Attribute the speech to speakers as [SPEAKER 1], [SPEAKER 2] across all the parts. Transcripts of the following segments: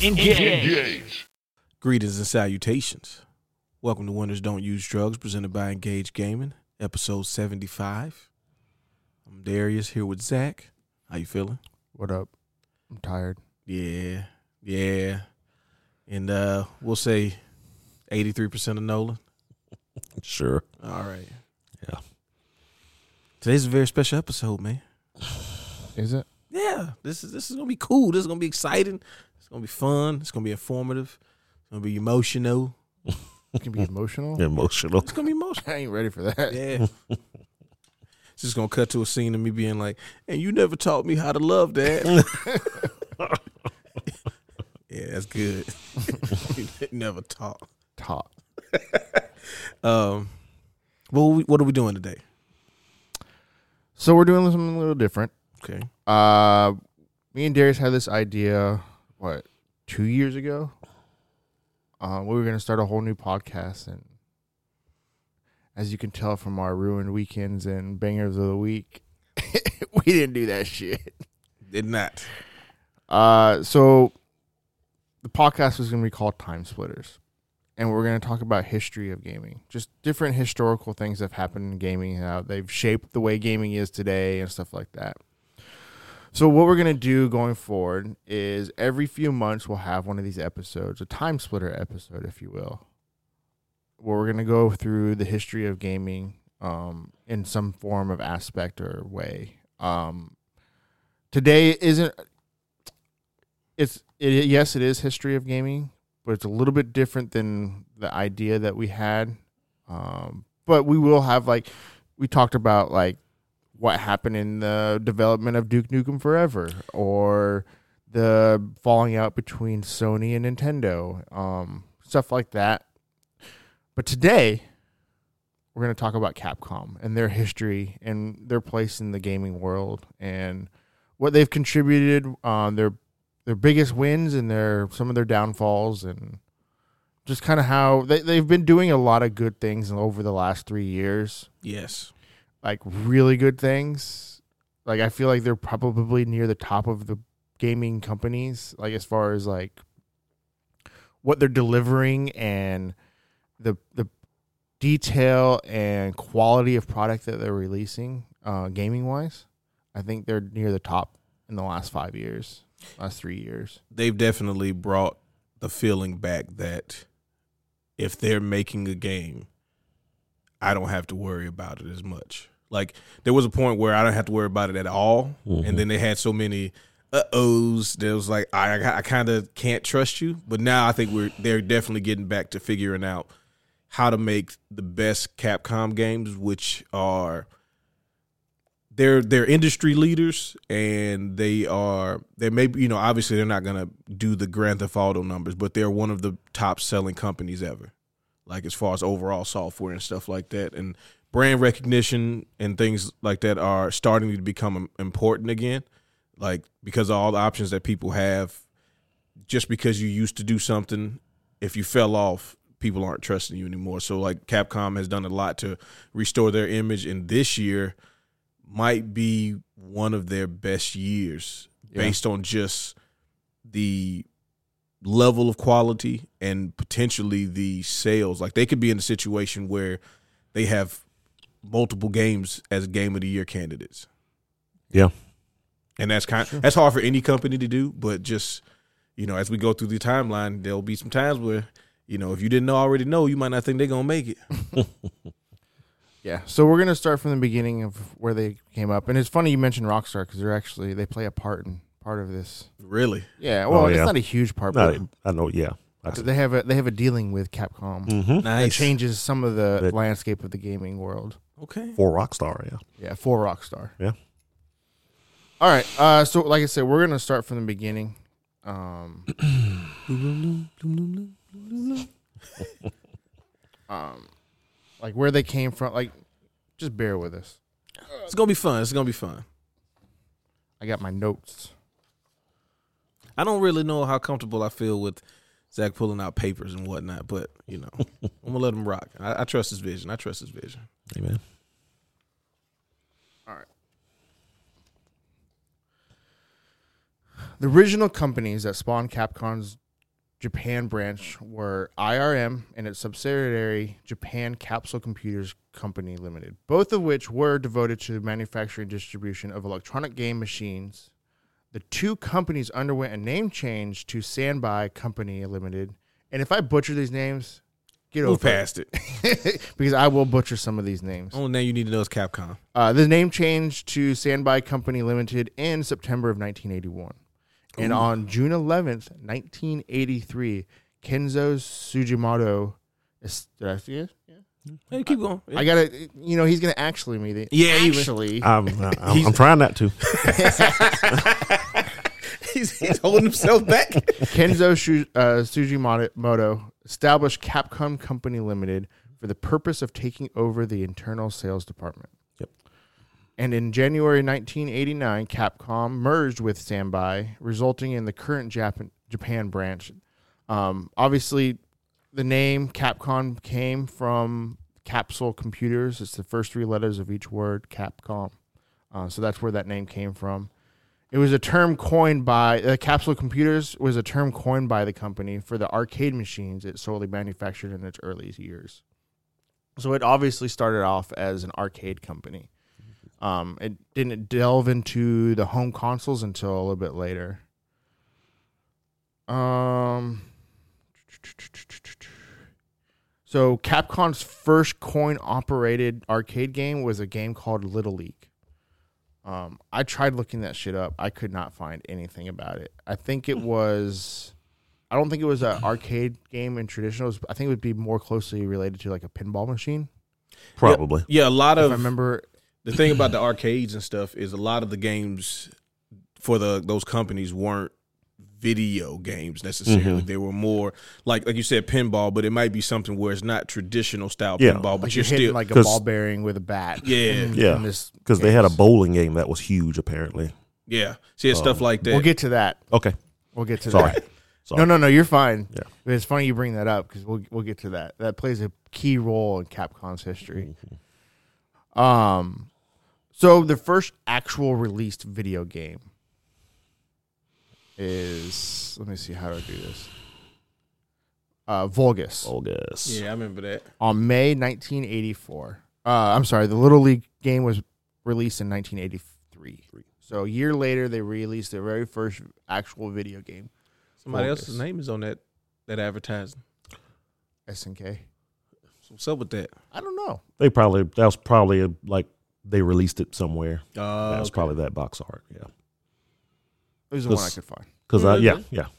[SPEAKER 1] Engage.
[SPEAKER 2] Greetings and salutations. Welcome to Winners Don't Use Drugs, presented by Engage Gaming, episode 75. I'm Darius here with Zach. How you feeling?
[SPEAKER 3] What up? I'm tired.
[SPEAKER 2] Yeah, yeah. And uh we'll say 83% of Nolan.
[SPEAKER 4] Sure.
[SPEAKER 2] All right.
[SPEAKER 4] Yeah.
[SPEAKER 2] Today's a very special episode, man.
[SPEAKER 3] Is it?
[SPEAKER 2] Yeah, this is this is gonna be cool. This is gonna be exciting. It's gonna be fun. It's gonna be informative. It's gonna be emotional.
[SPEAKER 3] It can be emotional.
[SPEAKER 4] Emotional.
[SPEAKER 2] It's gonna be emotional.
[SPEAKER 3] I ain't ready for that.
[SPEAKER 2] Yeah. It's just gonna cut to a scene of me being like, and you never taught me how to love that. yeah, that's good. you never taught.
[SPEAKER 3] Top.
[SPEAKER 2] Um well we, what are we doing today?
[SPEAKER 3] So we're doing something a little different.
[SPEAKER 2] Okay.
[SPEAKER 3] Uh, me and Darius had this idea. What? Two years ago. Uh, we were gonna start a whole new podcast, and as you can tell from our ruined weekends and bangers of the week, we didn't do that shit.
[SPEAKER 2] Did not.
[SPEAKER 3] Uh, so the podcast was going to be called Time Splitters, and we're going to talk about history of gaming, just different historical things that have happened in gaming, how they've shaped the way gaming is today, and stuff like that. So what we're going to do going forward is every few months we'll have one of these episodes, a time splitter episode, if you will, where we're going to go through the history of gaming um, in some form of aspect or way. Um, today isn't it's it, yes, it is history of gaming, but it's a little bit different than the idea that we had. Um, but we will have like we talked about like what happened in the development of Duke Nukem Forever or the falling out between Sony and Nintendo, um, stuff like that. But today we're going to talk about Capcom and their history and their place in the gaming world and what they've contributed, um, their their biggest wins and their some of their downfalls and just kind of how they, they've been doing a lot of good things over the last three years
[SPEAKER 2] Yes.
[SPEAKER 3] like really good things like i feel like they're probably near the top of the gaming companies like as far as like what they're delivering and the the detail and quality of product that they're releasing uh gaming wise i think they're near the top in the last five years last three years
[SPEAKER 2] They've definitely brought the feeling back that if they're making a game, I don't have to worry about it as much. Like there was a point where I don't have to worry about it at all,
[SPEAKER 4] Mhm.
[SPEAKER 2] and then they had so many uh ohs that it was like I I, kind of can't trust you. But now I think we're they're definitely getting back to figuring out how to make the best Capcom games, which are they're they're industry leaders and they are they may be you know obviously they're not gonna do the Grand Theft Auto numbers, but they're one of the top selling companies ever, like as far as overall software and stuff like that and brand recognition and things like that are starting to become im- important again like because of all the options that people have just because you used to do something if you fell off people aren't trusting you anymore so like capcom has done a lot to restore their image and this year might be one of their best years
[SPEAKER 3] Yeah.
[SPEAKER 2] based on just the level of quality and potentially the sales like they could be in a situation where they have multiple games as game of the year candidates
[SPEAKER 4] Yeah.
[SPEAKER 2] and that's kind that's hard for any company to do but just you know as we go through the timeline there'll be some times where you know if you didn't already know you might not think they're gonna make it
[SPEAKER 3] Yeah, so we're gonna start from the beginning of where they came up, and it's funny you mentioned Rockstar because they're actually they play a part in part of this.
[SPEAKER 2] really
[SPEAKER 3] Yeah, well,
[SPEAKER 4] yeah.
[SPEAKER 3] it's not a huge part,
[SPEAKER 4] No,
[SPEAKER 3] but
[SPEAKER 4] I know. Yeah.
[SPEAKER 3] they have a they have a dealing with Capcom
[SPEAKER 4] Mm-hmm.
[SPEAKER 3] that
[SPEAKER 2] nice
[SPEAKER 3] changes some of the
[SPEAKER 4] That-
[SPEAKER 3] landscape of the gaming world.
[SPEAKER 2] okay
[SPEAKER 4] For Rockstar. Yeah.
[SPEAKER 3] Yeah, for Rockstar.
[SPEAKER 4] Yeah.
[SPEAKER 3] All right, uh, so like I said, we're gonna start from the beginning. Um, um, like where they came from. Like, just bear with us.
[SPEAKER 2] it's gonna be fun it's gonna be fun
[SPEAKER 3] I got my notes.
[SPEAKER 2] i don't really know how comfortable i feel with zach pulling out papers and whatnot but you know i'm gonna let him rock I, I trust his vision i trust his vision
[SPEAKER 4] Amen.
[SPEAKER 3] The original companies that spawned Capcom's Japan branch were IRM and its subsidiary Japan Capsule Computers Company Limited, both of which were devoted to the manufacturing and distribution of electronic game machines. The two companies underwent a name change to Standby Company Limited. And if I butcher these names, get
[SPEAKER 2] Move
[SPEAKER 3] over
[SPEAKER 2] past it.
[SPEAKER 3] it because I will butcher some of these names.
[SPEAKER 2] Only name you need to know is Capcom.
[SPEAKER 3] Uh, the name changed to Standby Company Limited in September of 1981. And on June 11th, 1983, Kenzo Sugimoto. Is, did I see it?
[SPEAKER 2] Hey, keep going.
[SPEAKER 3] I gotta, you know, he's gonna actually meet it.
[SPEAKER 2] Yeah, he was-
[SPEAKER 3] actually.
[SPEAKER 4] I'm, I'm, I'm trying not to.
[SPEAKER 2] he's, he's holding himself back.
[SPEAKER 3] Kenzo Shu, uh, Sugimoto established Capcom Company Limited for the purpose of taking over the internal sales department.
[SPEAKER 4] Yep.
[SPEAKER 3] And in January 1989, Capcom merged with Sanbai, resulting in the current Japan, Japan branch. Um, obviously, the name Capcom came from Capsule Computers. It's the first three letters of each word, Capcom. Uh, so that's where that name came from. It was a term coined by uh, Capsule Computers was a term coined by the company for the arcade machines it solely manufactured in its early years. So it obviously started off as an arcade company. Um, it didn't delve into the home consoles until a little bit later. Um, so Capcom's first coin-operated arcade game was a game called Little League. Um, I tried looking that shit up. I could not find anything about it. I think it was, I don't think it was an arcade game in traditional. I think it would be more closely related to like a pinball machine.
[SPEAKER 4] Probably.
[SPEAKER 2] Yeah, a lot
[SPEAKER 3] If
[SPEAKER 2] of
[SPEAKER 3] I remember,
[SPEAKER 2] the thing about the arcades and stuff is a lot of the games for the those companies weren't video games
[SPEAKER 3] Mm-hmm.
[SPEAKER 2] necessarily. They were more like like you said pinball, but it might be something where it's not traditional style
[SPEAKER 4] Yeah.
[SPEAKER 2] pinball, but
[SPEAKER 3] like
[SPEAKER 2] you're,
[SPEAKER 3] you're, hitting
[SPEAKER 2] still
[SPEAKER 3] like mm. a
[SPEAKER 4] 'cause-
[SPEAKER 3] ball bearing with a bat.
[SPEAKER 2] Yeah.
[SPEAKER 3] in-
[SPEAKER 4] Yeah.
[SPEAKER 3] in this
[SPEAKER 4] Because they had a
[SPEAKER 3] case.
[SPEAKER 4] bowling game that was huge, apparently.
[SPEAKER 2] yeah. See it's stuff like that.
[SPEAKER 3] Um, We'll get to that.
[SPEAKER 4] Okay.
[SPEAKER 3] We'll get to
[SPEAKER 4] Sorry.
[SPEAKER 3] that.
[SPEAKER 4] Sorry.
[SPEAKER 3] No, no, no. You're fine.
[SPEAKER 4] Yeah.
[SPEAKER 3] But it's funny you bring that up because we'll we'll get to that. That plays a key role in Capcom's history.
[SPEAKER 4] Mm-hmm.
[SPEAKER 3] Um, so the first actual released video game is let me see how do I do this. Uh, Vulgus
[SPEAKER 4] Oh. Vulgus.
[SPEAKER 2] yeah, I remember that.
[SPEAKER 3] on May 1984. Uh, I'm sorry, the Little League game was released in 1983. So a year later, they released their very first actual video game,
[SPEAKER 2] Somebody
[SPEAKER 3] Focus.
[SPEAKER 2] else's name is on that that advertising.
[SPEAKER 3] SNK.
[SPEAKER 2] So what's up with that?
[SPEAKER 3] I don't know.
[SPEAKER 4] They probably, that was probably like they released it somewhere.
[SPEAKER 2] Uh,
[SPEAKER 4] That was probably that box art. Yeah.
[SPEAKER 3] It was the one I
[SPEAKER 4] This-
[SPEAKER 3] could find.
[SPEAKER 4] Because,
[SPEAKER 2] Yeah,
[SPEAKER 4] yeah,
[SPEAKER 2] okay.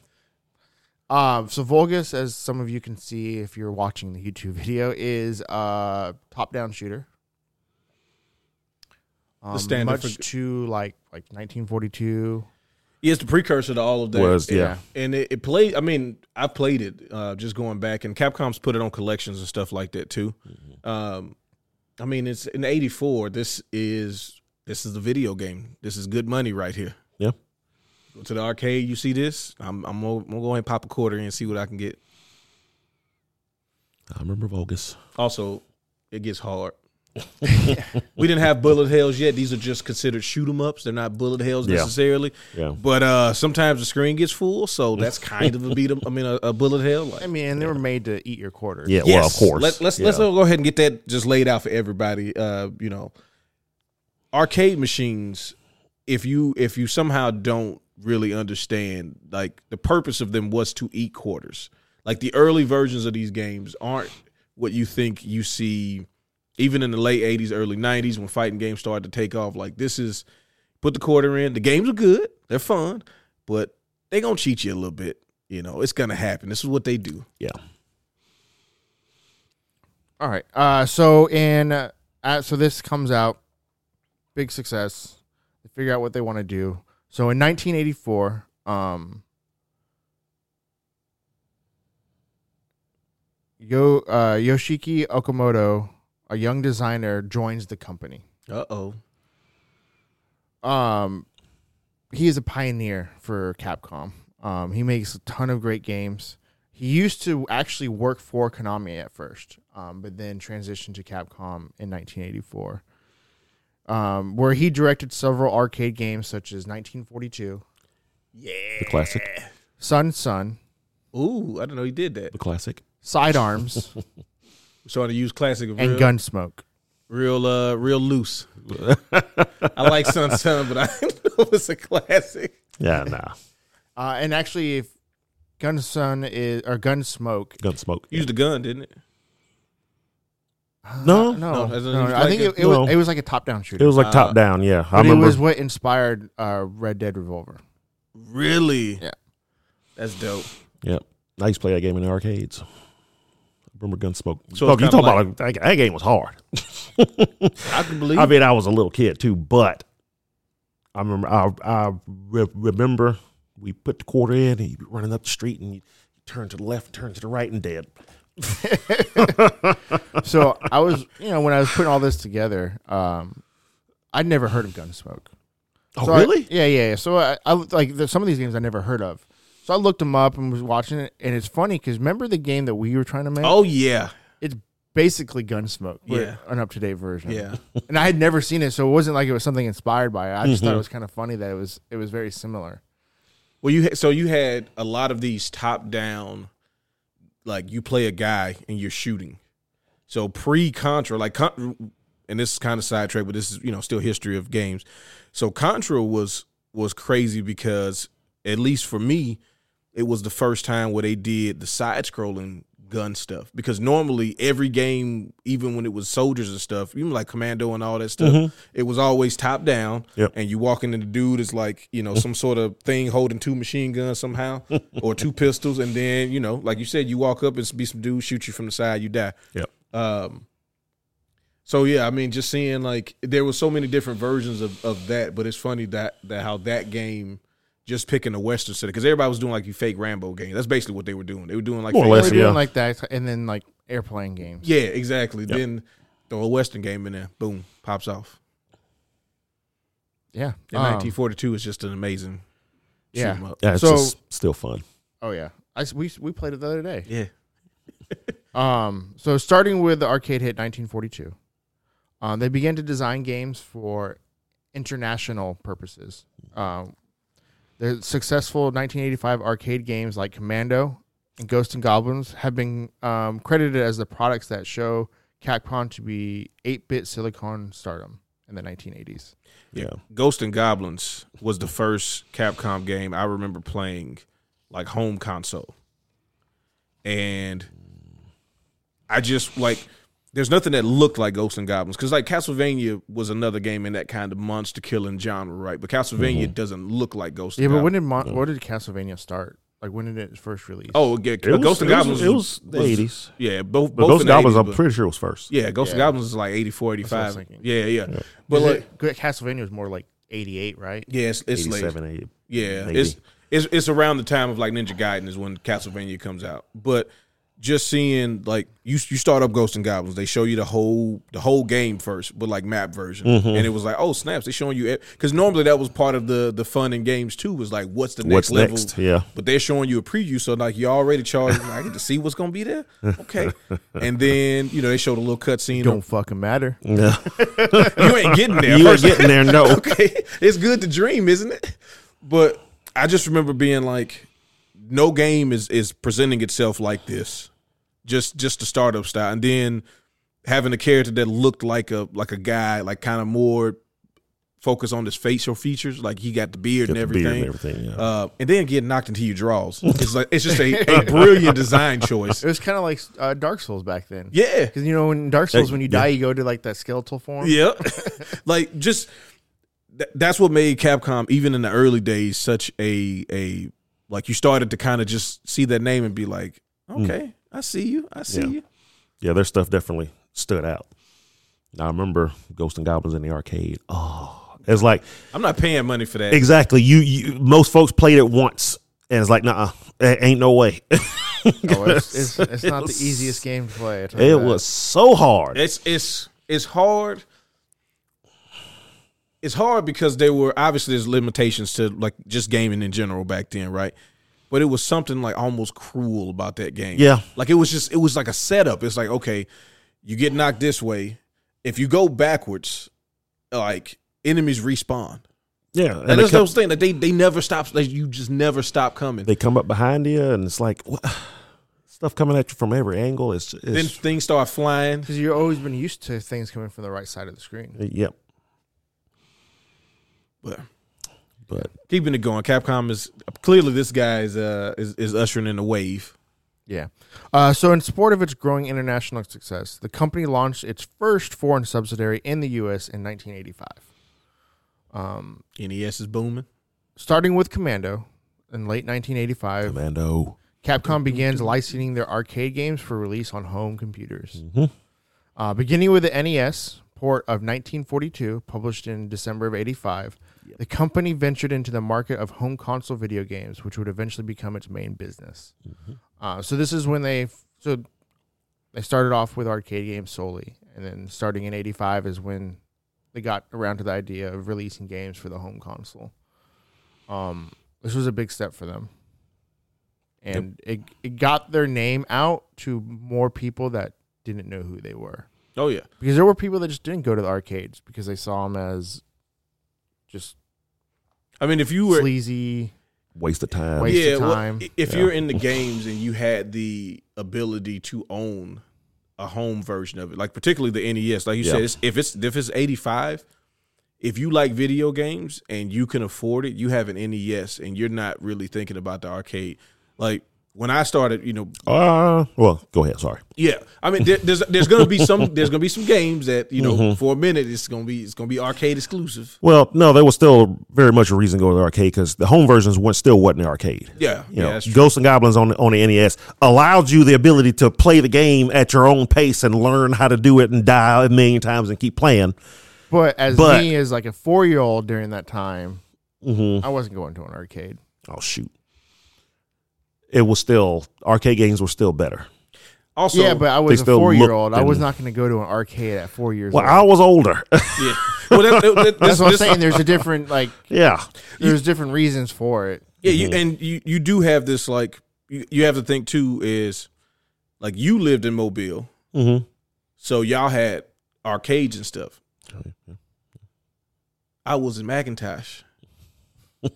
[SPEAKER 4] yeah.
[SPEAKER 3] Um, so Vulgus, as some of you can see if you're watching the YouTube video, is a top-down shooter. Um,
[SPEAKER 2] standard
[SPEAKER 3] much
[SPEAKER 2] for-
[SPEAKER 3] to like like 1942.
[SPEAKER 2] yeah, it's the precursor to all of that.
[SPEAKER 4] Was,
[SPEAKER 2] And-
[SPEAKER 4] yeah.
[SPEAKER 2] and it, it played. I mean, I played it uh, just going back, and Capcom's put it on collections and stuff like that too.
[SPEAKER 4] Mm-hmm.
[SPEAKER 2] Um, I mean, it's in '84. This is this is the video game. This is good money right here.
[SPEAKER 4] Yeah.
[SPEAKER 2] Go to the arcade. You see this? I'm I'm gonna, I'm gonna go ahead and pop a quarter in and see what I can get.
[SPEAKER 4] I remember Vulgus.
[SPEAKER 2] Also, it gets hard. we didn't have bullet hells yet. These are just considered shoot 'em ups. They're not bullet hells
[SPEAKER 4] Yeah.
[SPEAKER 2] necessarily.
[SPEAKER 4] Yeah.
[SPEAKER 2] But uh, sometimes the screen gets full, so that's kind of a beat 'em. I mean, a, a bullet hell. Like,
[SPEAKER 3] I mean, and they were made to eat your quarters.
[SPEAKER 4] Yeah, well, of
[SPEAKER 2] Yes.
[SPEAKER 4] course.
[SPEAKER 2] Let, let's let's
[SPEAKER 4] Yeah.
[SPEAKER 2] go ahead and get that just laid out for everybody. Uh, you know, arcade machines. If you if you somehow don't really understand, like the purpose of them was to eat quarters. Like the early versions of these games aren't what you think you see. Even in the late '80s, early '90s, when fighting games started to take off, like this is put the quarter in. The games are good; they're fun, but they gonna cheat you a little bit. You know, it's gonna happen. This is what they do.
[SPEAKER 4] Yeah.
[SPEAKER 3] All right. Uh, so in uh, uh, so this comes out, big success. They figure out what they want to do. So in 1984, um, Yo uh, Yoshiki Okamoto, a young designer, joins the company.
[SPEAKER 2] Uh oh.
[SPEAKER 3] um he is a pioneer for Capcom. Um he makes a ton of great games. He used to actually work for Konami at first, um, but then transitioned to Capcom in 1984, um, where he directed several arcade games such as 1942,
[SPEAKER 2] Yeah.
[SPEAKER 4] The classic.
[SPEAKER 3] Sun Sun,
[SPEAKER 2] Ooh, I didn't know he did that.
[SPEAKER 4] the classic.
[SPEAKER 3] Sidearms
[SPEAKER 2] So to use classic of
[SPEAKER 3] and
[SPEAKER 2] real,
[SPEAKER 3] Gunsmoke.
[SPEAKER 2] real, uh, real loose. I like Sun Sun, but I didn't know it's a classic.
[SPEAKER 4] Yeah, nah.
[SPEAKER 3] Uh, and actually, if Gunsun is or Gunsmoke,
[SPEAKER 4] Gunsmoke.
[SPEAKER 2] Used a gun, didn't it?
[SPEAKER 4] No,
[SPEAKER 3] uh, no,
[SPEAKER 2] no, it's- it's
[SPEAKER 3] no, I
[SPEAKER 2] like
[SPEAKER 3] think
[SPEAKER 2] a-
[SPEAKER 3] it, it was,
[SPEAKER 4] no.
[SPEAKER 3] it was like a top-down shooter.
[SPEAKER 4] It was like
[SPEAKER 2] Uh,
[SPEAKER 4] top down. Yeah, I
[SPEAKER 3] but it
[SPEAKER 4] remember.
[SPEAKER 3] was what inspired uh, Red Dead Revolver.
[SPEAKER 2] Really?
[SPEAKER 3] Yeah.
[SPEAKER 2] That's dope.
[SPEAKER 4] yep. I used to play that game in the arcades. I remember Gunsmoke.
[SPEAKER 2] So
[SPEAKER 4] Dog,
[SPEAKER 2] it's kinda
[SPEAKER 4] you talking about like, that, that game was hard.
[SPEAKER 2] I can believe.
[SPEAKER 4] I
[SPEAKER 2] it.
[SPEAKER 4] mean, I was a little kid too, but I remember. I, I re- remember we put the quarter in, and you be running up the street, and you turn to the left, turn to the right, and dead.
[SPEAKER 3] So I was, you know, when I was putting all this together, um, I'd never heard of Gunsmoke.
[SPEAKER 4] Oh,
[SPEAKER 3] So I-
[SPEAKER 4] really?
[SPEAKER 3] yeah, yeah, yeah. So I, I looked- like there's some of these games I never heard of. So I looked them up and was watching it, and it's funny because remember the game that we were trying to make?
[SPEAKER 2] oh yeah,
[SPEAKER 3] It's basically Gunsmoke, but
[SPEAKER 2] Yeah.
[SPEAKER 3] an up to date version.
[SPEAKER 2] yeah.
[SPEAKER 3] and I had never seen it, so it wasn't like it was something inspired by it. I just thought it was kind of funny that it was it was very similar.
[SPEAKER 2] Well, you ha- so you had a lot of these top down, like you play a guy and you're shooting. So pre Contra, like Contra, and this is kind of sidetracked, but this is you know still history of games. So Contra was was crazy because at least for me, it was the first time where they did the side scrolling gun stuff because normally every game even when it was soldiers and stuff even like commando and all that stuff it was always top down
[SPEAKER 4] Yep.
[SPEAKER 2] and you walk into the dude is like you know some sort of thing holding two machine guns somehow or two pistols and then you know like you said you walk up and be some dude shoot you from the side you die
[SPEAKER 4] Yep.
[SPEAKER 2] um so yeah i mean just seeing like there was so many different versions of of that but it's funny that that how that game just picking a western city because everybody was doing like you fake rambo game that's basically what they were doing they were doing like
[SPEAKER 4] More
[SPEAKER 3] They
[SPEAKER 2] fake-
[SPEAKER 4] or less.
[SPEAKER 3] were
[SPEAKER 4] Yes,
[SPEAKER 3] doing
[SPEAKER 4] yeah.
[SPEAKER 3] like that, and then like airplane games.
[SPEAKER 2] yeah exactly then throw a western game in there boom pops off
[SPEAKER 3] Yeah,
[SPEAKER 2] and
[SPEAKER 3] Um,
[SPEAKER 2] 1942 is just an amazing shoot
[SPEAKER 3] Yeah.
[SPEAKER 2] 'em up.
[SPEAKER 4] Yeah, it's
[SPEAKER 3] So-
[SPEAKER 4] just still fun.
[SPEAKER 3] Oh yeah, I s we we played it the other day.
[SPEAKER 2] yeah
[SPEAKER 3] Um, so starting with the arcade hit 1942, um, they began to design games for international purposes. Um, the successful 1985 arcade games like Commando and Ghost and Goblins have been um, credited as the products that show Capcom to be 8-bit silicon stardom in the 1980s.
[SPEAKER 4] Yeah.
[SPEAKER 2] Ghost and Goblins was the first Capcom game I remember playing, like home console. And I just like, there's nothing that looked like Ghost and Goblins because like Castlevania was another game in that kind of monster killing genre, right? But Castlevania
[SPEAKER 4] Mm-hmm.
[SPEAKER 2] doesn't look like Ghost.
[SPEAKER 3] Yeah,
[SPEAKER 2] and
[SPEAKER 3] but
[SPEAKER 2] Goblins.
[SPEAKER 3] when did Mon- where did Castlevania start? Like when did it first release?
[SPEAKER 2] oh, yeah,
[SPEAKER 4] It was-
[SPEAKER 2] Ghost and
[SPEAKER 4] it was-
[SPEAKER 2] Goblins
[SPEAKER 4] it was the 80s.
[SPEAKER 2] Yeah, both
[SPEAKER 4] But
[SPEAKER 2] both
[SPEAKER 4] Ghost
[SPEAKER 2] in the
[SPEAKER 4] Goblins,
[SPEAKER 2] 80s,
[SPEAKER 4] I'm
[SPEAKER 2] but-
[SPEAKER 4] pretty sure was first.
[SPEAKER 2] yeah, Ghost and
[SPEAKER 3] Yeah.
[SPEAKER 2] Goblins is like 84, 85.
[SPEAKER 3] thinking.
[SPEAKER 2] Yeah, yeah,
[SPEAKER 3] but
[SPEAKER 2] But like,
[SPEAKER 3] Castlevania was more like 88, right?
[SPEAKER 2] yeah, it's, it's late.
[SPEAKER 4] 87, 80.
[SPEAKER 2] Yeah,
[SPEAKER 4] Maybe.
[SPEAKER 2] it's it's it's around the time of like Ninja Gaiden is when Castlevania comes out. But just seeing like you you start up Ghost and Goblins, they show you the whole the whole game first, but like map version,
[SPEAKER 4] Mm-hmm.
[SPEAKER 2] and it was like oh snaps, they showing you because normally that was part of the the fun in games too was like what's the next
[SPEAKER 4] What's
[SPEAKER 2] level?
[SPEAKER 4] next? Yeah.
[SPEAKER 2] but they're showing you a preview, so like you already charged. I get to see what's gonna be there, okay? And then you know they showed a little cutscene.
[SPEAKER 3] Don't
[SPEAKER 2] of-
[SPEAKER 3] fucking matter.
[SPEAKER 2] You ain't getting there.
[SPEAKER 4] You ain't
[SPEAKER 2] first.
[SPEAKER 4] getting there, no.
[SPEAKER 2] okay, it's good to dream, isn't it? But I just remember being like, no game is is presenting itself like this, just just the startup style, and then having a character that looked like a like a guy, like kind of more focused on his facial features, like he got the beard and
[SPEAKER 4] Get the
[SPEAKER 2] everything,
[SPEAKER 4] beard and everything, yeah.
[SPEAKER 2] Uh, and then getting knocked into your draws. It's like it's just a, a brilliant design choice.
[SPEAKER 3] It was kind of like uh, Dark Souls back then.
[SPEAKER 2] Yeah,
[SPEAKER 3] Because, you know, in Dark Souls,
[SPEAKER 4] Hey,
[SPEAKER 3] when you
[SPEAKER 4] yeah.
[SPEAKER 3] die, you go to like that skeletal form.
[SPEAKER 2] Yeah. like just th- that's what made Capcom even in the early days such a a like you started to kind of just see that name and be like, okay, I see you. I see
[SPEAKER 4] Yeah.
[SPEAKER 2] you.
[SPEAKER 4] yeah, their stuff definitely stood out. I remember Ghost and Goblins in the arcade. Oh, it's like
[SPEAKER 2] I'm not paying money for that.
[SPEAKER 4] exactly you. you most folks played it once, and it's like, nah, it ain't no way.
[SPEAKER 3] Oh, it's, it's, it's not the
[SPEAKER 4] Yes.
[SPEAKER 3] easiest game to play. I tell you
[SPEAKER 4] It
[SPEAKER 3] that.
[SPEAKER 4] was so hard.
[SPEAKER 2] It's it's it's hard. It's hard because there were obviously there's limitations to like just gaming in general back then, right? But it was something like almost cruel about that game.
[SPEAKER 4] Yeah.
[SPEAKER 2] Like it was just it was like a setup. It's like, okay, you get knocked this way. If you go backwards, like enemies respawn.
[SPEAKER 4] Yeah,
[SPEAKER 2] And
[SPEAKER 4] and they
[SPEAKER 2] that's
[SPEAKER 4] come,
[SPEAKER 2] what I'm saying. That they they never stop. Like you just never stop coming.
[SPEAKER 4] they come up behind you, and it's like wha- stuff coming at you from every angle. It's,
[SPEAKER 2] then
[SPEAKER 4] it's
[SPEAKER 2] things start flying.
[SPEAKER 3] Because you've always been used to things coming from the right side of the screen.
[SPEAKER 4] yep.
[SPEAKER 2] But
[SPEAKER 4] But
[SPEAKER 2] keeping it going, Capcom is clearly this guy is uh is, is ushering in a wave.
[SPEAKER 3] Yeah. Uh, so, in support of its growing international success, the company launched its first foreign subsidiary in the U.S. in 1985. Um,
[SPEAKER 2] NES E is booming.
[SPEAKER 3] starting with Commando in late 1985,
[SPEAKER 4] Commando,
[SPEAKER 3] Capcom begins licensing their arcade games for release on home computers.
[SPEAKER 4] Mhm.
[SPEAKER 3] Uh, beginning with the NES port of 1942, published in December of 85, the company ventured into the market of home console video games, which would eventually become its main business. Uh, so this is when they so they started off with arcade games solely, and then starting in 85 is when they got around to the idea of releasing games for the home console. Um, this was a big step for them and it, it got their name out to more people that didn't know who they were
[SPEAKER 2] Oh yeah,
[SPEAKER 3] because there were people that just didn't go to the arcades because they saw them as just
[SPEAKER 2] I mean if you were
[SPEAKER 3] sleazy
[SPEAKER 4] waste of time.
[SPEAKER 3] Waste- of
[SPEAKER 2] well,
[SPEAKER 3] time.
[SPEAKER 2] i- if
[SPEAKER 4] Yeah.
[SPEAKER 2] you're in the games and you had the ability to own a home version of it, like particularly the NES, like you
[SPEAKER 4] Yeah.
[SPEAKER 2] said, it's, if it's if it's 85, if you like video games and you can afford it, you have an NES and you're not really thinking about the arcade. Like when I started, you know,
[SPEAKER 4] Uh, well, go ahead. Sorry.
[SPEAKER 2] yeah, I mean, there, there's there's gonna be some there's gonna be some games that you know for a minute it's gonna be it's gonna be arcade exclusive.
[SPEAKER 4] Well, no, there was still very much a reason to go to the arcade because the home versions weren't, still wasn't the arcade.
[SPEAKER 2] Yeah,
[SPEAKER 4] You
[SPEAKER 2] yeah,
[SPEAKER 4] know,
[SPEAKER 2] that's true.
[SPEAKER 4] Ghosts and Goblins on the, on the NES allowed you the ability to play the game at your own pace and learn how to do it and die a million times and keep playing.
[SPEAKER 3] but as
[SPEAKER 4] But-
[SPEAKER 3] me as like a four-year-old during that time
[SPEAKER 4] Mm-hmm.
[SPEAKER 3] i wasn't going to an arcade
[SPEAKER 4] Oh shoot! It was still arcade games were still better.
[SPEAKER 2] Also,
[SPEAKER 3] yeah but i was a
[SPEAKER 4] still
[SPEAKER 3] four-year-old
[SPEAKER 4] looked
[SPEAKER 3] i was
[SPEAKER 4] and-
[SPEAKER 3] not going to go to an arcade at four years
[SPEAKER 4] Well,
[SPEAKER 3] old
[SPEAKER 4] I was older.
[SPEAKER 2] yeah. Well, that, that,
[SPEAKER 3] that's
[SPEAKER 2] that- this-
[SPEAKER 3] what i'm
[SPEAKER 2] this-
[SPEAKER 3] saying there's a different like
[SPEAKER 4] yeah,
[SPEAKER 3] there's different reasons for it
[SPEAKER 2] Yeah, you and you you do have this like you, you have to think too is like you lived in Mobile,
[SPEAKER 4] mm-hmm.
[SPEAKER 2] so y'all had arcades and stuff. I was in Macintosh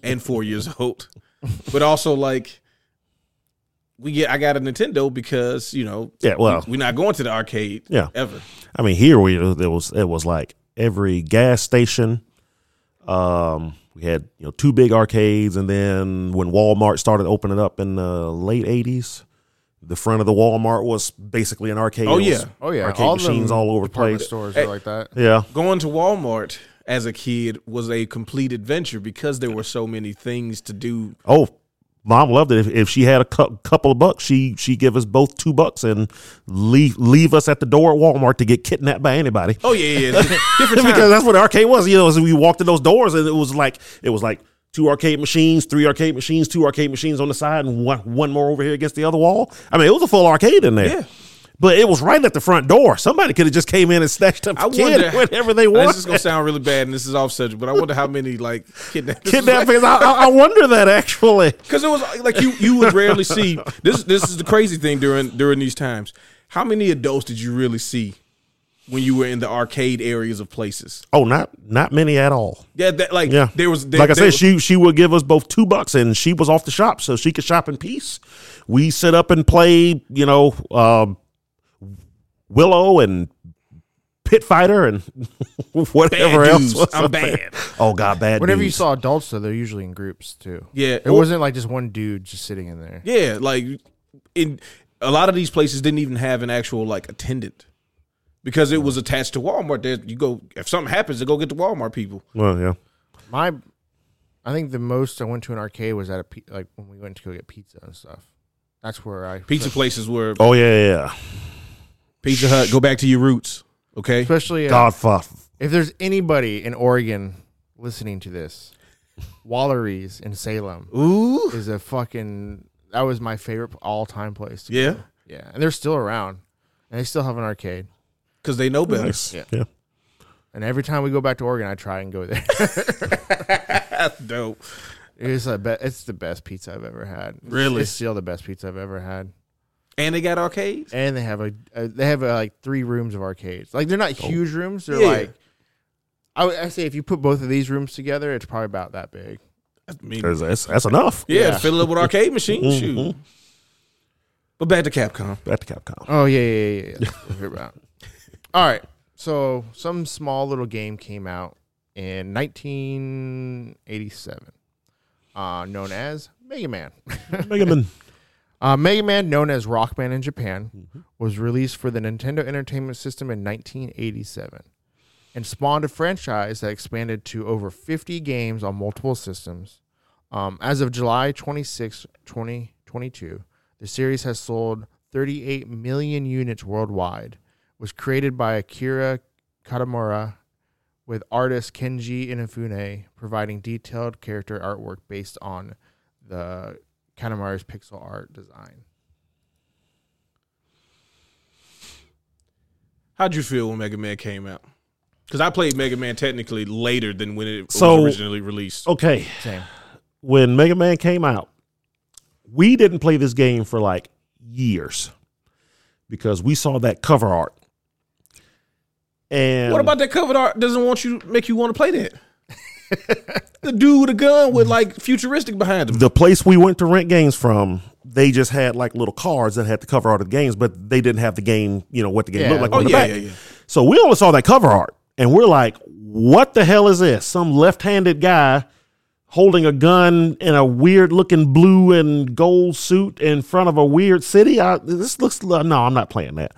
[SPEAKER 2] and four years old, but also like we get I got a Nintendo because you know
[SPEAKER 4] yeah. Well,
[SPEAKER 2] we're not going to the arcade
[SPEAKER 4] Yeah.
[SPEAKER 2] ever.
[SPEAKER 4] I mean, here we it was it was like every gas station. Um, we had you know two big arcades, and then when Walmart started opening up in the late '80s, the front of the Walmart was basically an arcade.
[SPEAKER 2] Oh,
[SPEAKER 4] It was
[SPEAKER 2] yeah.
[SPEAKER 3] oh yeah
[SPEAKER 4] arcade
[SPEAKER 3] all
[SPEAKER 4] machines
[SPEAKER 3] them
[SPEAKER 4] all over the
[SPEAKER 3] department
[SPEAKER 4] place. Eh,
[SPEAKER 3] stores
[SPEAKER 2] Hey.
[SPEAKER 3] are like that
[SPEAKER 4] Yeah,
[SPEAKER 2] Going to Walmart as a kid was a complete adventure because there were so many things to do.
[SPEAKER 4] Oh, mom loved it. If, if she had a cou- couple of bucks, she she give us both two bucks and leave leave us at the door at Walmart to get kidnapped by anybody.
[SPEAKER 2] Oh yeah, yeah, yeah. different time.
[SPEAKER 4] because that's what the arcade was. You know, so we walked in those doors and it was like it was like two arcade machines, three arcade machines, two arcade machines on the side, and one one more over here against the other wall. I mean, it was a full arcade in there.
[SPEAKER 2] Yeah.
[SPEAKER 4] But it was right at the front door. Somebody could have just came in and snatched up the
[SPEAKER 2] I
[SPEAKER 4] kid
[SPEAKER 2] wonder
[SPEAKER 4] whenever they
[SPEAKER 2] This is
[SPEAKER 4] wanted.
[SPEAKER 2] gonna sound really bad, and this is off subject, but I wonder how many like kidnappers.
[SPEAKER 4] Kidnapping. I, I I wonder that actually.
[SPEAKER 2] because it was like you you would rarely see this. This is the crazy thing during during these times. How many adults did you really see when you were in the arcade areas of places?
[SPEAKER 4] Oh, not not many at all.
[SPEAKER 2] Yeah, that like
[SPEAKER 4] Yeah,
[SPEAKER 2] there was there,
[SPEAKER 4] like I
[SPEAKER 2] there
[SPEAKER 4] said,
[SPEAKER 2] was-
[SPEAKER 4] she she would give us both two bucks, and she was off the shop, so she could shop in peace. We sit up and play, you know, um, Willow and Pit Fighter and whatever
[SPEAKER 2] Bad
[SPEAKER 4] else.
[SPEAKER 2] dudes.
[SPEAKER 4] was
[SPEAKER 2] I'm
[SPEAKER 4] up there.
[SPEAKER 2] bad.
[SPEAKER 4] Oh God, bad.
[SPEAKER 3] Whenever you
[SPEAKER 4] dudes.
[SPEAKER 3] saw adults, though, they're usually in groups too.
[SPEAKER 2] Yeah.
[SPEAKER 3] it wasn't like just one dude just sitting in there.
[SPEAKER 2] yeah, like in a lot of these places didn't even have an actual like attendant because it was attached to Walmart. There you go. If something happens, to go get the Walmart people.
[SPEAKER 4] well, yeah,
[SPEAKER 3] My, I think the most I went to an arcade was at a pi- like when we went to go get pizza and stuff. That's where I
[SPEAKER 2] Pizza places were
[SPEAKER 4] oh yeah, yeah, yeah.
[SPEAKER 2] Pizza Hut. Go back to your roots. Okay.
[SPEAKER 3] Especially uh,
[SPEAKER 4] Godfather.
[SPEAKER 3] if there's anybody in Oregon listening to this, Wallery's in Salem
[SPEAKER 2] Ooh.
[SPEAKER 3] is a fucking. That was my favorite all time place. to go.
[SPEAKER 2] Yeah.
[SPEAKER 3] yeah, and they're still around, and they still have an arcade.
[SPEAKER 2] Because they know better.
[SPEAKER 4] Nice.
[SPEAKER 3] Yeah.
[SPEAKER 4] Yeah.
[SPEAKER 3] And every time we go back to Oregon, I try and go there.
[SPEAKER 2] That's dope.
[SPEAKER 3] It's a be- it's the best pizza I've ever had. It's-
[SPEAKER 2] Really?
[SPEAKER 3] it's still the best pizza I've ever had.
[SPEAKER 2] And they got arcades.
[SPEAKER 3] And they uh, have a, a they have a, like three rooms of arcades. Like they're not huge rooms. They're
[SPEAKER 2] Yeah.
[SPEAKER 3] like I would I say if you put both of these rooms together, it's probably about that big.
[SPEAKER 2] I mean,
[SPEAKER 4] 'Cause that's, that's enough.
[SPEAKER 2] yeah,
[SPEAKER 3] yeah.
[SPEAKER 2] fill it up with arcade machines. Shoot.
[SPEAKER 4] Mhm.
[SPEAKER 2] But back to Capcom.
[SPEAKER 4] Back to Capcom.
[SPEAKER 3] Oh yeah, yeah, yeah. yeah. That's what we're about. All right. So some small little game came out in 1987, uh, known as Mega Man.
[SPEAKER 4] Mega Man.
[SPEAKER 3] uh, Mega Man, known as Rockman in Japan, was released for the Nintendo Entertainment System in 1987, and spawned a franchise that expanded to over 50 games on multiple systems. Um, as of July 26, 2022, the series has sold 38 million units worldwide. Was created by Akira Katamura, with artist Kenji Inafune providing detailed character artwork based on the Katamura's pixel art design.
[SPEAKER 2] How'd you feel when Mega Man came out? Because I played Mega Man technically later than when it
[SPEAKER 4] So- oh,
[SPEAKER 2] was originally released.
[SPEAKER 4] Okay.
[SPEAKER 3] Same.
[SPEAKER 4] when Mega Man came out, we didn't play this game for like years because we saw that cover art. And
[SPEAKER 2] What about that covered art? Doesn't want you make you want to play that. the dude with a gun with like futuristic behind him.
[SPEAKER 4] the place we went to rent games from? They just had like little cards that had the cover art of the games, but they didn't have the game, you know, what the game
[SPEAKER 3] Yeah.
[SPEAKER 4] looked like
[SPEAKER 2] Oh
[SPEAKER 4] on the
[SPEAKER 2] yeah,
[SPEAKER 4] back.
[SPEAKER 2] yeah, yeah.
[SPEAKER 4] So we only saw that cover art and we're like, what the hell is this? Some left handed guy holding a gun in a weird looking blue and gold suit in front of a weird city. I, this looks, no, I'm not playing that.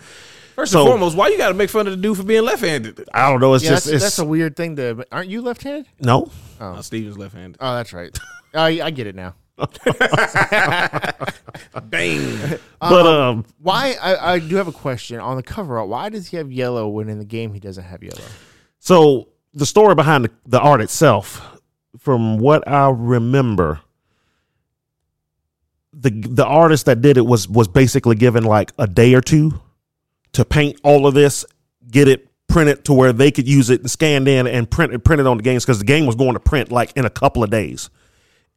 [SPEAKER 2] First
[SPEAKER 4] So-
[SPEAKER 2] and foremost, why you got to make fun of the dude for being left-handed?
[SPEAKER 4] I don't know. It's
[SPEAKER 3] Yeah,
[SPEAKER 4] just,
[SPEAKER 3] that's,
[SPEAKER 4] it's,
[SPEAKER 3] that's a weird thing to. Aren't you left-handed?
[SPEAKER 4] No.
[SPEAKER 2] Now, Steven's left-handed.
[SPEAKER 3] Oh, that's right. I, I get it now.
[SPEAKER 4] Ah,
[SPEAKER 2] Bang.
[SPEAKER 3] Uh,
[SPEAKER 4] but um
[SPEAKER 3] Why? I, I do have a question on the cover art. Why does he have yellow when in the game he doesn't have yellow?
[SPEAKER 4] so the story behind the, the art itself, from what I remember, the the artist that did it was was basically given like a day or two to paint all of this, get it printed to where they could use it and scanned in and print it printed on the games because the game was going to print like in a couple of days.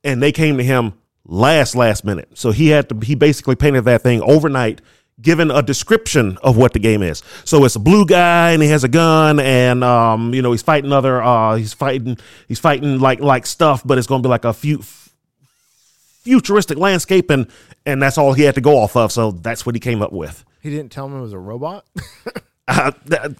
[SPEAKER 4] And they came to him last last minute. So he had to he basically painted that thing overnight, given a description of what the game is. So it's a blue guy and he has a gun and um, you know, he's fighting other uh he's fighting he's fighting like like stuff, but it's gonna be like a few futuristic landscape and and that's all he had to go off of. So that's what he came up with.
[SPEAKER 3] He didn't tell him it was a robot.
[SPEAKER 4] Uh, th-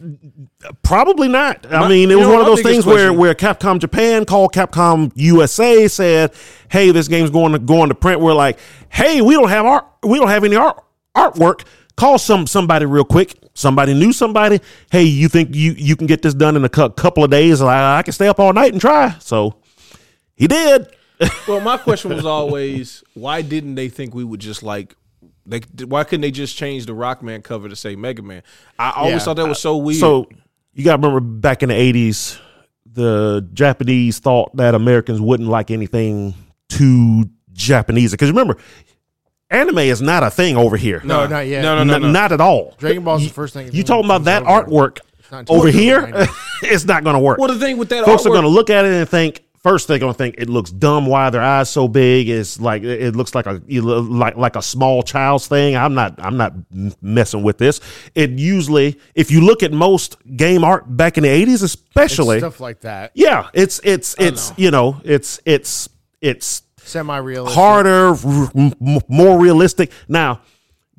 [SPEAKER 4] probably not. I
[SPEAKER 2] My-
[SPEAKER 4] mean, it
[SPEAKER 2] you
[SPEAKER 4] was
[SPEAKER 2] know,
[SPEAKER 4] one of
[SPEAKER 2] my
[SPEAKER 4] those
[SPEAKER 2] biggest
[SPEAKER 4] things where,
[SPEAKER 2] question-
[SPEAKER 4] where Capcom Japan called Capcom USA said, "Hey, this game's going to going to print." We're like, "Hey, we don't have art. We don't have any art artwork. Call some somebody real quick. Somebody knew somebody. Hey, you think you you can get this done in a cou- couple of days? I, I can stay up all night and try." So he did.
[SPEAKER 2] well, my question was always, why didn't they think we would just like? They, why couldn't they just change the Rockman cover to say Mega Man? I always
[SPEAKER 3] Yeah.
[SPEAKER 2] thought that was so weird.
[SPEAKER 4] Uh, So you got to remember back in the eighties, the Japanese thought that Americans wouldn't like anything too Japanese. Because remember, anime is not a thing over here.
[SPEAKER 3] No, not yet.
[SPEAKER 2] No, no, no,
[SPEAKER 4] N-
[SPEAKER 2] no.
[SPEAKER 4] not at all.
[SPEAKER 3] Dragon Ball's
[SPEAKER 4] you,
[SPEAKER 3] the first thing.
[SPEAKER 4] You talking about that artwork
[SPEAKER 3] not until
[SPEAKER 4] over
[SPEAKER 3] the
[SPEAKER 4] here?
[SPEAKER 3] 90s.
[SPEAKER 4] it's not going to work.
[SPEAKER 2] well, the thing with that
[SPEAKER 4] Folks are
[SPEAKER 2] artwork-
[SPEAKER 4] going to look at it and think. First, they're gonna think it looks dumb. Why are their eyes so big? It's like it looks like a you look like like a small child's thing. I'm not I'm not messing with this. It usually, if you look at most game art back in the '80s, especially,
[SPEAKER 3] Stuff like that.
[SPEAKER 4] yeah, it's it's it's you know it's it's it's
[SPEAKER 3] Semi-realistic.
[SPEAKER 4] harder, r- m- m- more realistic. Now,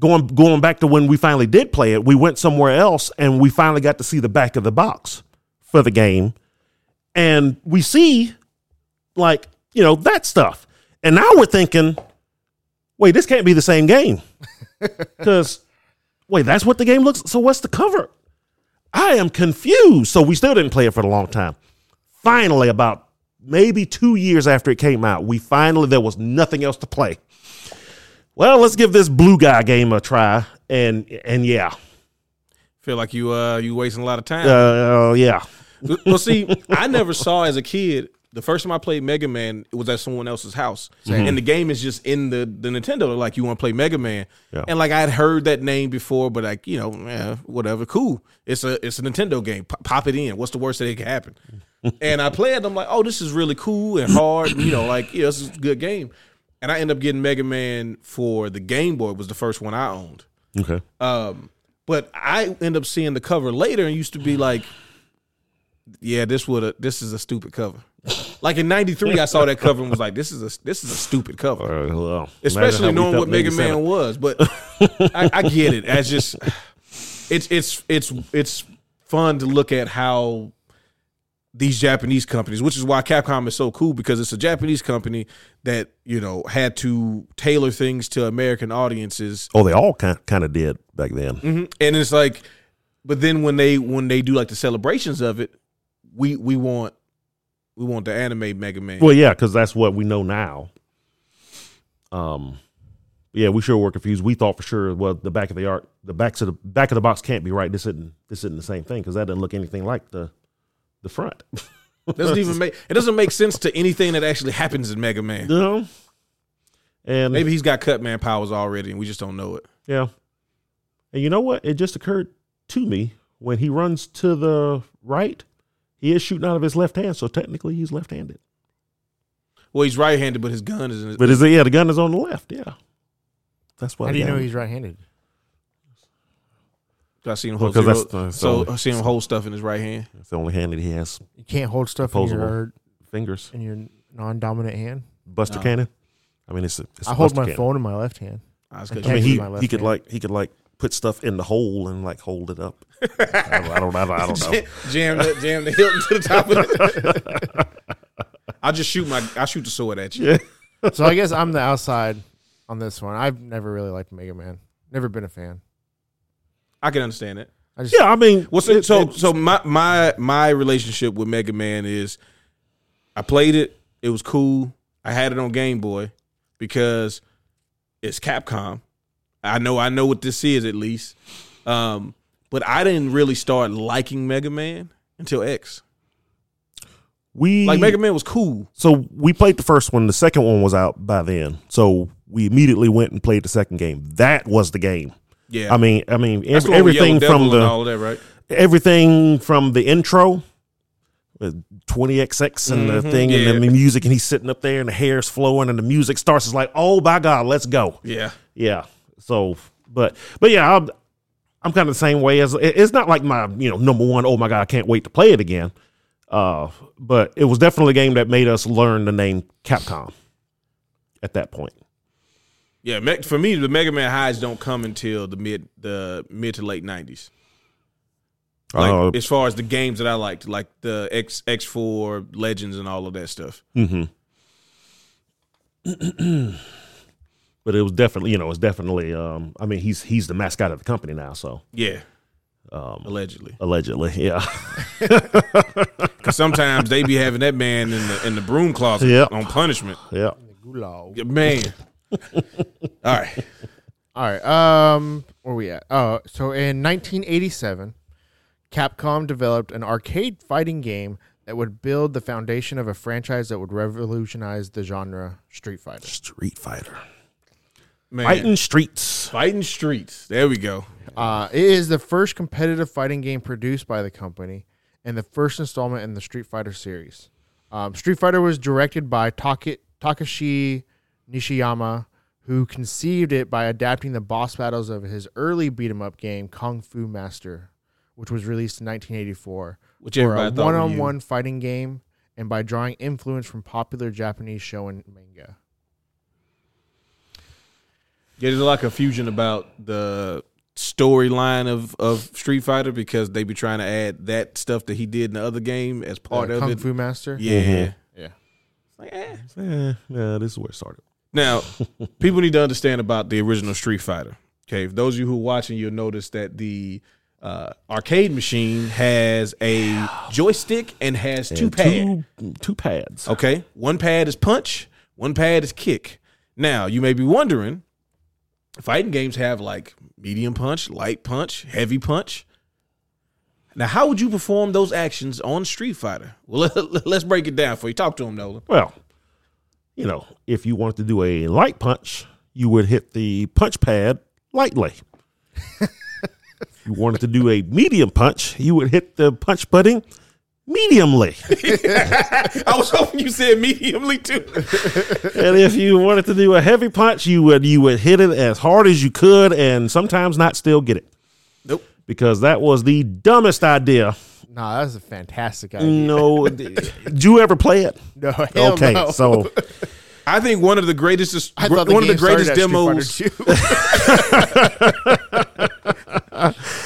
[SPEAKER 4] going going back to when we finally did play it, we went somewhere else and we finally got to see the back of the box for the game, and we see like you know that stuff. And now we're thinking, wait, this can't be the same game because wait, that's what the game looks. So what's the cover? I am confused. So we still didn't play it for a long time. Finally, about maybe two years after it came out, we finally there was nothing else to play. Well, let's give this blue guy game a try, and and yeah,
[SPEAKER 2] feel like you uh you wasting a lot of time.
[SPEAKER 4] uh, yeah,
[SPEAKER 2] well, see, I never saw as a kid. The first time I played Mega Man, it was at someone else's house, and the game is just in the the Nintendo. They're Like you want to play Mega Man,
[SPEAKER 4] Yeah.
[SPEAKER 2] and like I had heard that name before, but like you know, eh, whatever, cool. It's a it's a Nintendo game. P- pop it in. What's the worst that it could happen? and I played. I'm like, oh, this is really cool and hard. You know, like yeah, this is a good game. And I ended up getting Mega Man for the Game Boy. Was the first one I owned.
[SPEAKER 4] okay,
[SPEAKER 2] Um, but I end up seeing the cover later and used to be like, yeah, this would a this is a stupid cover. Like in '93, I saw that cover and was like, this is a this is a stupid cover.
[SPEAKER 4] Uh, well, imagine how
[SPEAKER 2] especially
[SPEAKER 4] we
[SPEAKER 2] knowing
[SPEAKER 4] felt
[SPEAKER 2] what
[SPEAKER 4] making
[SPEAKER 2] Mega Man
[SPEAKER 4] Santa.
[SPEAKER 2] was. But I, I get it. As just it's it's it's it's fun to look at how these Japanese companies, which is why Capcom is so cool because it's a Japanese company that you know had to tailor things to American audiences,
[SPEAKER 4] Oh, they all kind kind of did back then.
[SPEAKER 2] Mm-hmm. and it's like, but then when they when they do like the celebrations of it, we we want we want the anime Mega Man.
[SPEAKER 4] Well, yeah, because that's what we know now. Um, yeah, we sure were confused. We thought for sure, well, the back of the art, the backs of the back of the box can't be right. This isn't this isn't the same thing because that doesn't look anything like the the front.
[SPEAKER 2] doesn't even make it doesn't make sense to anything that actually happens in Mega Man.
[SPEAKER 4] you know? And
[SPEAKER 2] Maybe he's got cut man powers already, and we just don't know it.
[SPEAKER 4] Yeah. And you know what? It just occurred to me when he runs to the right, he is shooting out of his left hand, so technically he's left-handed.
[SPEAKER 2] Well, he's right-handed, but his gun is in his.
[SPEAKER 4] But is it, yeah, the gun is on the left. Yeah, that's why.
[SPEAKER 3] How do you
[SPEAKER 4] yeah.
[SPEAKER 3] know he's right-handed?
[SPEAKER 2] I seen him
[SPEAKER 4] Well,
[SPEAKER 2] hold
[SPEAKER 4] 'cause
[SPEAKER 2] zero-
[SPEAKER 4] that's- that's
[SPEAKER 2] so
[SPEAKER 4] only-
[SPEAKER 2] I seen him hold stuff in his right hand.
[SPEAKER 4] It's the only hand that he has
[SPEAKER 3] You can't hold stuff in
[SPEAKER 4] Opposable.
[SPEAKER 3] your,
[SPEAKER 4] fingers.
[SPEAKER 3] in your non-dominant hand.
[SPEAKER 4] Buster
[SPEAKER 2] No.
[SPEAKER 4] cannon. I mean, it's. A, it's a
[SPEAKER 3] I hold
[SPEAKER 4] Buster
[SPEAKER 3] my
[SPEAKER 4] cannon.
[SPEAKER 3] phone in my left hand.
[SPEAKER 2] I was
[SPEAKER 3] I
[SPEAKER 2] good.
[SPEAKER 4] I mean,
[SPEAKER 3] with
[SPEAKER 4] he,
[SPEAKER 3] my left
[SPEAKER 4] he could
[SPEAKER 3] hand.
[SPEAKER 4] like he could like put stuff in the hole and like hold it up. I, don't, I don't. I don't- I don't know.
[SPEAKER 2] jam the jam the hilt to the top of it. I just shoot my I shoot the sword at you.
[SPEAKER 3] So I guess I'm the outside on this one. I've never really liked Mega Man. Never been a fan.
[SPEAKER 2] I can understand it.
[SPEAKER 3] I just
[SPEAKER 4] Yeah, I mean,
[SPEAKER 2] Well, so so, so my my my relationship with Mega Man is, I played it. It was cool. I had it on Game Boy because it's Capcom. I know I know what this is at least. Um, but I didn't really start liking Mega Man until X.
[SPEAKER 4] we
[SPEAKER 2] Like Mega Man was cool.
[SPEAKER 4] So we played the first one. The second one was out by then. So we immediately went and played the second game. That was the game.
[SPEAKER 2] Yeah,
[SPEAKER 4] I mean, I mean,
[SPEAKER 2] That's the
[SPEAKER 4] ev-
[SPEAKER 2] one with
[SPEAKER 4] everything
[SPEAKER 2] Yellow
[SPEAKER 4] from
[SPEAKER 2] Devil and
[SPEAKER 4] the
[SPEAKER 2] all that, right?
[SPEAKER 4] everything from the intro, uh, twenty XX and the
[SPEAKER 2] Mhm,
[SPEAKER 4] thing, and then
[SPEAKER 2] yeah.
[SPEAKER 4] the music, and he's sitting up there, and the hair's flowing, and the music starts. It's like, oh my god, let's go.
[SPEAKER 2] Yeah,
[SPEAKER 4] Yeah. So, but but yeah, I'm, I'm kind of the same way as it- it's not like my you know number one. Oh my god, I can't wait to play it again. Uh, but it was definitely a game that made us learn the name Capcom. At that point,
[SPEAKER 2] yeah. Me- For me, the Mega Man highs don't come until the mid the mid to late nineties. Like
[SPEAKER 4] Uh,
[SPEAKER 2] as far as the games that I liked, like the X X four Legends and all of that stuff.
[SPEAKER 4] but it was definitely you know it's definitely um I mean he's he's the mascot of the company now so
[SPEAKER 2] Yeah, allegedly.
[SPEAKER 4] allegedly yeah
[SPEAKER 2] Because sometimes they be having that man in the in the broom closet
[SPEAKER 4] Yeah.
[SPEAKER 2] on punishment.
[SPEAKER 4] yeah
[SPEAKER 3] gulag.
[SPEAKER 2] Yeah, Man, all right.
[SPEAKER 3] All right. Um, where we at? Oh, so in 1987, Capcom developed an arcade fighting game that would build the foundation of a franchise that would revolutionize the genre Street Fighter.
[SPEAKER 4] Street Fighter
[SPEAKER 2] Man,
[SPEAKER 4] fighting streets
[SPEAKER 2] Fighting streets. There we go.
[SPEAKER 3] Uh, it is the first competitive fighting game produced by the company and the first installment in the Street Fighter series. Um, Street Fighter was directed by Take- Takashi Nishiyama, who conceived it by adapting the boss battles of his early beat 'em up game, Kung Fu Master, which was released in 1984,
[SPEAKER 2] Which
[SPEAKER 3] for a
[SPEAKER 2] everybody thought
[SPEAKER 3] one
[SPEAKER 2] were
[SPEAKER 3] on
[SPEAKER 2] you.
[SPEAKER 3] one fighting game and by drawing influence from popular Japanese shonen manga.
[SPEAKER 2] Yeah, there's a lot of confusion about the storyline of, of Street Fighter because they be trying to add that stuff that he did in the other game as part
[SPEAKER 3] Uh,
[SPEAKER 2] of
[SPEAKER 3] Kung
[SPEAKER 2] Oh, it.
[SPEAKER 3] Fu Master?
[SPEAKER 2] Yeah.
[SPEAKER 4] Mhm.
[SPEAKER 3] Yeah.
[SPEAKER 2] Like, eh.
[SPEAKER 4] yeah this is where it started
[SPEAKER 2] Now, people need to understand about the original Street Fighter. Okay, for those of you who are watching, you'll notice that the uh, arcade machine has a joystick and has two
[SPEAKER 4] And
[SPEAKER 2] pads.
[SPEAKER 4] two, two pads
[SPEAKER 2] Okay, one pad is punch, one pad is kick. Now you may be wondering, fighting games have like medium punch, light punch, heavy punch. Now, how would you perform those actions on Street Fighter? Well, let's break it down for you. Talk to him, Nolan.
[SPEAKER 4] Well, you know, if you wanted to do a light punch, you would hit the punch pad lightly. if you wanted to do a medium punch, you would hit the punch button mediumly.
[SPEAKER 2] I was hoping you said mediumly too.
[SPEAKER 4] and if you wanted to do a heavy punch, you would you would hit it as hard as you could and sometimes not still get it.
[SPEAKER 2] Nope.
[SPEAKER 4] because that was the dumbest idea.
[SPEAKER 3] Nah, that's a
[SPEAKER 2] Mm.
[SPEAKER 3] fantastic idea.
[SPEAKER 4] No, did you ever play it?
[SPEAKER 3] No, hell
[SPEAKER 4] okay,
[SPEAKER 3] no.
[SPEAKER 4] so
[SPEAKER 2] I think one of the greatest,
[SPEAKER 3] I thought the
[SPEAKER 2] one of the
[SPEAKER 3] game started
[SPEAKER 2] greatest
[SPEAKER 3] at Street Fighter 2.
[SPEAKER 2] demos.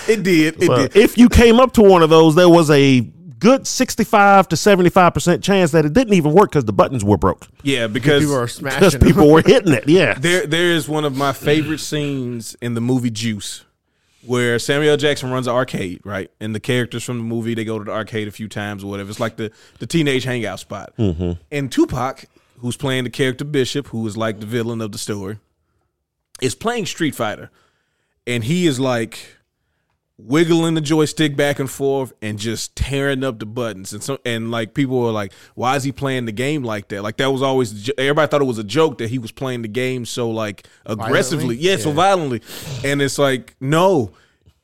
[SPEAKER 2] It did. It
[SPEAKER 4] uh,
[SPEAKER 2] did.
[SPEAKER 4] if you came up to one of those, there was a good sixty-five to seventy-five percent chance that it didn't even work because the buttons were broke
[SPEAKER 2] Yeah, because
[SPEAKER 3] people are
[SPEAKER 4] because
[SPEAKER 3] smashing. them.
[SPEAKER 4] people were hitting it. Yeah,
[SPEAKER 2] There, there is one of my favorite scenes in the movie Juice, where Samuel L. Jackson runs an arcade, right? And the characters from the movie they go to the arcade a few times or whatever. It's like the the teenage hangout spot. And Tupac, who's playing the character Bishop, who is like the villain of the story, is playing Street Fighter, and he is like wiggling the joystick back and forth and just tearing up the buttons and so and like people were like why is he playing the game like that like that was always the jo- everybody thought it was a joke that he was playing the game so like
[SPEAKER 3] Violently?
[SPEAKER 2] aggressively yeah, so violently and it's like no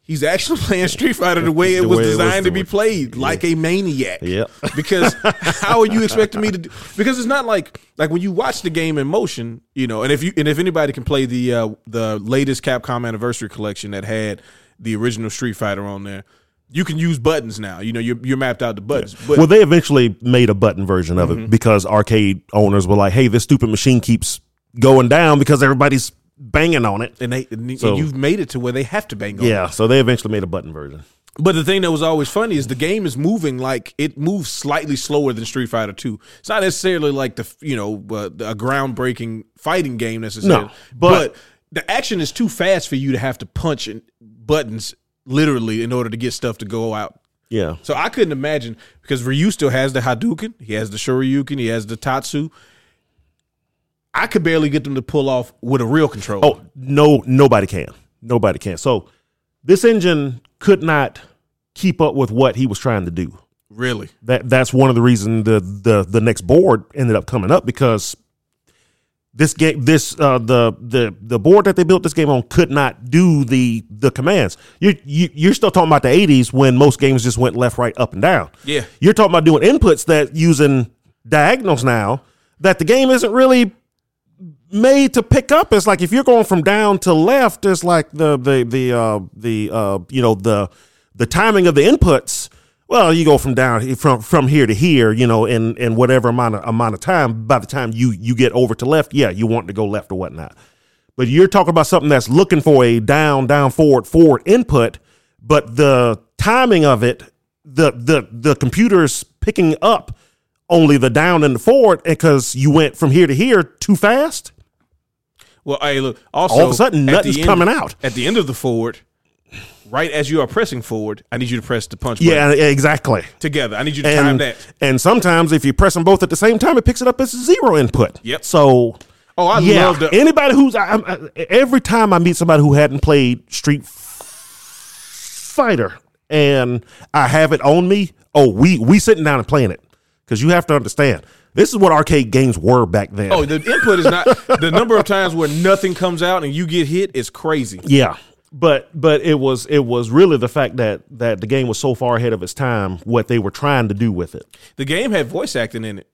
[SPEAKER 2] he's actually playing street fighter the way it
[SPEAKER 4] The
[SPEAKER 2] was
[SPEAKER 4] way it was
[SPEAKER 2] designed to be
[SPEAKER 4] doing-
[SPEAKER 2] played like a maniac
[SPEAKER 4] Yep.
[SPEAKER 2] because how are you expecting me to do, because it's not like like when you watch the game in motion you know and if you and if anybody can play the uh the latest capcom anniversary collection that had the original street fighter on there you can use buttons now you know you're, you're mapped out the buttons but
[SPEAKER 4] well, they eventually made a button version of
[SPEAKER 2] Mm-hmm.
[SPEAKER 4] it because arcade owners were like, "Hey, this stupid machine keeps going down because everybody's banging on it."
[SPEAKER 2] and they and
[SPEAKER 4] So-
[SPEAKER 2] you've made it to where they have to bang on it.
[SPEAKER 4] Yeah, so they eventually made a button version.
[SPEAKER 2] But the thing that was always funny is the game is moving like it moves slightly slower than Street Fighter Two. It's not necessarily like the you know uh, a groundbreaking fighting game necessarily,
[SPEAKER 4] No,
[SPEAKER 2] but,
[SPEAKER 4] but-
[SPEAKER 2] the action is too fast for you to have to punch in buttons literally in order to get stuff to go out.
[SPEAKER 4] Yeah,
[SPEAKER 2] So I couldn't imagine because Ryu still has the Hadouken, he has the Shoryuken, he has the Tatsu. I could barely get them to pull off with a real controller.
[SPEAKER 4] Oh no, nobody can. Nobody can. So this engine could not keep up with what he was trying to do.
[SPEAKER 2] really?
[SPEAKER 4] That that's one of the reasons the the the next board ended up coming up because this game this uh the the the board that they built this game on could not do the the commands. You you you're still talking about the 80s when most games just went left right up and down.
[SPEAKER 2] Yeah.
[SPEAKER 4] You're talking about doing inputs that using diagonals now that the game isn't really made to pick up. It's like if you're going from down to left, it's like the the the uh, the uh, you know the the timing of the inputs. Well, you go from down from from here to here, you know, in in whatever amount of amount of time. By the time you you get over to left, yeah, you want to go left or whatnot. But you're talking about something that's looking for a down, down, forward, forward input, but the timing of it, the the the computer's picking up only the down and the forward because you went from here to here too fast.
[SPEAKER 2] Well, hey, look. Also,
[SPEAKER 4] All of a sudden,
[SPEAKER 2] at
[SPEAKER 4] nothing's
[SPEAKER 2] the end-
[SPEAKER 4] coming out.
[SPEAKER 2] At the end of the forward, right as you are pressing forward, I need you to press the punch button
[SPEAKER 4] Yeah, exactly.
[SPEAKER 2] together. I need you to time
[SPEAKER 4] And
[SPEAKER 2] that.
[SPEAKER 4] and sometimes if you press them both at the same time, it picks it up as zero input.
[SPEAKER 2] Yep.
[SPEAKER 4] So.
[SPEAKER 2] Oh, I
[SPEAKER 4] yeah.
[SPEAKER 2] love the.
[SPEAKER 4] Anybody who's I, I, every time I meet somebody who hadn't played Street Fighter and I have it on me, oh, we we sitting down and playing it because you have to understand this is what arcade games were back then.
[SPEAKER 2] Oh, the input is not the number of times where nothing comes out and you get hit is crazy.
[SPEAKER 4] Yeah. But but it was it was really the fact that that the game was so far ahead of its time what they were trying to do with it.
[SPEAKER 2] The game had voice acting in it.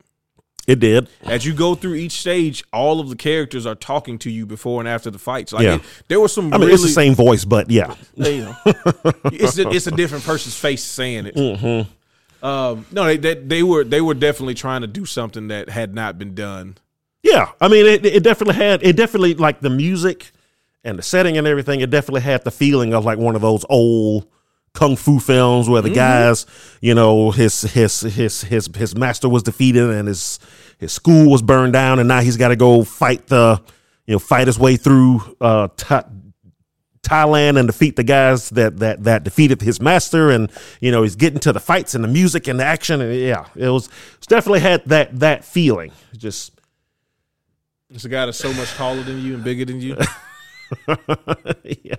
[SPEAKER 4] It did.
[SPEAKER 2] As you go through each stage, all of the characters are talking to you before and after the fights. Like
[SPEAKER 4] Yeah.
[SPEAKER 2] it- there was some.
[SPEAKER 4] I mean,
[SPEAKER 2] really,
[SPEAKER 4] it's the same voice, but yeah.
[SPEAKER 2] you know, it's a, it's a different person's face saying it.
[SPEAKER 4] Mm-hmm.
[SPEAKER 2] Um, no, they, they they were they were definitely trying to do something that had not been done.
[SPEAKER 4] Yeah. I mean, it, it definitely had it definitely like the music and the setting and everything. It definitely had the feeling of like one of those old kung fu films where the guys, you know, his his his his his master was defeated and his his school was burned down and now he's got to go fight the you know fight his way through uh Ta- Thailand and defeat the guys that that that defeated his master, and you know he's getting to the fights and the music and the action, and yeah, it was it's definitely had that that feeling. Just
[SPEAKER 2] It's a guy that's so much taller than you and bigger than you. If
[SPEAKER 4] yeah,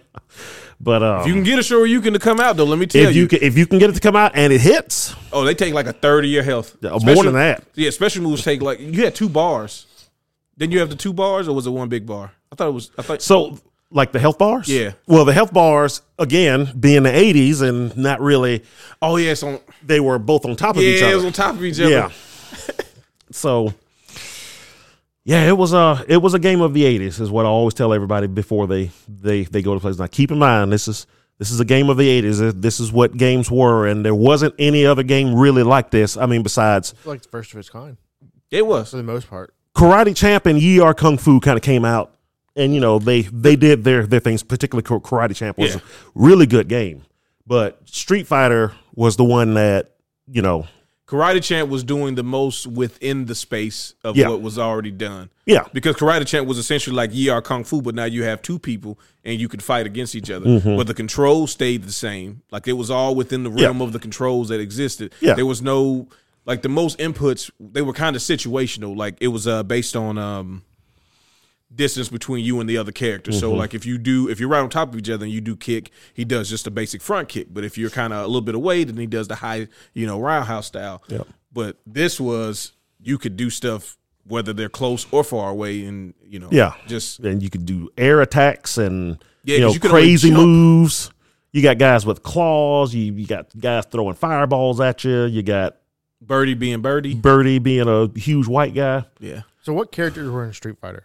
[SPEAKER 4] but um, if
[SPEAKER 2] you
[SPEAKER 4] you,
[SPEAKER 2] can get a Shoryuken to come out, though, let me tell you.
[SPEAKER 4] can if you can get it to come out and it hits,
[SPEAKER 2] oh, they take like a third of your health.
[SPEAKER 4] Yeah, more
[SPEAKER 2] Special-
[SPEAKER 4] than that.
[SPEAKER 2] Yeah, special moves take like you had two bars. Then you have the two bars, or was it one big bar? I thought it was. I thought
[SPEAKER 4] so like the health bars,
[SPEAKER 2] Yeah.
[SPEAKER 4] Well, the health bars again being the '80s and not really,
[SPEAKER 2] oh yeah, it's on.
[SPEAKER 4] they were both on top of each
[SPEAKER 2] Yeah,
[SPEAKER 4] other.
[SPEAKER 2] it was on top of each other.
[SPEAKER 4] Yeah. so yeah, it was a it was a game of the eighties, is what I always tell everybody before they they they go to places. Now keep in mind this is This is a game of the 80s. This is what games were, and there wasn't any other game really like this. I mean, besides
[SPEAKER 3] like the first of its kind
[SPEAKER 2] It was.
[SPEAKER 3] for the most part.
[SPEAKER 4] Karate Champ and Yee Are Kung Fu kind of came out, and you know they they did their their things. Particularly Kar- Karate Champ was
[SPEAKER 2] Yeah.
[SPEAKER 4] a really good game, but Street Fighter was the one that you know
[SPEAKER 2] Karate Champ was doing the most within the space of
[SPEAKER 4] Yeah.
[SPEAKER 2] what was already done.
[SPEAKER 4] yeah
[SPEAKER 2] Because Karate Champ was essentially like Yee Ar Kung Fu, but now you have two people and you could fight against each other.
[SPEAKER 4] Mm-hmm.
[SPEAKER 2] But the controls stayed the same. Like it was all within the realm of the controls that existed.
[SPEAKER 4] Yeah.
[SPEAKER 2] There was no like the most inputs. They were kind of situational. Like it was uh, based on um, distance between you and the other character. So
[SPEAKER 4] Mm-hmm.
[SPEAKER 2] like if you do if you're right on top of each other and you do kick, he does just a basic front kick. But if you're kind of a little bit away, then he does the high, you know, roundhouse style. But this was you could do stuff whether they're close or far away and you know
[SPEAKER 4] Yeah.
[SPEAKER 2] just
[SPEAKER 4] and you could do air attacks and
[SPEAKER 2] Yeah,
[SPEAKER 4] you
[SPEAKER 2] 'cause
[SPEAKER 4] know
[SPEAKER 2] you could only
[SPEAKER 4] crazy
[SPEAKER 2] jump.
[SPEAKER 4] moves. You got guys with claws. You you got guys throwing fireballs at you. You got
[SPEAKER 2] birdie being birdie.
[SPEAKER 4] Birdie being a huge white guy.
[SPEAKER 2] Yeah.
[SPEAKER 3] So what characters were in Street Fighter?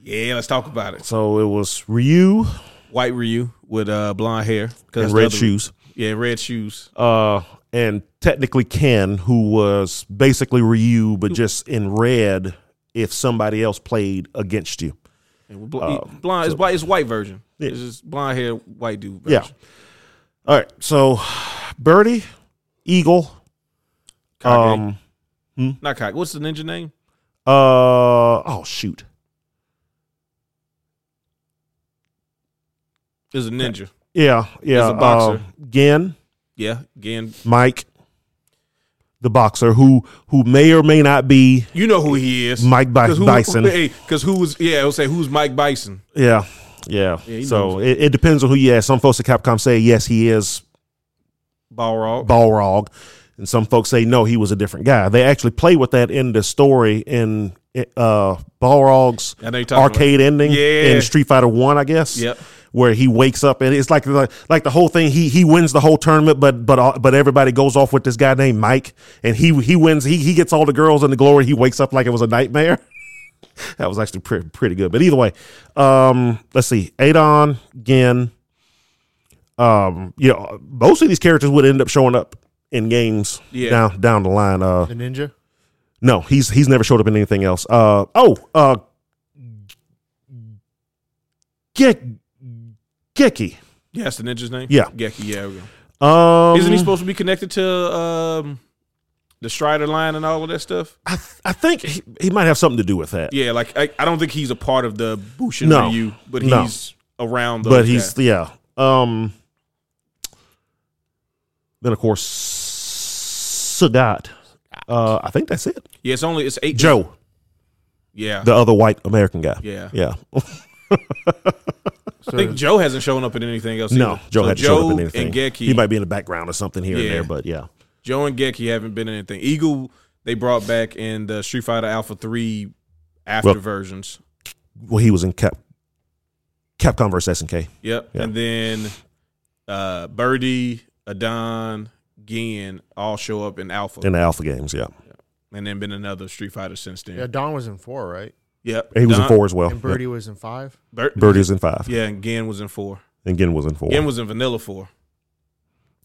[SPEAKER 2] Yeah, let's talk about it.
[SPEAKER 4] So it was Ryu
[SPEAKER 2] White Ryu with uh blonde hair the
[SPEAKER 4] and red
[SPEAKER 2] other-
[SPEAKER 4] shoes,
[SPEAKER 2] Yeah, red shoes.
[SPEAKER 4] uh, and technically Ken, who was basically Ryu but just in red. If somebody else played against you,
[SPEAKER 2] And with bl-
[SPEAKER 4] Um,
[SPEAKER 2] blonde it's white it's white version. It's just blonde hair white dude version.
[SPEAKER 4] yeah. All right, so Birdie, Eagle,
[SPEAKER 2] Kage.
[SPEAKER 4] um,
[SPEAKER 2] Not Kage. What's the ninja name?
[SPEAKER 4] Uh oh shoot.
[SPEAKER 2] Is a ninja.
[SPEAKER 4] Yeah, yeah.
[SPEAKER 2] He's a boxer.
[SPEAKER 4] uh, Gen,
[SPEAKER 2] Yeah. Again,
[SPEAKER 4] Mike, the boxer who who may or may not be
[SPEAKER 2] you know who he is.
[SPEAKER 4] Mike Bi-
[SPEAKER 2] who,
[SPEAKER 4] Bison.
[SPEAKER 2] Because who was, yeah, I'll say, who's Mike Bison?
[SPEAKER 4] yeah,
[SPEAKER 2] Yeah,
[SPEAKER 4] yeah.
[SPEAKER 2] he
[SPEAKER 4] so it, it depends on who you ask. Some folks at Capcom say yes, he is
[SPEAKER 2] Balrog.
[SPEAKER 4] Balrog, and some folks say no, he was a different guy. They actually play with that in the story in uh Balrog's
[SPEAKER 2] I know you're talking
[SPEAKER 4] arcade ending
[SPEAKER 2] Yeah.
[SPEAKER 4] in Street Fighter One, I guess.
[SPEAKER 2] Yep.
[SPEAKER 4] Where he wakes up and it's like the, like the whole thing. He he wins the whole tournament, but but all- but everybody goes off with this guy named Mike, and he he wins. He he gets all the girls in the glory. He wakes up like it was a nightmare. that was actually pretty pretty good. But either way, um, let's see, Adon Gin. Um, you know, most of these characters would end up showing up in games
[SPEAKER 2] Yeah.
[SPEAKER 4] down down the line. Uh,
[SPEAKER 3] The ninja?
[SPEAKER 4] no, he's he's never showed up in anything else. Uh oh, uh Gek Geki.
[SPEAKER 2] Yeah, that's the ninja's name?
[SPEAKER 4] Yeah.
[SPEAKER 2] Geki, yeah. we go.
[SPEAKER 4] Um
[SPEAKER 2] Isn't he supposed to be connected to um, the Strider line and all of that stuff?
[SPEAKER 4] I, th- I think he, he might have something to do with that.
[SPEAKER 2] Yeah, like, I, I don't think he's a part of the Bushin
[SPEAKER 4] No.
[SPEAKER 2] Ryu, but
[SPEAKER 4] No.
[SPEAKER 2] he's around the
[SPEAKER 4] but he's yeah. Um then of course Sagat. Uh I think that's it.
[SPEAKER 2] Yeah, it's only, it's eight.
[SPEAKER 4] Joe,
[SPEAKER 2] Yeah.
[SPEAKER 4] the other white American guy.
[SPEAKER 2] yeah.
[SPEAKER 4] Yeah.
[SPEAKER 3] So
[SPEAKER 2] I think Joe hasn't shown up in anything else.
[SPEAKER 4] No,
[SPEAKER 2] either.
[SPEAKER 4] Joe
[SPEAKER 2] So
[SPEAKER 4] hadn't showed up in anything.
[SPEAKER 2] And Geki,
[SPEAKER 4] He might be in the background or something here and
[SPEAKER 2] Yeah.
[SPEAKER 4] there, but yeah.
[SPEAKER 2] Joe and Geki haven't been in anything. Eagle they brought back in the Street Fighter Alpha three after
[SPEAKER 4] Well-
[SPEAKER 2] versions.
[SPEAKER 4] Well he was in Cap Capcom versus SNK.
[SPEAKER 2] Yep.
[SPEAKER 4] Yeah.
[SPEAKER 2] And then uh Birdie, Adon, Gen all show up in Alpha.
[SPEAKER 4] in the alpha games. Yeah,
[SPEAKER 2] and then been another Street Fighter since then.
[SPEAKER 3] yeah, Don was in four, right?
[SPEAKER 2] Yep.
[SPEAKER 4] he was in
[SPEAKER 2] Don-
[SPEAKER 4] four as well.
[SPEAKER 3] and Birdie was in five.
[SPEAKER 2] Bir-
[SPEAKER 4] Yeah. Birdie was in five,
[SPEAKER 2] Yeah, and Gen was in four.
[SPEAKER 4] and Gin was in four.
[SPEAKER 2] Gen was in vanilla four.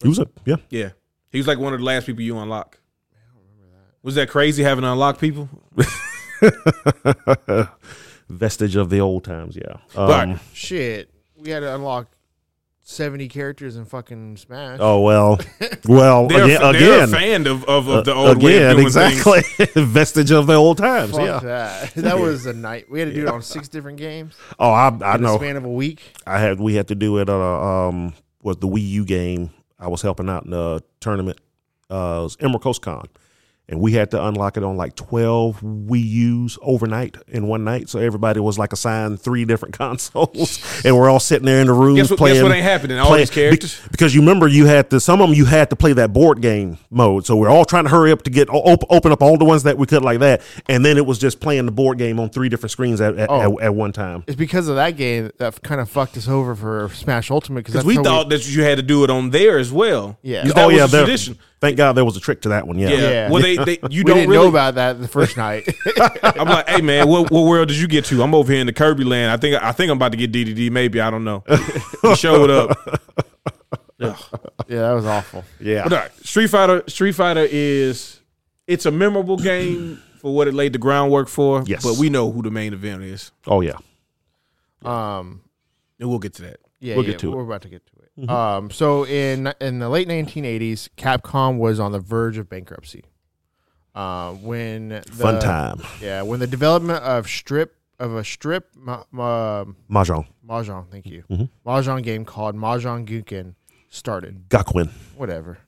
[SPEAKER 4] he was a yeah.
[SPEAKER 2] Yeah. He was like one of the last people you unlock. Was that crazy having to unlock people?
[SPEAKER 4] Vestige of the old times. Yeah,
[SPEAKER 2] Right.
[SPEAKER 4] Um,
[SPEAKER 3] Shit. We had to unlock seventy characters in fucking Smash.
[SPEAKER 4] Oh well, well
[SPEAKER 2] They're,
[SPEAKER 4] again,
[SPEAKER 2] a, fa- they're a
[SPEAKER 4] again,
[SPEAKER 2] fan of, of,
[SPEAKER 4] Uh,
[SPEAKER 2] of
[SPEAKER 3] Oh,
[SPEAKER 2] the old way of
[SPEAKER 4] again,
[SPEAKER 2] doing things.
[SPEAKER 4] exactly. Vestige of the old times.
[SPEAKER 3] Fuck
[SPEAKER 4] yeah.
[SPEAKER 3] that. That was a night. We had to do it on six different games
[SPEAKER 4] Oh, I, I
[SPEAKER 3] in the
[SPEAKER 4] know.
[SPEAKER 3] span of a week.
[SPEAKER 4] I had we had to do it on a, um was the Wii U game. I was helping out in a tournament. Uh, it was Emerald Coast Con, and we had to unlock it on like twelve Wii U's overnight in one night. So everybody was like assigned three different consoles, and we're all sitting there in the room
[SPEAKER 2] Guess what- guess
[SPEAKER 4] playing.
[SPEAKER 2] what ain't happening? All these characters.
[SPEAKER 4] be- because you remember you had to some of them you had to play that board game mode. So we're all trying to hurry up to get op- open up all the ones that we could like that, and then it was just playing the board game on three different screens at at,
[SPEAKER 3] Oh.
[SPEAKER 4] at, at one time.
[SPEAKER 3] It's because of that game that kind of fucked us over for Smash Ultimate because
[SPEAKER 2] Because we thought that you had to do it on there as well.
[SPEAKER 3] Yeah.
[SPEAKER 2] 'Cause
[SPEAKER 3] Oh,
[SPEAKER 2] That was a
[SPEAKER 4] there-
[SPEAKER 2] tradition.
[SPEAKER 4] Thank God there was a trick to that one. Yeah.
[SPEAKER 2] Yeah.
[SPEAKER 3] Yeah.
[SPEAKER 2] Well, they, they you
[SPEAKER 3] we
[SPEAKER 2] don't
[SPEAKER 3] didn't
[SPEAKER 2] really.
[SPEAKER 3] know about that the first night.
[SPEAKER 2] I'm like, hey man, what, what world did you get to? I'm over here in the Kirby land. I think I think I'm about to get DDD. Maybe I don't know. he showed up.
[SPEAKER 3] Yeah, that was awful.
[SPEAKER 4] Yeah.
[SPEAKER 2] But uh, all right, Street Fighter. Street Fighter is it's a memorable game for what it laid the groundwork for.
[SPEAKER 4] Yes.
[SPEAKER 2] but we know who the main event is,
[SPEAKER 4] Oh yeah.
[SPEAKER 3] Um,
[SPEAKER 2] and we'll get to that.
[SPEAKER 3] yeah,
[SPEAKER 4] We'll get
[SPEAKER 3] yeah,
[SPEAKER 4] to it. Mm-hmm.
[SPEAKER 3] we're about to get to it. Um, so in in the late 1980s, Capcom was on the verge of bankruptcy. Uh, when the,
[SPEAKER 4] Fun time.
[SPEAKER 3] yeah, when the development of strip of a strip ma- ma-
[SPEAKER 4] Mahjong.
[SPEAKER 3] mahjong, thank you,
[SPEAKER 4] Mhm.
[SPEAKER 3] mahjong game called Mahjong Guken started.
[SPEAKER 4] Gakuin.
[SPEAKER 3] Whatever.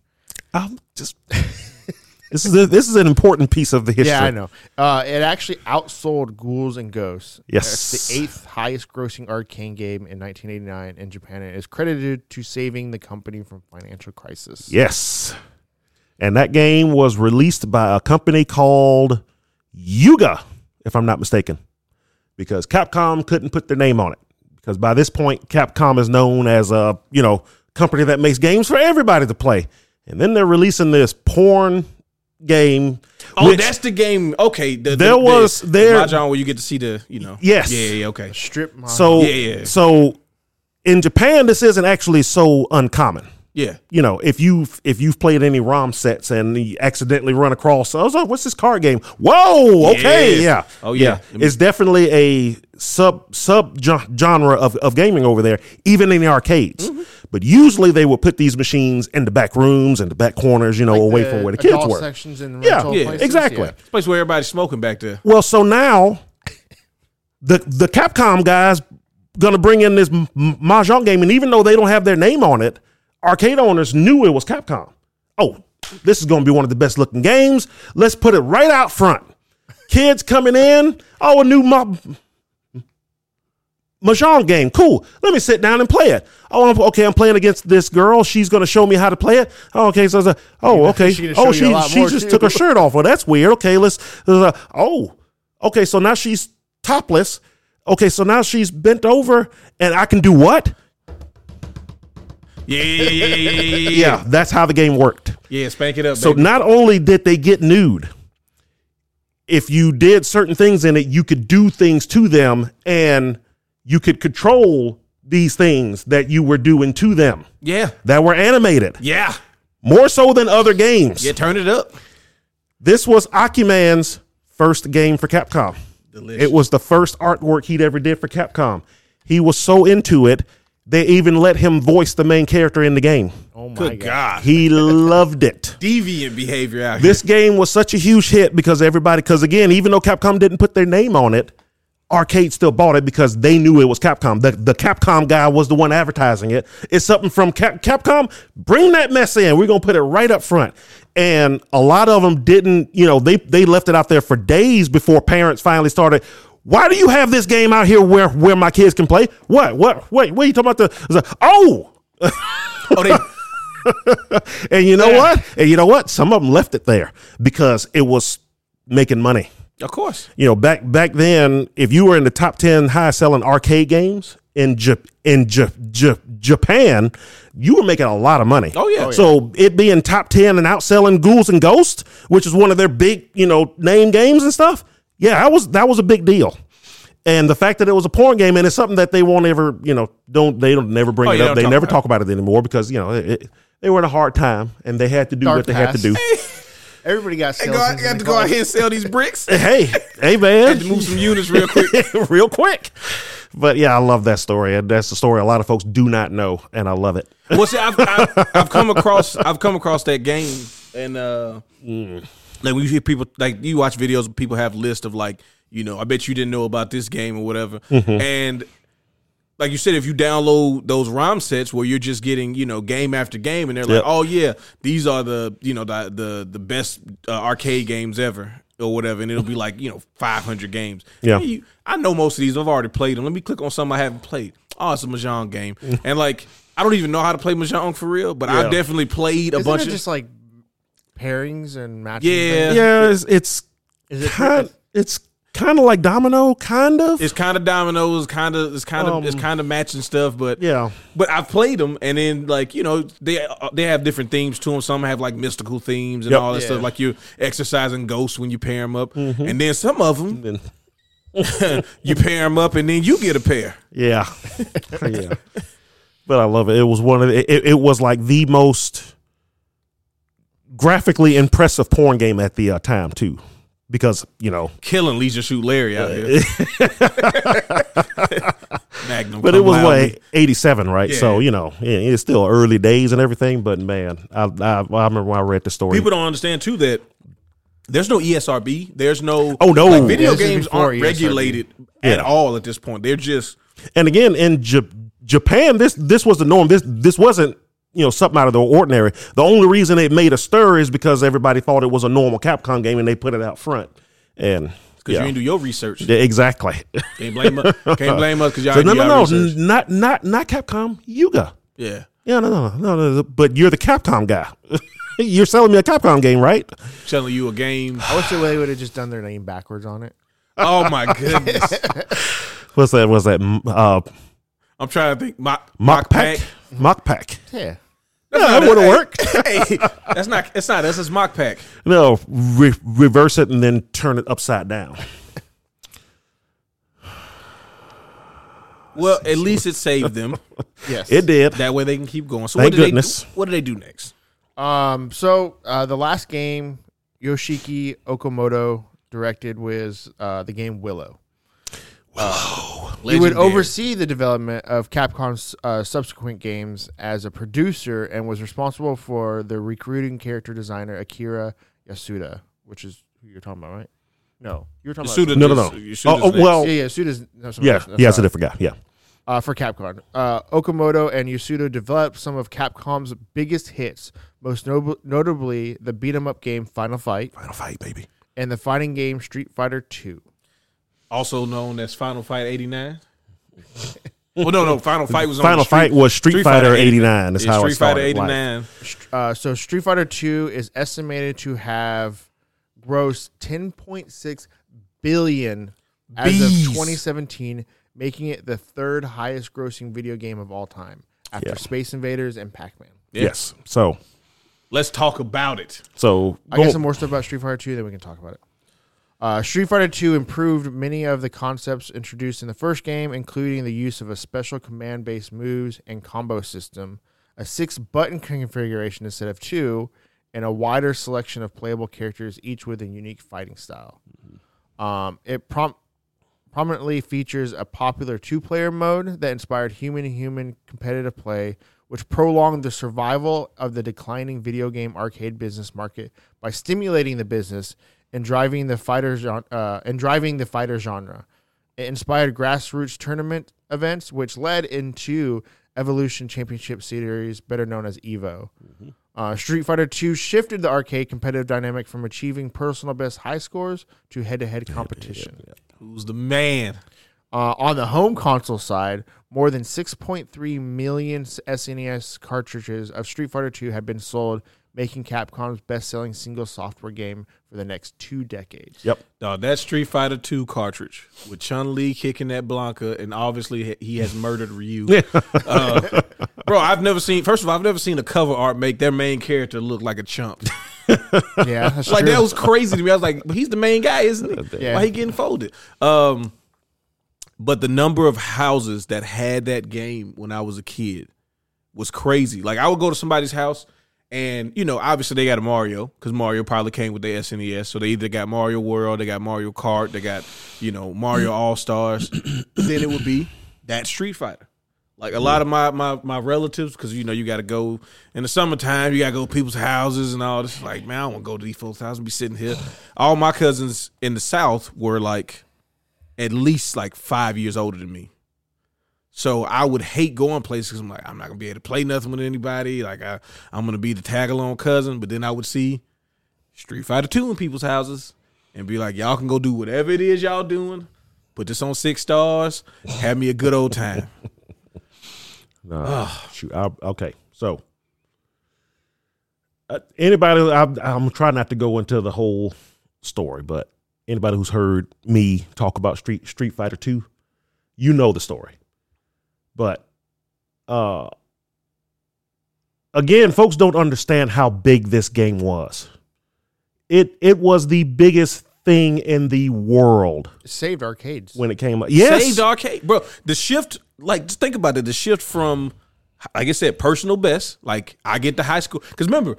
[SPEAKER 4] I'm just. this is a, this is an important piece of the history.
[SPEAKER 3] Yeah, I know. Uh, it actually outsold Ghouls and Ghosts.
[SPEAKER 4] Yes.
[SPEAKER 3] It's the eighth highest grossing arcade game in 1989 in Japan and is credited to saving the company from financial crisis.
[SPEAKER 4] Yes. And that game was released by a company called Yuga, if I'm not mistaken, because Capcom couldn't put their name on it. Because by this point, Capcom is known as a you know company that makes games for everybody to play, and then they're releasing this porn game.
[SPEAKER 2] Oh,
[SPEAKER 4] which-
[SPEAKER 2] that's the game. Okay, the,
[SPEAKER 4] There
[SPEAKER 2] the,
[SPEAKER 4] was-
[SPEAKER 2] the,
[SPEAKER 4] there-
[SPEAKER 2] the mahjong where you get to see the you know.
[SPEAKER 4] Yes.
[SPEAKER 2] Yeah. Yeah. Okay.
[SPEAKER 3] Strip Mahjong.
[SPEAKER 4] so
[SPEAKER 2] Yeah, yeah.
[SPEAKER 4] so in Japan, this isn't actually so uncommon.
[SPEAKER 2] Yeah.
[SPEAKER 4] you know, if you if you've played any ROM sets and you accidentally run across, I was like, "What's this card game?" Whoa, okay,
[SPEAKER 2] Yes.
[SPEAKER 4] yeah,
[SPEAKER 2] Oh, yeah.
[SPEAKER 4] It's definitely a sub sub gen- genre of, of gaming over there, even in the arcades. But usually they would put these machines in the back rooms and the back corners, you know, away
[SPEAKER 3] The
[SPEAKER 4] from where the kids
[SPEAKER 3] adult
[SPEAKER 4] were.
[SPEAKER 3] sections in
[SPEAKER 4] Yeah,
[SPEAKER 3] rental
[SPEAKER 4] yeah,
[SPEAKER 3] places,
[SPEAKER 4] exactly.
[SPEAKER 3] yeah.
[SPEAKER 2] It's a place where everybody's smoking back there.
[SPEAKER 4] Well, so now the the Capcom guys gonna bring in this m- m- mahjong game, and even though they don't have their name on it, arcade owners knew it was Capcom. Oh, this is gonna be one of the best looking games. Let's put it right out front. Kids coming in. Oh, a new ma- mahjong game. Cool. Let me sit down and play it. Oh, I'm, okay. I'm playing against this girl. She's gonna show me how to play it. Oh, okay. So, so oh, okay.
[SPEAKER 3] she gonna show
[SPEAKER 4] oh,
[SPEAKER 3] you a
[SPEAKER 4] she
[SPEAKER 3] lot
[SPEAKER 4] she
[SPEAKER 3] more,
[SPEAKER 4] just
[SPEAKER 3] too.
[SPEAKER 4] took her shirt off. Well, that's weird. Okay, let's. uh, oh, okay. So now she's topless. Okay, so now she's bent over, and I can do what?
[SPEAKER 2] Yeah. Yeah. Yeah. Yeah. Yeah. Yeah. yeah.
[SPEAKER 4] Yeah, that's how the game worked.
[SPEAKER 2] Yeah, Spank it up.
[SPEAKER 4] So
[SPEAKER 2] baby.
[SPEAKER 4] not only did they get nude, if you did certain things in it, you could do things to them, and you could control these things that you were doing to them
[SPEAKER 2] yeah.
[SPEAKER 4] that were animated
[SPEAKER 2] Yeah.
[SPEAKER 4] more so than other games.
[SPEAKER 2] Yeah. Turn it up.
[SPEAKER 4] This was Akiman's first game for Capcom.
[SPEAKER 2] Delicious.
[SPEAKER 4] It was the first artwork he'd ever did for Capcom. He was so into it, they even let him voice the main character in the game.
[SPEAKER 3] Oh my
[SPEAKER 2] Good
[SPEAKER 3] god.
[SPEAKER 2] God.
[SPEAKER 4] He loved it.
[SPEAKER 2] Deviant behavior out here.
[SPEAKER 4] This game was such a huge hit because everybody, because again, even though Capcom didn't put their name on it, Arcade still bought it because they knew it was Capcom. The, the Capcom guy was the one advertising it. It's something from Cap- Capcom. Bring that mess in. We're gonna put it right up front. And a lot of them didn't. You know, they they left it out there for days before parents finally started. Why do you have this game out here where where my kids can play? What what wait what are you talking about? The it's like, oh
[SPEAKER 2] Oh, they,
[SPEAKER 4] and you know what? And you know what? Some of them left it there because it was making money.
[SPEAKER 2] of course.
[SPEAKER 4] You know, back back then, if you were in the top ten highest selling arcade games in J- in J- J- Japan, you were making a lot of money.
[SPEAKER 2] Oh, yeah. Oh, yeah.
[SPEAKER 4] So it being top ten and outselling Ghouls and Ghosts, which is one of their big you know name games and stuff. Yeah, that was that was a big deal. And the fact that it was a porn game and it's something that they won't ever, you know, don't they don't never bring
[SPEAKER 2] Oh,
[SPEAKER 4] it
[SPEAKER 2] yeah,
[SPEAKER 4] up.
[SPEAKER 2] don't
[SPEAKER 4] They
[SPEAKER 2] talk
[SPEAKER 4] never
[SPEAKER 2] about it.
[SPEAKER 4] talk about it anymore because you know it, it- they were in a hard time and they had to do
[SPEAKER 3] Dark
[SPEAKER 4] what they had
[SPEAKER 3] past.
[SPEAKER 4] to do.
[SPEAKER 3] Everybody got
[SPEAKER 2] Go out,
[SPEAKER 3] skeletons. in
[SPEAKER 2] got
[SPEAKER 3] the
[SPEAKER 2] to go out
[SPEAKER 3] closet.
[SPEAKER 2] here and sell these bricks.
[SPEAKER 4] hey, hey, man,
[SPEAKER 2] Had to move some units real quick.
[SPEAKER 4] real quick. But yeah, I love that story. And that's the story a lot of folks do not know, and I love it.
[SPEAKER 2] Well, see, I've, I've, I've come across I've come across that game, and uh, like when you hear people like you watch videos, where people have lists of like you know I bet you didn't know about this game or whatever,
[SPEAKER 4] Mm-hmm.
[SPEAKER 2] and like you said, if you download those ROM sets where you're just getting you know game after game, and they're like,
[SPEAKER 4] Yep.
[SPEAKER 2] oh yeah, these are the you know the the the best uh, arcade games ever. Or whatever, and it'll be like you know, five hundred games.
[SPEAKER 4] Yeah.
[SPEAKER 2] You- I know most of these. I've already played them. Let me click on something I haven't played. Oh, it's a mahjong game, and like I don't even know how to play mahjong for real, but
[SPEAKER 4] Yeah.
[SPEAKER 2] I've definitely played a
[SPEAKER 3] Isn't
[SPEAKER 2] bunch
[SPEAKER 3] it
[SPEAKER 2] of.
[SPEAKER 3] just like pairings and matches?
[SPEAKER 2] Yeah.
[SPEAKER 4] Yeah, it's it's
[SPEAKER 3] Is it-
[SPEAKER 4] kind it's kind of like Domino, kind of.
[SPEAKER 2] it's kind of dominoes, kind of it's kind of it's
[SPEAKER 4] Um,
[SPEAKER 2] kind of matching stuff, but
[SPEAKER 4] yeah,
[SPEAKER 2] But I've played them, and then like you know they uh, they have different themes to them. Some have like mystical themes and
[SPEAKER 4] Yep.
[SPEAKER 2] all that
[SPEAKER 3] Yeah.
[SPEAKER 2] stuff. Like you're exercising ghosts when you pair them up,
[SPEAKER 4] Mm-hmm.
[SPEAKER 2] and then some of them
[SPEAKER 4] And-
[SPEAKER 2] you pair them up, and then you get a pair.
[SPEAKER 4] yeah, yeah. But I love it. It was one of the, it, it was like the most graphically impressive porn game at the uh, time too, because you know.
[SPEAKER 2] Killing Leisure Shoot Larry out here. Magnum.
[SPEAKER 4] But
[SPEAKER 2] come
[SPEAKER 4] it was
[SPEAKER 2] loudly.
[SPEAKER 4] like '87, right?
[SPEAKER 2] Yeah.
[SPEAKER 4] So you know, yeah, it's still early days and everything. But man, I, I I remember when I read the story.
[SPEAKER 2] People don't understand too that there's no E ESRB. There's no
[SPEAKER 4] Oh, no.
[SPEAKER 2] Like, video
[SPEAKER 3] This is
[SPEAKER 2] games
[SPEAKER 3] before E
[SPEAKER 2] aren't
[SPEAKER 3] ESRB.
[SPEAKER 2] regulated at
[SPEAKER 4] Yeah.
[SPEAKER 2] all at this point. They're just
[SPEAKER 4] And again, in J- Japan, this this was the norm. This this wasn't you know something out of the ordinary. The only reason it made a stir is because everybody thought it was a normal Capcom game, and they put it out front. And
[SPEAKER 2] because
[SPEAKER 4] yeah.
[SPEAKER 2] you didn't do your research.
[SPEAKER 4] Yeah, exactly.
[SPEAKER 2] Can't blame us. Can't blame us because y'all
[SPEAKER 4] so
[SPEAKER 2] didn't
[SPEAKER 4] no,
[SPEAKER 2] do your
[SPEAKER 4] no, no,
[SPEAKER 2] research.
[SPEAKER 4] n- not not not Capcom. Yuga.
[SPEAKER 2] Yeah.
[SPEAKER 4] Yeah, no, no, no, no, no. But you're the Capcom guy. you're selling me a Capcom game, right?
[SPEAKER 2] Selling you a game.
[SPEAKER 3] I wish they would have just done their name backwards on it.
[SPEAKER 2] Oh my goodness.
[SPEAKER 4] What's that? What's that? M- Uh,
[SPEAKER 2] I'm trying to think. Mock,
[SPEAKER 4] mock pack. Mock pack.
[SPEAKER 3] Yeah.
[SPEAKER 4] Yeah, that would have worked.
[SPEAKER 2] Hey, that's not. It's not. That's his mock pack.
[SPEAKER 4] No, re- reverse it and then turn it upside down.
[SPEAKER 2] Well, at least it saved them.
[SPEAKER 3] Yes.
[SPEAKER 4] It did.
[SPEAKER 2] That way they can keep going. So
[SPEAKER 4] Thank
[SPEAKER 2] what did
[SPEAKER 4] goodness.
[SPEAKER 2] they? Do, what did they do next?
[SPEAKER 3] Um. So uh, the last game Yoshiki Okamoto directed was uh, the game Willow. He
[SPEAKER 4] E
[SPEAKER 3] would
[SPEAKER 2] Legendary.
[SPEAKER 3] oversee the development of Capcom's uh, subsequent games as a producer and was responsible for the recruiting character designer Akira Yasuda, which is who you're talking about, right? No, you were talking about.
[SPEAKER 2] Yasuda
[SPEAKER 4] No, no,
[SPEAKER 2] did-
[SPEAKER 4] no.
[SPEAKER 2] Yasuda's
[SPEAKER 4] Oh, oh,
[SPEAKER 2] next.
[SPEAKER 4] well,
[SPEAKER 3] Yeah, yeah, Yasuda's. No, someone
[SPEAKER 4] yeah,
[SPEAKER 3] else.
[SPEAKER 4] yeah, it's
[SPEAKER 3] That's
[SPEAKER 4] a
[SPEAKER 3] not-
[SPEAKER 4] different guy. Yeah,
[SPEAKER 3] uh, for Capcom. Uh, Okamoto and Yasuda developed some of Capcom's biggest hits, most nob- notably the beat 'em up game Final Fight
[SPEAKER 4] Final Fight, baby.
[SPEAKER 3] and the fighting game Street Fighter Two.
[SPEAKER 2] also known as Final Fight '89. well, no, no. Final Fight was on
[SPEAKER 4] Final
[SPEAKER 2] the street.
[SPEAKER 4] Fight was Street,
[SPEAKER 2] Street Fighter
[SPEAKER 4] Fighter '89. Is
[SPEAKER 2] Yeah,
[SPEAKER 4] how
[SPEAKER 2] Street
[SPEAKER 4] it started.
[SPEAKER 2] Fighter
[SPEAKER 4] like-
[SPEAKER 2] '89.
[SPEAKER 3] Uh, so Street Fighter Two is estimated to have grossed 10.6 billion as
[SPEAKER 2] Bees.
[SPEAKER 3] of 2017, making it the third highest grossing video game of all time after
[SPEAKER 4] Yeah.
[SPEAKER 3] Space Invaders and Pac Man.
[SPEAKER 2] Yeah.
[SPEAKER 4] Yes. So,
[SPEAKER 2] Let's talk about it.
[SPEAKER 4] so
[SPEAKER 3] I got
[SPEAKER 4] go-
[SPEAKER 3] some more stuff about Street Fighter 2, then we can talk about it. Uh, Street Fighter 2 improved many of the concepts introduced in the first game, including the use of a special command based moves and combo system, a six button configuration instead of two, and a wider selection of playable characters, each with a unique fighting style. Um, it prom- prominently features a popular two player mode that inspired human to human competitive play, which prolonged the survival of the declining video game arcade business market by stimulating the business and driving the fighter gen- uh, and driving the fighter genre. It inspired grassroots tournament events, which led into Evolution Championship Series, better known as Evo. Uh, Street Fighter 2 shifted the arcade competitive dynamic from achieving personal best high scores to head to head competition.
[SPEAKER 2] Who's the man?
[SPEAKER 3] Uh, on the home console side, more than 6.3 million SNES E cartridges of Street Fighter II had been sold, making Capcom's best-selling single software game for the next two decades.
[SPEAKER 4] Yep.
[SPEAKER 2] Dog, that Street Fighter Two cartridge with Chun Li kicking at Blanca, and obviously he has murdered Ryu. Uh, bro, I've never seen. First of all, I've never seen a cover art make their main character look like a chump.
[SPEAKER 3] Yeah, that's
[SPEAKER 2] like
[SPEAKER 3] true.
[SPEAKER 2] that was crazy to me. I was like, but he's the main guy, isn't he?
[SPEAKER 3] Yeah.
[SPEAKER 2] Why he getting folded? Um, but the number of houses that had that game when I was a kid was crazy. Like I would go to somebody's house, and you know, obviously they got a Mario because Mario probably came with their SNES. E So they either got Mario World, they got Mario Kart, they got you know Mario All Stars. then it would be that Street Fighter. Like a lot of my my, my relatives, because you know you got to go in the summertime, you got to go to people's houses and all this. Like man, I don't want to go to these folks' houses and be sitting here. All my cousins in the South were like at least like five years older than me. So I would hate going places 'cause I'm like, I'm not gonna be able to play nothing with anybody. Like I, I'm gonna be the tag along cousin. But then I would see Street Fighter Two in people's houses and be like, y'all can go do whatever it is y'all doing. Put this on six stars. Have me a good old time.
[SPEAKER 4] No, shoot. I, okay. So, uh, anybody, I, I'm gonna try not to go into the whole story, but anybody who's heard me talk about Street Street Fighter Two, you know the story. But, uh, again, folks don't understand how big this game was. It it was the biggest thing in the world
[SPEAKER 3] saved arcades.
[SPEAKER 4] when it came up. Yes,
[SPEAKER 2] Saved arcade, bro. The shift, like, just think about it. The shift from like I said, personal best. Like I get the high school because remember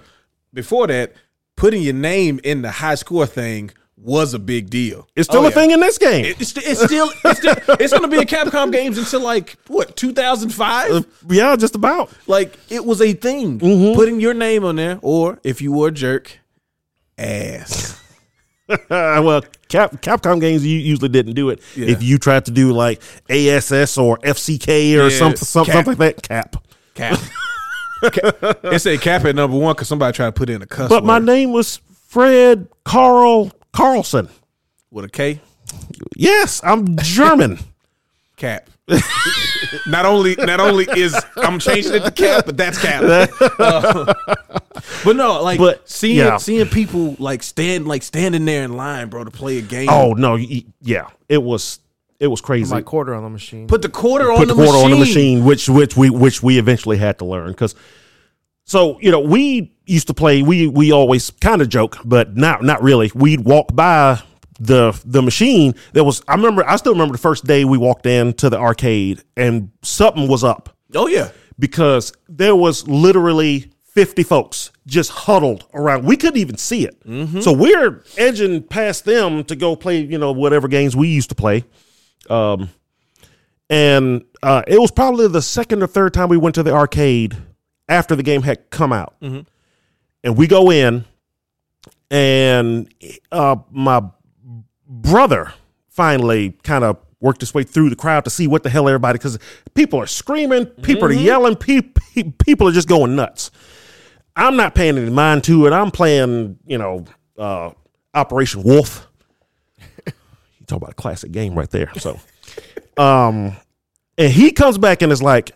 [SPEAKER 2] before that, putting your name in the high score thing was a big deal.
[SPEAKER 4] It's still
[SPEAKER 2] Oh,
[SPEAKER 4] a
[SPEAKER 2] yeah.
[SPEAKER 4] thing in this game.
[SPEAKER 2] It- It's, st- it's still it's, still, it's going to be in Capcom games until like what
[SPEAKER 4] Uh,
[SPEAKER 2] 2005.
[SPEAKER 4] yeah, just about.
[SPEAKER 2] Like it was a thing
[SPEAKER 4] Mm-hmm.
[SPEAKER 2] putting your name on there, or if you were a jerk, ass.
[SPEAKER 4] well, Cap, Capcom games you usually didn't do it.
[SPEAKER 2] Yeah.
[SPEAKER 4] If you tried to do like ASS or FCK or
[SPEAKER 2] Yeah,
[SPEAKER 4] some, some,
[SPEAKER 2] Cap.
[SPEAKER 4] something like that, Cap.
[SPEAKER 2] Cap. Ca- it said cap at number one because somebody tried to put in a cuss
[SPEAKER 4] But my
[SPEAKER 2] word
[SPEAKER 4] name was Fred Carl Carlson.
[SPEAKER 2] with a K.
[SPEAKER 4] Yes, I'm German.
[SPEAKER 2] Cap. not only not only is I'm changing it to cap, but that's cap. Uh, but no, like
[SPEAKER 4] But,
[SPEAKER 2] seeing
[SPEAKER 4] yeah.
[SPEAKER 2] seeing people like stand like standing there in line, bro, to play a game.
[SPEAKER 4] oh no, y- yeah, it was it was crazy.
[SPEAKER 3] My quarter on the machine.
[SPEAKER 2] put the quarter on
[SPEAKER 4] put
[SPEAKER 2] the
[SPEAKER 4] the quarter
[SPEAKER 2] machine.
[SPEAKER 4] on the machine, which which we which we eventually had to learn because. So you know, we used to play. We we always kind of joke, but not not really. We'd walk by the the machine. There was I remember I still remember the first day we walked into the arcade and something was up
[SPEAKER 2] Oh yeah,
[SPEAKER 4] because there was literally 50 folks just huddled around. We couldn't even see it. So we're edging past them to go play, you know, whatever games we used to play. Um, and uh, it was probably the second or third time we went to the arcade after the game had come out. And we go in, and uh, my brother finally kind of worked his way through the crowd to see what the hell everybody because people are screaming, people are yelling, pe- pe- people are just going nuts. I'm not paying any mind to it. I'm playing, you know, uh, Operation Wolf. you talk about a classic game right there. So, um, and he comes back and is like,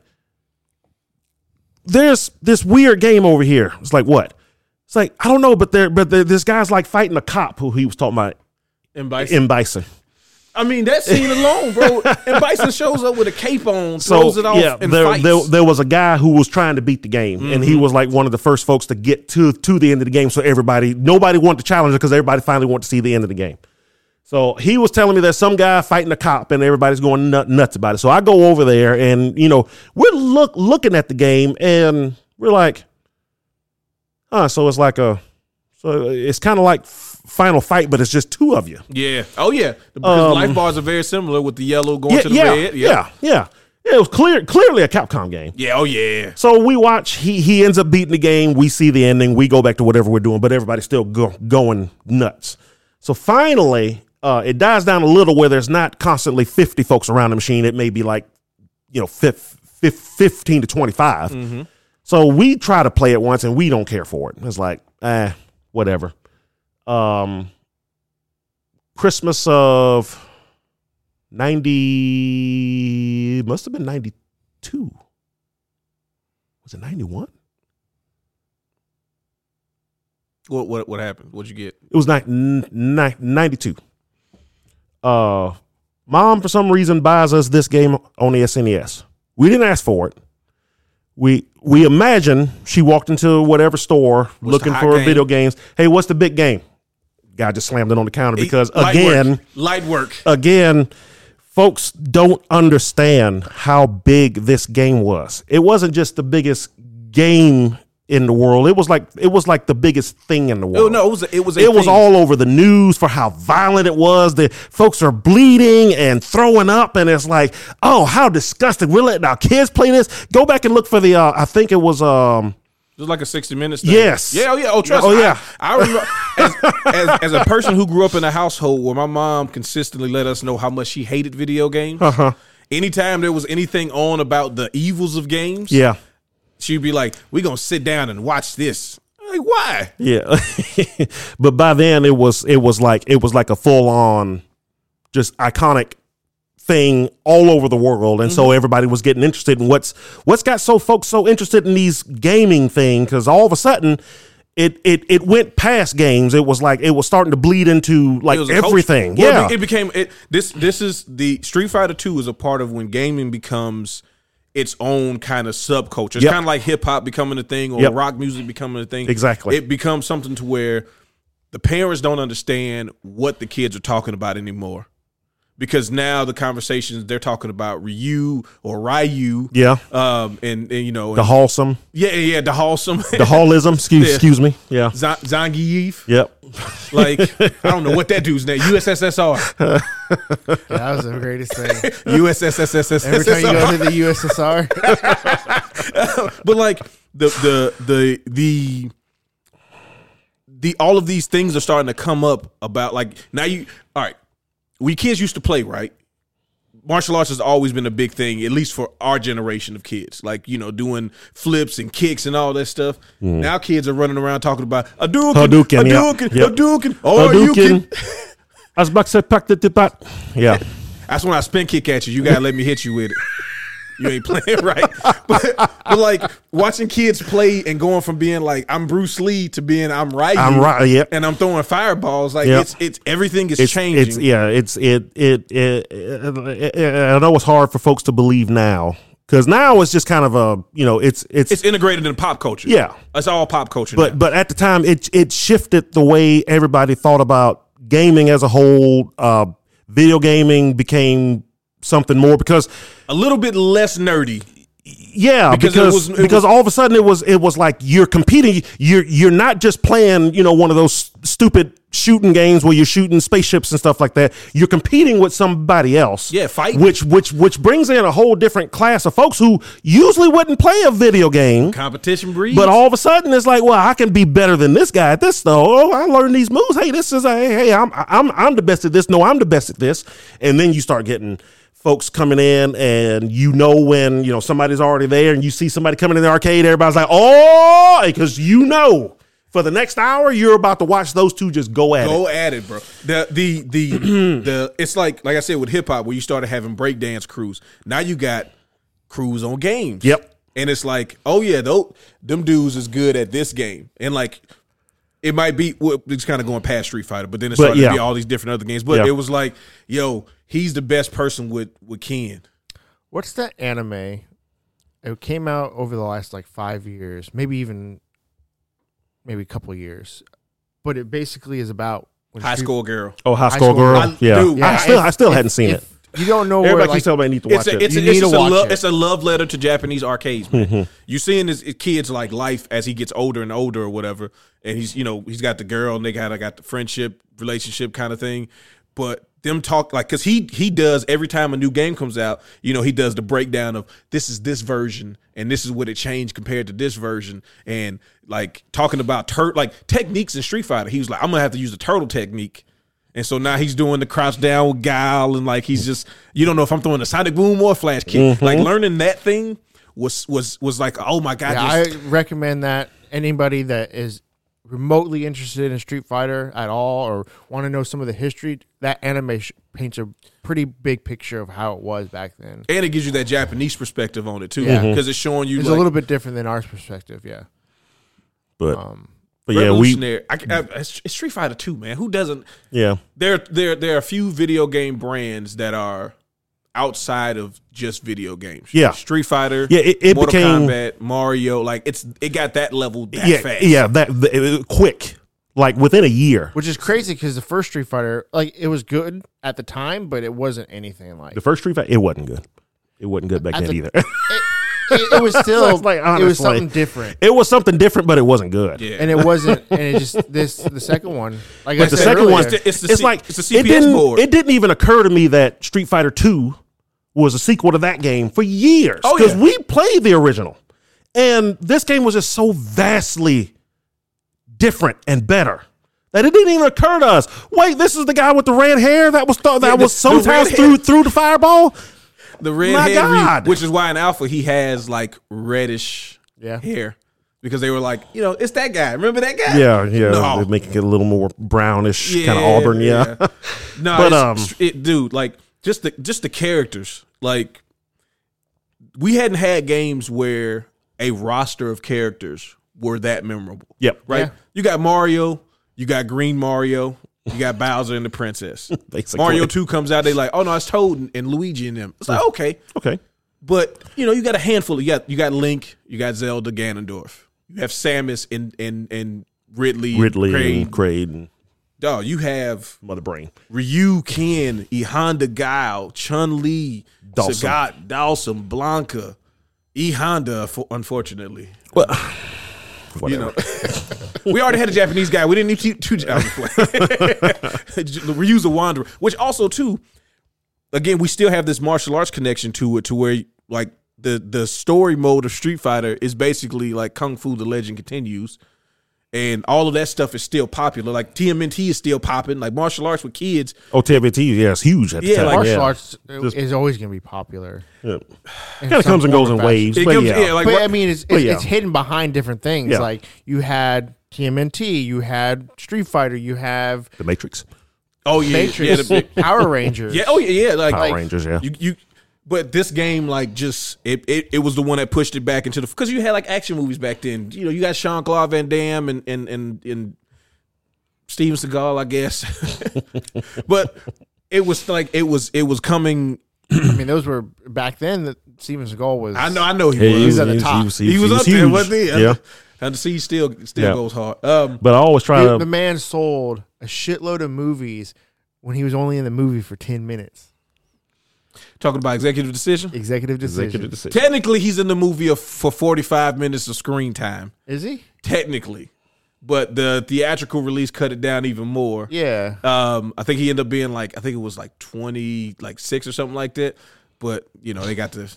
[SPEAKER 4] "There's this weird game over here." It's like what? It's like I don't know, but there, but there, this guy's like fighting a cop who he was talking about
[SPEAKER 2] and Bison.
[SPEAKER 4] in Bison.
[SPEAKER 2] I mean that scene alone, bro. And Bison shows up with a cape on,
[SPEAKER 4] So
[SPEAKER 2] throws it off,
[SPEAKER 4] yeah,
[SPEAKER 2] and
[SPEAKER 4] there,
[SPEAKER 2] fights. Mm-hmm.
[SPEAKER 4] there there was a guy who was trying to beat the game, and he was like one of the first folks to get to to the end of the game. So everybody, nobody wanted to challenge it because everybody finally wanted to see the end of the game. So he was telling me there's some guy fighting a cop, and everybody's going nut, nuts about it. So I go over there, and you know we're look looking at the game, and we're like, huh. So it's like a, so it's kind of like f- final fight, but it's just two of you.
[SPEAKER 2] yeah. Oh yeah. Because
[SPEAKER 4] Um,
[SPEAKER 2] life bars are very similar with the yellow going
[SPEAKER 4] Yeah,
[SPEAKER 2] to the
[SPEAKER 4] yeah,
[SPEAKER 2] red.
[SPEAKER 4] yeah, yeah, yeah. It was clear clearly a Capcom game.
[SPEAKER 2] Yeah. Oh yeah.
[SPEAKER 4] So we watch. He he ends up beating the game. We see the ending. We go back to whatever we're doing, but everybody's still go, going nuts. So finally, uh, it dies down a little where there's not constantly 50 folks around the machine. It may be like, you know, fif- fif- 15 to 25.
[SPEAKER 2] Mm-hmm.
[SPEAKER 4] So we try to play it once and we don't care for it. It's like, eh, whatever. Um, Christmas of 90, must have been 92 was it 91
[SPEAKER 2] What what what happened? What'd you get?
[SPEAKER 4] it was like n- ni- 92 uh mom for some reason buys us this game on the snes we didn't ask for it we we imagine she walked into whatever store
[SPEAKER 2] the
[SPEAKER 4] looking
[SPEAKER 2] hot
[SPEAKER 4] for
[SPEAKER 2] game?
[SPEAKER 4] video games hey what's the big game guy just slammed it on the counter because
[SPEAKER 2] Light
[SPEAKER 4] again
[SPEAKER 2] work. light work.
[SPEAKER 4] again, folks don't understand how big this game was. It wasn't just the biggest game in the world. It was like it was like the biggest thing in the
[SPEAKER 2] Oh
[SPEAKER 4] world.
[SPEAKER 2] no, it was a, it was a
[SPEAKER 4] It was
[SPEAKER 2] thing.
[SPEAKER 4] all over the news for how violent it was. The folks are bleeding and throwing up, and it's like, oh, how disgusting! We're letting our kids play this. Go back and look for the. Uh, I think it was. Um,
[SPEAKER 2] It was like a sixty minutes. Thing.
[SPEAKER 4] Yes.
[SPEAKER 2] Yeah. Oh yeah. Oh trust.
[SPEAKER 4] Oh,
[SPEAKER 2] me. I-
[SPEAKER 4] yeah.
[SPEAKER 2] I, remember as, as, as a person who grew up in a household where my mom consistently let us know how much she hated video games. Uh-huh. Anytime there was anything on about the evils of games,
[SPEAKER 4] yeah,
[SPEAKER 2] she'd be like, "We gonna sit down and watch this." I'm like why?
[SPEAKER 4] Yeah, but by then it was it was like it was like a full on, just iconic thing all over the world, and so everybody was getting interested in what's what's got so folks so interested in these gaming thing because all of a sudden. It, it it went past games. It was like it was starting to bleed into like
[SPEAKER 2] a culture.
[SPEAKER 4] everything.
[SPEAKER 2] Well,
[SPEAKER 4] yeah,
[SPEAKER 2] it, be- it became it. This this is the Street Fighter Two is a part of when gaming becomes its own kind of subculture. It's
[SPEAKER 4] Yep.
[SPEAKER 2] kind of like hip hop becoming a thing or
[SPEAKER 4] Yep.
[SPEAKER 2] rock music becoming a thing.
[SPEAKER 4] Exactly.
[SPEAKER 2] it becomes something to where the parents don't understand what the kids are talking about anymore because now the conversations they're talking about Ryu or Ryu,
[SPEAKER 4] Yeah.
[SPEAKER 2] um, and, and you know,
[SPEAKER 4] The
[SPEAKER 2] and,
[SPEAKER 4] wholesome,
[SPEAKER 2] yeah, yeah, yeah, the wholesome
[SPEAKER 4] the holism. Excuse,
[SPEAKER 2] Yeah.
[SPEAKER 4] excuse me. Yeah.
[SPEAKER 2] Z- Zangief.
[SPEAKER 4] Yep.
[SPEAKER 2] Like I don't know what that dude's name. USSSR,
[SPEAKER 3] Yeah, that was the greatest thing. Every time you
[SPEAKER 2] USSSSSSR.
[SPEAKER 3] go to the USSR,
[SPEAKER 2] But like the the the the the all of these things are starting to come up about like now you all right. We kids used to play right. Martial arts has always been a big thing, at least for our generation of kids. Like you know, doing flips and kicks and all that stuff. Now kids are running around talking about a Hadouken,
[SPEAKER 4] Hadouken, yeah.
[SPEAKER 2] Hadouken,
[SPEAKER 4] Yep.
[SPEAKER 2] Hadouken, or you can.
[SPEAKER 4] I was about to say, pack the tip out. Yeah.
[SPEAKER 2] That's when I spin kick at you. You gotta let me hit you with it. You ain't playing right. But, but like watching kids play and going from being like I'm Bruce Lee to being I'm right.
[SPEAKER 4] I'm right. Yep.
[SPEAKER 2] And I'm throwing fireballs. Like
[SPEAKER 4] Yep.
[SPEAKER 2] it's it's everything is changing.
[SPEAKER 4] It's yeah, it's it it, it, it, it I know it's hard for folks to believe now because now it's just kind of a you know it's it's,
[SPEAKER 2] it's integrated into pop culture.
[SPEAKER 4] Yeah.
[SPEAKER 2] It's all pop culture.
[SPEAKER 4] but
[SPEAKER 2] now.
[SPEAKER 4] but at the time it it shifted the way everybody thought about gaming as a whole. Uh, video gaming became something more because
[SPEAKER 2] a little bit less nerdy.
[SPEAKER 4] yeah
[SPEAKER 2] Because
[SPEAKER 4] because
[SPEAKER 2] it
[SPEAKER 4] because,
[SPEAKER 2] was- it was-
[SPEAKER 4] all of a sudden it was it was like you're competing you're you're not just playing you know one of those stupid shooting games where you're shooting spaceships and stuff like that you're competing with somebody else
[SPEAKER 2] Yeah, fighting.
[SPEAKER 4] which which which brings in a whole different class of folks who usually wouldn't play a video game
[SPEAKER 2] Competition breed.
[SPEAKER 4] but all of a sudden, it's like, well, I can be better than this guy at this though. Oh, I learned these moves. Hey, this is hey, hey, I'm I'm I'm the best at this. No, I'm the best at this. And then you start getting folks coming in, and you know when you know somebody's already there, and you see somebody coming in the arcade. Everybody's like, oh, because you know for the next hour you're about to watch those two just go at it.
[SPEAKER 2] Go at it, bro. The the the the it's like like I said with hip hop where you started having breakdance crews. Now you got crews on games.
[SPEAKER 4] Yep.
[SPEAKER 2] And it's like, oh yeah, though them dudes is good at this game. And like it might be well, it's kind of going past Street Fighter, but then it
[SPEAKER 4] But,
[SPEAKER 2] started
[SPEAKER 4] yeah.
[SPEAKER 2] to be all these different other games. But
[SPEAKER 4] Yeah.
[SPEAKER 2] it was like, yo, he's the best person with with Ken.
[SPEAKER 3] what's that anime? It came out over the last like five years, maybe even maybe a couple years, but it basically is about when
[SPEAKER 2] High
[SPEAKER 3] Street-
[SPEAKER 2] school girl.
[SPEAKER 4] Oh, high
[SPEAKER 3] School
[SPEAKER 4] school girl.
[SPEAKER 3] Girl.
[SPEAKER 2] I-
[SPEAKER 4] yeah,
[SPEAKER 2] dude,
[SPEAKER 4] I still
[SPEAKER 3] if-
[SPEAKER 4] I still
[SPEAKER 3] if-
[SPEAKER 4] hadn't seen
[SPEAKER 3] if
[SPEAKER 4] it.
[SPEAKER 3] You don't know where
[SPEAKER 4] Everybody
[SPEAKER 3] like
[SPEAKER 4] keeps telling me I need to watch
[SPEAKER 2] It's a,
[SPEAKER 4] it.
[SPEAKER 2] it's,
[SPEAKER 3] You
[SPEAKER 2] a,
[SPEAKER 3] need
[SPEAKER 2] it's,
[SPEAKER 3] to
[SPEAKER 2] just a
[SPEAKER 3] watch
[SPEAKER 2] love,
[SPEAKER 3] it.
[SPEAKER 2] it's a love letter to Japanese arcades. Man.
[SPEAKER 4] Mm-hmm.
[SPEAKER 2] You're seeing this kid's like life as he gets older and older or whatever, and he's you know he's got the girl and they got I got the friendship relationship kind of thing, but them talk like because he he does every time a new game comes out, you know he does the breakdown of this is this version and this is what it changed compared to this version and like talking about tur- like techniques in Street Fighter, he was like I'm gonna have to use the turtle technique. And so now he's doing the crouch down with guile and like he's just you don't know if I'm throwing a sonic boom or a flash kick.
[SPEAKER 4] Mm-hmm.
[SPEAKER 2] Like learning that thing was was was like oh my god,
[SPEAKER 3] Yeah,
[SPEAKER 2] this-
[SPEAKER 3] I recommend that anybody that is remotely interested in Street Fighter at all or want to know some of the history, that anime sh- paints a pretty big picture of how it was back then.
[SPEAKER 2] and it gives you that Japanese perspective on it too
[SPEAKER 3] Yeah.
[SPEAKER 2] because
[SPEAKER 4] Mm-hmm.
[SPEAKER 2] it's showing you
[SPEAKER 3] It's
[SPEAKER 2] like,
[SPEAKER 3] a little bit different than our perspective, yeah.
[SPEAKER 4] But
[SPEAKER 3] Um,
[SPEAKER 4] but yeah, we
[SPEAKER 2] revolutionary. I, I, it's it's Street Fighter Two, man. Who doesn't?
[SPEAKER 4] yeah
[SPEAKER 2] There there there are a few video game brands that are outside of just video games.
[SPEAKER 4] Yeah.
[SPEAKER 2] Street Fighter.
[SPEAKER 4] Yeah, it- it
[SPEAKER 2] Mortal
[SPEAKER 4] became-
[SPEAKER 2] Kombat, Mario. Like it's it got that level that
[SPEAKER 4] yeah
[SPEAKER 2] fast.
[SPEAKER 4] yeah that, that quick like within a year.
[SPEAKER 3] which is crazy because the first Street Fighter, like, it was good at the time, but it wasn't anything like
[SPEAKER 4] The first Street Fighter, it wasn't good. It wasn't good back
[SPEAKER 3] At
[SPEAKER 4] then
[SPEAKER 3] the-
[SPEAKER 4] either.
[SPEAKER 3] it, it was still
[SPEAKER 4] It's like,
[SPEAKER 3] it was
[SPEAKER 4] honestly.
[SPEAKER 3] something different,
[SPEAKER 4] it was something different, but it wasn't good.
[SPEAKER 2] Yeah.
[SPEAKER 3] and it wasn't, and it just this the second one, like I
[SPEAKER 4] But the
[SPEAKER 3] said
[SPEAKER 4] second one,
[SPEAKER 3] earlier,
[SPEAKER 2] It's the- it's the C-
[SPEAKER 4] like
[SPEAKER 2] it's the
[SPEAKER 4] it
[SPEAKER 2] CPS
[SPEAKER 4] didn't.
[SPEAKER 2] board.
[SPEAKER 4] It didn't even occur to me that Street Fighter Two was a sequel to that game for years
[SPEAKER 2] Oh,
[SPEAKER 4] because
[SPEAKER 2] yeah.
[SPEAKER 4] we played the original, and this game was just so vastly different and better. That it didn't even occur to us. Wait, this is the guy with the red hair that was th- that
[SPEAKER 2] Yeah, the-
[SPEAKER 4] was
[SPEAKER 2] the red
[SPEAKER 4] sometimes
[SPEAKER 2] hair.
[SPEAKER 4] through through the fireball.
[SPEAKER 2] The red
[SPEAKER 4] My
[SPEAKER 2] hair, re-
[SPEAKER 4] God.
[SPEAKER 2] which is why in Alpha he has like reddish
[SPEAKER 3] Yeah.
[SPEAKER 2] hair because they were like, you know, it's that guy. Remember that guy?
[SPEAKER 4] Yeah, yeah,
[SPEAKER 2] No.
[SPEAKER 4] making it a little more brownish, kind of auburn. Yeah,
[SPEAKER 2] no,
[SPEAKER 4] But,
[SPEAKER 2] it's,
[SPEAKER 4] um,
[SPEAKER 2] it's- it, dude, like just the just the characters. Like we hadn't had games where a roster of characters were that memorable.
[SPEAKER 4] yep.
[SPEAKER 2] Right?
[SPEAKER 3] Yeah.
[SPEAKER 2] You got Mario, you got Green Mario, you got Bowser and the Princess.
[SPEAKER 4] Basically.
[SPEAKER 2] Mario Two comes out, they like, oh no, it's Toad and, and Luigi and them. It's like okay.
[SPEAKER 4] Okay.
[SPEAKER 2] But you know, you got a handful. You got you got Link, you got Zelda, Ganondorf. You have Samus and and and Ridley,
[SPEAKER 4] Ridley
[SPEAKER 2] Kraid,
[SPEAKER 4] and Craig.
[SPEAKER 2] Dog, you have
[SPEAKER 4] Mother brain.
[SPEAKER 2] Ryu, Ken, E Honda, Guile, Chun Li,
[SPEAKER 4] Dawson.
[SPEAKER 2] Sagat, Dawson, Blanca, E Honda. For, unfortunately,
[SPEAKER 4] Well,
[SPEAKER 2] you
[SPEAKER 4] whatever.
[SPEAKER 2] know, we already had a Japanese guy. We didn't need two, two Japanese. Ryu's a wanderer, which also too, again, we still have this martial arts connection to it, to where like the the story mode of Street Fighter is basically like Kung Fu: The Legend Continues. And all of that stuff is still popular. Like TMNT is still popping. Like martial arts with kids,
[SPEAKER 4] Oh, TBT, yeah, it's huge at the
[SPEAKER 2] Yeah,
[SPEAKER 4] time.
[SPEAKER 2] like-
[SPEAKER 3] Martial
[SPEAKER 4] yeah.
[SPEAKER 3] arts
[SPEAKER 4] Just-
[SPEAKER 3] is always going to be popular.
[SPEAKER 4] Kind of comes and goes in waves,
[SPEAKER 2] It
[SPEAKER 4] but
[SPEAKER 2] gives-
[SPEAKER 4] yeah.
[SPEAKER 2] yeah, like-
[SPEAKER 3] but
[SPEAKER 2] what-
[SPEAKER 3] I mean, it's, it's,
[SPEAKER 4] yeah.
[SPEAKER 3] it's hidden behind different things.
[SPEAKER 4] Yeah.
[SPEAKER 3] Like you had TMNT, you had Street Fighter, you have
[SPEAKER 4] the Matrix,
[SPEAKER 2] Oh yeah, yeah,
[SPEAKER 3] Matrix,
[SPEAKER 2] the big-
[SPEAKER 3] Power Rangers.
[SPEAKER 2] yeah, oh yeah, yeah. Like,
[SPEAKER 4] Power
[SPEAKER 2] like,
[SPEAKER 4] Rangers, yeah.
[SPEAKER 2] you, you, but this game like just it, it, it was the one that pushed it back into the because you had like action movies back then. You know, you got Sean Claude Van Damme and and and, and Steven Seagal, I guess. but it was like it was it was coming.
[SPEAKER 3] I mean, those were back then. That Steven Seagal was.
[SPEAKER 2] I know, I know he
[SPEAKER 4] Yeah,
[SPEAKER 2] was.
[SPEAKER 3] at the top.
[SPEAKER 2] He, was, up there,
[SPEAKER 4] huge.
[SPEAKER 2] wasn't he?
[SPEAKER 4] Yeah,
[SPEAKER 2] and see, he still still
[SPEAKER 4] Yeah.
[SPEAKER 2] goes hard. Um,
[SPEAKER 4] but I always try
[SPEAKER 3] The, the
[SPEAKER 4] to.
[SPEAKER 3] man sold a shitload of movies when he was only in the movie for ten minutes.
[SPEAKER 2] talking about executive decision.
[SPEAKER 3] Executive decision.
[SPEAKER 4] Executive decision.
[SPEAKER 2] Technically, he's in the movie of, for forty five minutes of screen time.
[SPEAKER 3] Is he?
[SPEAKER 2] technically, but the theatrical release cut it down even more.
[SPEAKER 3] Yeah.
[SPEAKER 2] Um, I think he ended up being like I think it was like twenty, like six or something like that. But you know they got to.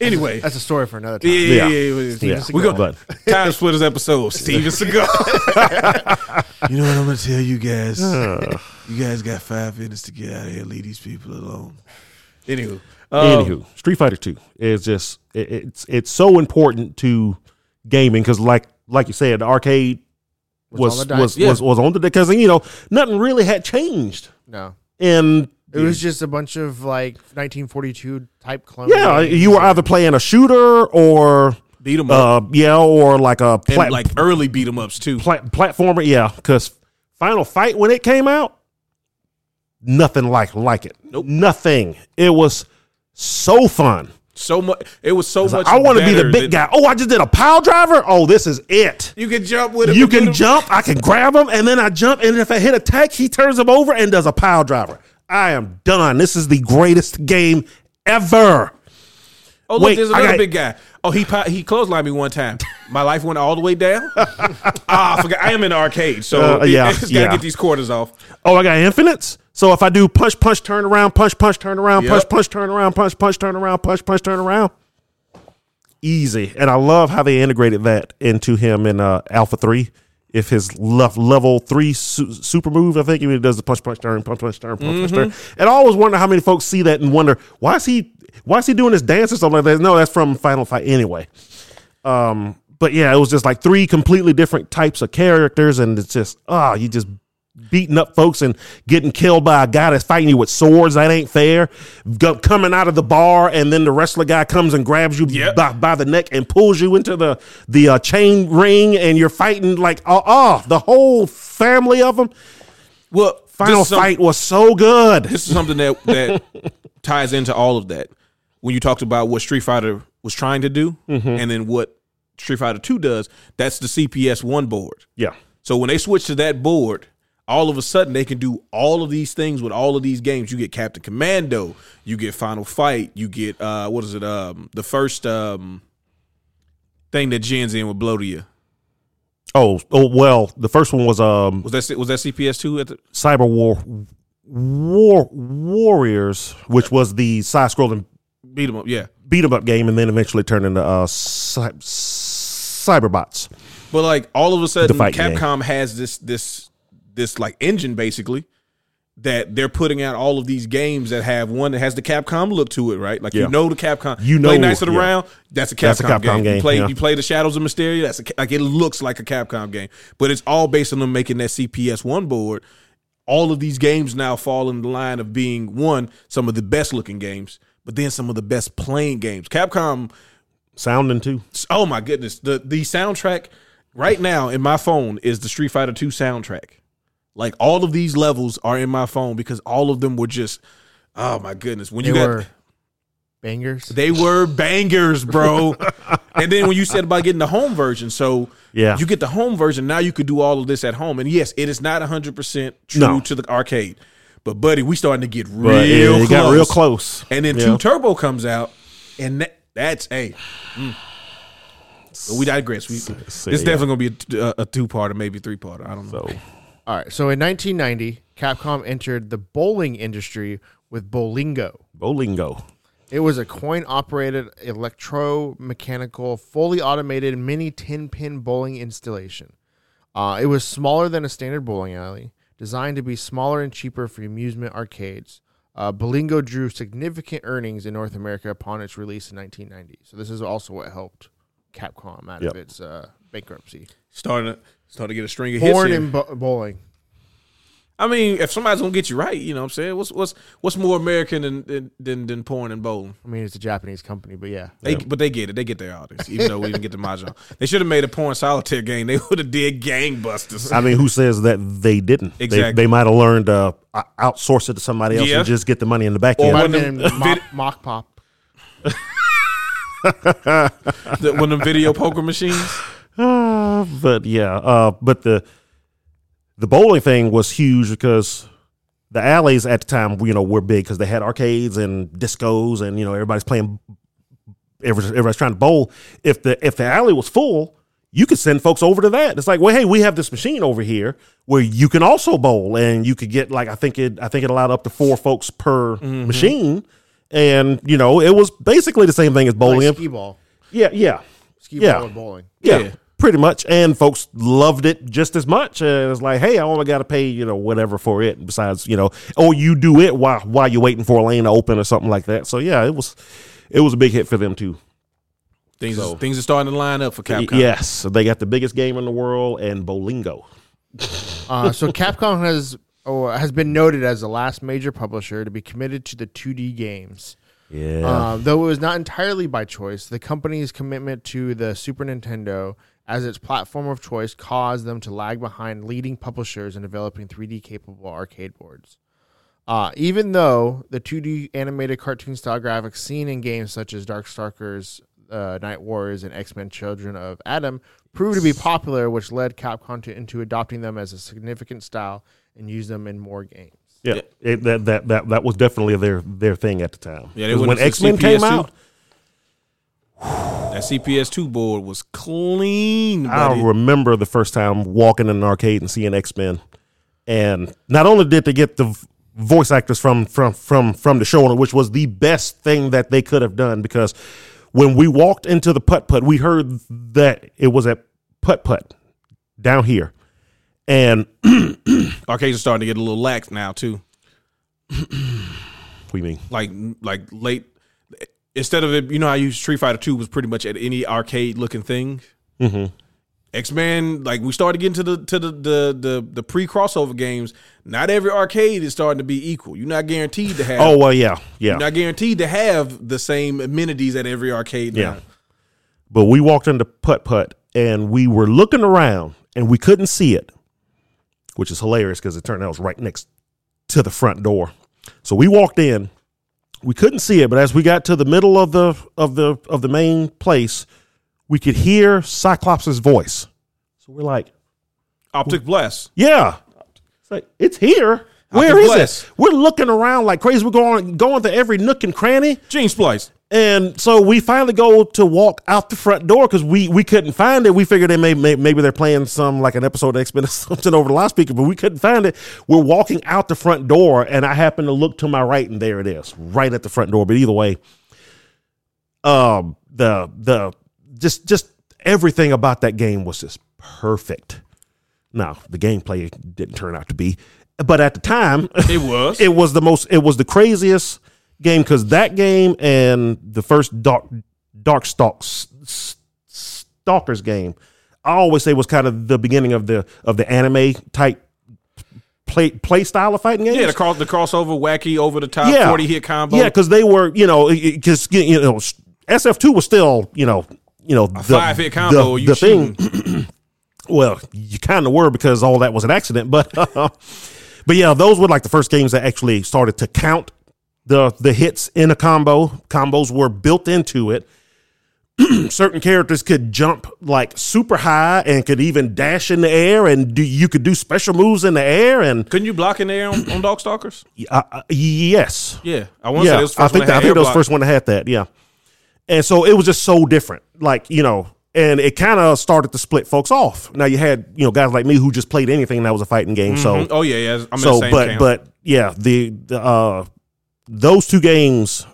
[SPEAKER 2] anyway,
[SPEAKER 3] That's a story for another time.
[SPEAKER 2] yeah, yeah, yeah,
[SPEAKER 4] Yeah.
[SPEAKER 2] yeah, yeah.
[SPEAKER 4] Yeah,
[SPEAKER 2] We're gonna
[SPEAKER 4] but
[SPEAKER 2] time splitters episode. Steven Seagal. you know what I'm gonna tell you guys? you guys got five minutes to get out of here. Leave these people alone. Anywho, um,
[SPEAKER 4] Anywho, Street Fighter Two is just it, it's it's so important to gaming because like like you said, the arcade
[SPEAKER 3] on
[SPEAKER 4] was was
[SPEAKER 3] the dice.
[SPEAKER 4] was,
[SPEAKER 2] Yeah.
[SPEAKER 4] was, on the because you know nothing really had changed
[SPEAKER 3] No.
[SPEAKER 4] and.
[SPEAKER 3] It was just a bunch of like 1942 type clones.
[SPEAKER 4] Yeah, you were either playing a shooter or
[SPEAKER 2] beat them up
[SPEAKER 4] uh yeah or like a
[SPEAKER 2] and
[SPEAKER 4] plat-
[SPEAKER 2] like early beat them ups too.
[SPEAKER 4] plat- platformer yeah because final fight when it came out nothing like like it
[SPEAKER 2] Nope.
[SPEAKER 4] nothing it was so fun
[SPEAKER 2] So much. It was so much.
[SPEAKER 4] i want to be the
[SPEAKER 2] better
[SPEAKER 4] big
[SPEAKER 2] than-
[SPEAKER 4] guy oh i just did a pile driver oh this is it
[SPEAKER 2] You can jump with him.
[SPEAKER 4] you
[SPEAKER 2] and
[SPEAKER 4] can
[SPEAKER 2] get him.
[SPEAKER 4] jump i can grab him and then i jump and if i hit a tech he turns him over and does a pile driver i am done this is the greatest game ever
[SPEAKER 2] Oh, look,
[SPEAKER 4] Wait,
[SPEAKER 2] there's
[SPEAKER 4] I
[SPEAKER 2] another
[SPEAKER 4] got-
[SPEAKER 2] big guy. Oh, he pi- he clotheslined me one time. My life went all the way down. ah, I forgot. I am in the arcade, so
[SPEAKER 4] Uh, yeah,
[SPEAKER 2] yeah, just gotta
[SPEAKER 4] yeah.
[SPEAKER 2] get these quarters off.
[SPEAKER 4] Oh, I got infinites. So if I do punch, punch, turn around, punch, punch, turn around, punch,
[SPEAKER 2] Yep.
[SPEAKER 4] punch, turn around, punch, punch, turn around, punch, punch, turn around. Easy. And I love how they integrated that into him in uh, Alpha 3. If his left level three su- super move, I think he does the punch, punch, turn, punch, punch, turn, punch, punch, turn. And I always wonder how many folks see that and wonder why is he why is he doing this dance or something like that? No, that's from Final Fight anyway. Um, but yeah, it was just like three completely different types of characters, and it's just ah, you just beating up folks and getting killed by a guy that's fighting you with swords. That ain't fair. Go, coming out of the bar, and then the wrestler guy comes and grabs you
[SPEAKER 2] Yep.
[SPEAKER 4] by, by the neck and pulls you into the the uh, chain ring, and you're fighting like ah, ah, the whole family of them.
[SPEAKER 2] Well,
[SPEAKER 4] Final
[SPEAKER 2] this is some-
[SPEAKER 4] fight was so good.
[SPEAKER 2] this is something that that ties into all of that. When you talked about what Street Fighter was trying to do,
[SPEAKER 4] Mm-hmm.
[SPEAKER 2] and then what Street Fighter Two does, that's the CPS one board.
[SPEAKER 4] Yeah,
[SPEAKER 2] So when they switch to that board, all of a sudden they can do all of these things with all of these games. You get Captain Commando, you get Final Fight, you get uh what is it? Um the first um thing that Jen's in with Blow to You.
[SPEAKER 4] Oh, oh well, the first one was um
[SPEAKER 2] Was that was that CPS two at the
[SPEAKER 4] Cyber War War Warriors, which was the side scrolling
[SPEAKER 2] beat 'em up, yeah.
[SPEAKER 4] beat 'em up game, and then eventually turned into uh cy- Cyberbots.
[SPEAKER 2] But like all of a sudden,
[SPEAKER 4] The fight game.
[SPEAKER 2] Capcom has this this this like engine basically that they're putting out all of these games that have one that has the Capcom look to it, right? Like
[SPEAKER 4] Yeah.
[SPEAKER 2] you know the Capcom,
[SPEAKER 4] You
[SPEAKER 2] play
[SPEAKER 4] know-
[SPEAKER 2] Knights of the
[SPEAKER 4] yeah.
[SPEAKER 2] Round. That's a Capcom,
[SPEAKER 4] That's a Capcom
[SPEAKER 2] game. You
[SPEAKER 4] game,
[SPEAKER 2] play
[SPEAKER 4] yeah.
[SPEAKER 2] you play the Shadows of Mysteria. That's a, ca- like it looks like a Capcom game, but it's all based on them making that CPS one board. All of these games now fall in the line of being one some of the best looking games, but then some of the best playing games. Capcom
[SPEAKER 4] Sounding too.
[SPEAKER 2] Oh my goodness. The the soundtrack right now in my phone is the Street Fighter 2 soundtrack. Like all of these levels are in my phone because all of them were just oh my goodness. When
[SPEAKER 3] They
[SPEAKER 2] you got
[SPEAKER 3] were bangers.
[SPEAKER 2] they were bangers, bro. and then when you said about getting the home version, so
[SPEAKER 4] Yeah.
[SPEAKER 2] you get the home version. Now you could do all of this at home. And yes, it is not hundred percent true
[SPEAKER 4] No.
[SPEAKER 2] to the arcade, but buddy, we starting to get real.
[SPEAKER 4] But it,
[SPEAKER 2] close.
[SPEAKER 4] it got real close.
[SPEAKER 2] And then
[SPEAKER 4] Yeah.
[SPEAKER 2] two turbo comes out, and that, that's a. mm. But we digress. We,
[SPEAKER 4] so,
[SPEAKER 2] it's
[SPEAKER 4] yeah.
[SPEAKER 2] definitely gonna be a, uh, a, two parter, maybe three parter. I don't know.
[SPEAKER 4] So
[SPEAKER 3] All right. So in 1990, Capcom entered the bowling industry with Bowlingo.
[SPEAKER 4] Bolingo.
[SPEAKER 3] It was a coin operated electromechanical, fully automated mini 10 pin bowling installation. Uh, it was smaller than a standard bowling alley, designed to be smaller and cheaper for amusement arcades. Uh, Bolingo drew significant earnings in North America upon its release in 1990. So, this is also what helped Capcom out
[SPEAKER 4] Yep.
[SPEAKER 3] of its uh, bankruptcy.
[SPEAKER 2] starting to starting to get a string of hits.
[SPEAKER 3] Born
[SPEAKER 2] Here.
[SPEAKER 3] in bo- bowling.
[SPEAKER 2] I mean, if somebody's gonna get you right, you know what I'm saying? What's what's what's more American than than than, than porn and bowling?
[SPEAKER 3] I mean, it's a Japanese company, but yeah.
[SPEAKER 2] They, But they get it. They get their audience, even though we didn't get the mahjong. They should have made a porn solitaire game. They would have did gangbusters.
[SPEAKER 4] I mean, who says that they didn't? They-
[SPEAKER 2] Exactly.
[SPEAKER 4] They, might have learned uh, o- outsource it to somebody else
[SPEAKER 2] Yeah.
[SPEAKER 4] and just get the money in the back
[SPEAKER 2] Or
[SPEAKER 4] end.
[SPEAKER 3] Might
[SPEAKER 2] one
[SPEAKER 3] have
[SPEAKER 2] of them-
[SPEAKER 3] been mock,
[SPEAKER 2] vid-
[SPEAKER 3] mock pop.
[SPEAKER 2] the, one of them video poker machines.
[SPEAKER 4] Uh, but yeah, uh, but the the bowling thing was huge because the alleys at the time, you know, were big because they had arcades and discos, and you know, everybody's playing. every- Everybody's trying to bowl. If the if the alley was full, you could send folks over to that. It's like, well, hey, we have this machine over here where you can also bowl, and you could get like I think it I think it allowed up to four folks per machine, and you know, it was basically the same thing as bowling.
[SPEAKER 3] Like skee ball.
[SPEAKER 4] yeah, yeah.
[SPEAKER 3] Skee
[SPEAKER 4] Yeah.
[SPEAKER 3] ball and bowling.
[SPEAKER 4] Yeah,
[SPEAKER 2] Yeah.
[SPEAKER 4] pretty much. And folks loved it just as much. And it's like, hey, I only got to pay you know whatever for it. Besides, you know, or you do it while while you're waiting for a lane to open or something like that. So yeah, it was it was a big hit for them too.
[SPEAKER 2] Things is- things are starting to line up for Capcom.
[SPEAKER 4] Yes, they got the biggest game in the world and Bolingo.
[SPEAKER 3] Uh, so Capcom has oh, has been noted as the last major publisher to be committed to the 2D games.
[SPEAKER 4] Yeah,
[SPEAKER 3] Uh, though it was not entirely by choice, the company's commitment to the Super Nintendo as its platform of choice caused them to lag behind leading publishers in developing 3D capable arcade boards. Uh, even though the 2D animated cartoon style graphics seen in games such as Darkstalkers, uh, Night Wars, and X Men Children of Adam proved to be popular, which led Capcom to, into adopting them as a significant style and use them in more games.
[SPEAKER 4] yeah, It- that, that that that was definitely their their thing at the time.
[SPEAKER 2] Yeah, they
[SPEAKER 4] 'Cause
[SPEAKER 2] went
[SPEAKER 4] when
[SPEAKER 2] into
[SPEAKER 4] X Men came
[SPEAKER 2] CPS2.
[SPEAKER 4] out,
[SPEAKER 2] That CPS2 board was clean.
[SPEAKER 4] I
[SPEAKER 2] Buddy.
[SPEAKER 4] remember the first time walking in an arcade and seeing X Men, and not only did they get the v- voice actors from from from from the show, which was the best thing that they could have done because when we walked into the putt putt, we heard that it was at putt putt down here, and
[SPEAKER 2] Arcades are starting to get a little lax now too.
[SPEAKER 4] we mean
[SPEAKER 2] like like late instead of it you know how you Street Fighter 2 was pretty much at any arcade looking thing
[SPEAKER 4] Mm-hmm.
[SPEAKER 2] X-Men like we started getting to the to the the the, the pre crossover games not every arcade is starting to be equal you're not guaranteed to have
[SPEAKER 4] oh well yeah yeah
[SPEAKER 2] you're not guaranteed to have the same amenities at every arcade now.
[SPEAKER 4] Yeah. But we walked into Putt Putt and we were looking around and we couldn't see it, which is hilarious because it turned out it was right next to the front door. So we walked in, we couldn't see it, but as we got to the middle of the of the of the main place, we could hear Cyclops' voice. So we're like,
[SPEAKER 2] Optic Blast
[SPEAKER 4] yeah. It's like, it's here. Where is
[SPEAKER 2] blessed.
[SPEAKER 4] it? We're looking around like crazy. We're going going to every nook and cranny.
[SPEAKER 2] Gene Splice
[SPEAKER 4] And so we finally go to walk out the front door because we we couldn't find it. We figured they may, may maybe they're playing some like an episode of X Men or something over the loudspeaker, but we couldn't find it. We're walking out the front door, and I happen to look to my right, and there it is, right at the front door. But either way, um, the the just just everything about that game was just perfect. Now the gameplay didn't turn out to be, but at the time,
[SPEAKER 2] it was
[SPEAKER 4] it was the most it was the craziest game because that game and the first dark dark stalks S- S- stalkers game i always say was kind of the beginning of the of the anime type play play style of fighting games
[SPEAKER 2] yeah the, cross, the crossover wacky over the top
[SPEAKER 4] Yeah.
[SPEAKER 2] 40 hit combo
[SPEAKER 4] yeah because they were you know because you know sf2 was still you know you know the,
[SPEAKER 2] five hit combo
[SPEAKER 4] the,
[SPEAKER 2] you
[SPEAKER 4] the thing well, you kind of were because all that was an accident, but uh, but yeah, those were like the first games that actually started to count the the hits in a combo. Combos were built into it, certain characters could jump like super high and could even dash in the air, and do, you could do special moves in the air. And
[SPEAKER 2] Couldn't you block in there on, on Dogstalkers?
[SPEAKER 4] uh, uh, yes,
[SPEAKER 2] Yeah, I want to say
[SPEAKER 4] yeah,
[SPEAKER 2] it was the
[SPEAKER 4] I
[SPEAKER 2] first
[SPEAKER 4] think
[SPEAKER 2] one that
[SPEAKER 4] that, I
[SPEAKER 2] had
[SPEAKER 4] think
[SPEAKER 2] air
[SPEAKER 4] that was the
[SPEAKER 2] block.
[SPEAKER 4] first one that had that. Yeah, and so it was just so different. Like you know, and it kind of started to split folks off. Now you had you know guys like me who just played anything that was a fighting game. So
[SPEAKER 2] Mhm. oh yeah, yeah. I'm in
[SPEAKER 4] so
[SPEAKER 2] the same
[SPEAKER 4] but
[SPEAKER 2] camp.
[SPEAKER 4] but yeah the, the uh those two games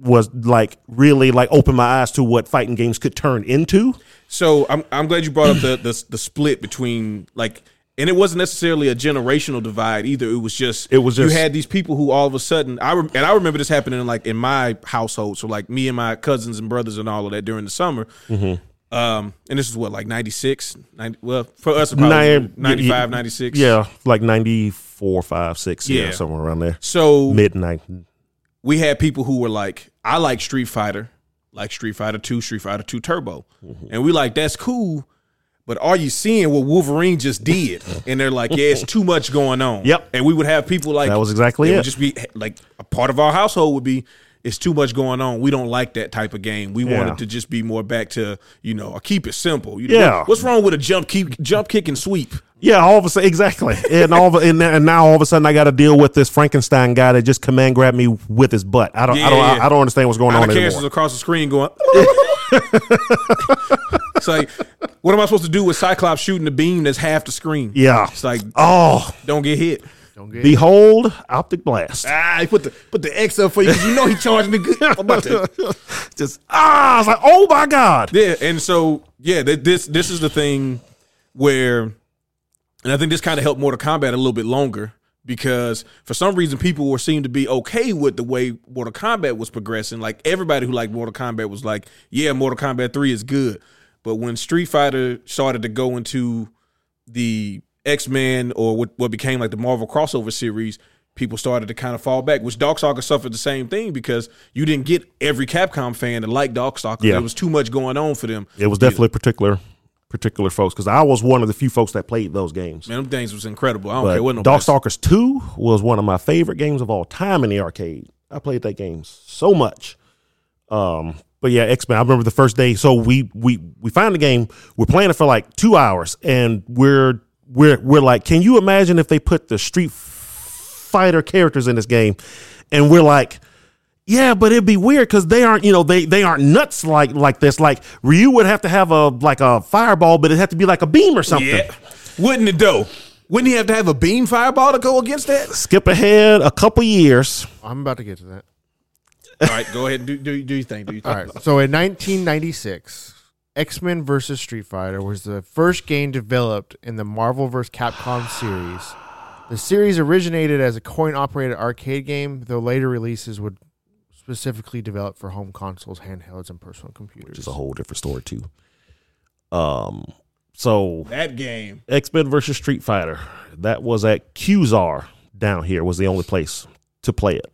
[SPEAKER 4] was like really like opened my eyes to what fighting games could turn into
[SPEAKER 2] So I'm I'm glad you brought up the the, the split between like. And it wasn't necessarily a generational divide either. It was just
[SPEAKER 4] It was just-
[SPEAKER 2] you had these people who all of a sudden I rem- and I remember this happening like in my household. So like me and my cousins and brothers and all of that during the summer.
[SPEAKER 4] Mm-hmm.
[SPEAKER 2] Um, and this is what like 96, 90, well for us it probably
[SPEAKER 4] Nine-
[SPEAKER 2] 95, 96.
[SPEAKER 4] yeah like 94 5 6 yeah,
[SPEAKER 2] Yeah.
[SPEAKER 4] somewhere around there
[SPEAKER 2] So
[SPEAKER 4] midnight
[SPEAKER 2] we had people who were like, I like Street Fighter, like Street Fighter 2, Street Fighter 2 Turbo.
[SPEAKER 4] Mm-hmm.
[SPEAKER 2] And we like, that's cool, but are you seeing what Wolverine just did? and they're like, yeah, it's too much going on.
[SPEAKER 4] Yep.
[SPEAKER 2] And we would have people like
[SPEAKER 4] That was exactly
[SPEAKER 2] it.
[SPEAKER 4] it.
[SPEAKER 2] Would just be like a part of our household would be it's too much going on. We don't like that type of game. We want
[SPEAKER 4] Yeah.
[SPEAKER 2] it to just be more back to you know, a keep it simple. You know,
[SPEAKER 4] Yeah.
[SPEAKER 2] What's wrong with a jump, keep, jump, kick, and sweep?
[SPEAKER 4] yeah all of a sudden exactly and all of a, and, now- and now all of a sudden i got to deal with this frankenstein guy that just command grabbed me with his butt i don't i don't
[SPEAKER 2] Yeah.
[SPEAKER 4] I, don't understand what's going
[SPEAKER 2] Out
[SPEAKER 4] on
[SPEAKER 2] of characters
[SPEAKER 4] anymore
[SPEAKER 2] across the screen going. it's like, what am I supposed to do with Cyclops shooting the beam that's half the screen?
[SPEAKER 4] yeah
[SPEAKER 2] It's like,
[SPEAKER 4] oh
[SPEAKER 2] don't get hit.
[SPEAKER 3] Don't get
[SPEAKER 4] behold optic blast
[SPEAKER 2] Ah, he put the put the X up for you. 'cause You know he charged me good. I'm about to-
[SPEAKER 4] just ah i was like oh my god
[SPEAKER 2] Yeah, and so yeah, th- this this is the thing where, and I think this kind of helped Mortal Kombat a little bit longer because for some reason people were seemed to be okay with the way Mortal Kombat was progressing. Like everybody who liked Mortal Kombat was like, yeah, Mortal Kombat Three is good, but when Street Fighter started to go into the X Men or what what became like the Marvel crossover series, people started to kind of fall back. Which Darkstalker suffered the same thing because you didn't get every Capcom fan that liked Darkstalker.
[SPEAKER 4] Yeah.
[SPEAKER 2] There was too much going on for them.
[SPEAKER 4] It was definitely particular particular folks because I was one of the few folks that played those games.
[SPEAKER 2] Man, them things was incredible. I don't
[SPEAKER 4] But
[SPEAKER 2] care what no
[SPEAKER 4] Darkstalkers 2 was one of my favorite games of all time in the arcade. I played that game so much. Um, but yeah, X Men. I remember the first day. So we we we find the game. We're playing it for like two hours, and we're we're we're like, can you imagine if they put the Street Fighter characters in this game? And we're like, yeah, but it'd be weird because they aren't, you know, they they aren't nuts like like this. Like Ryu would have to have a like a fireball, but it'd have to be like a beam or something.
[SPEAKER 2] Yeah. Wouldn't it though? Wouldn't he have to have a beam fireball to go against that?
[SPEAKER 4] Skip ahead a couple years.
[SPEAKER 3] I'm about to get to that.
[SPEAKER 2] All right, go ahead and do do, do your thing. Do your thing.
[SPEAKER 3] All right. So in 1996, X Men versus Street Fighter was the first game developed in the Marvel vs. Capcom series. The series originated as a coin operated arcade game, though later releases would specifically develop for home consoles, handhelds, and personal computers.
[SPEAKER 4] which is a whole different story too. Um, so
[SPEAKER 2] That game.
[SPEAKER 4] X Men versus Street Fighter, that was at QZR down here was the only place to play it.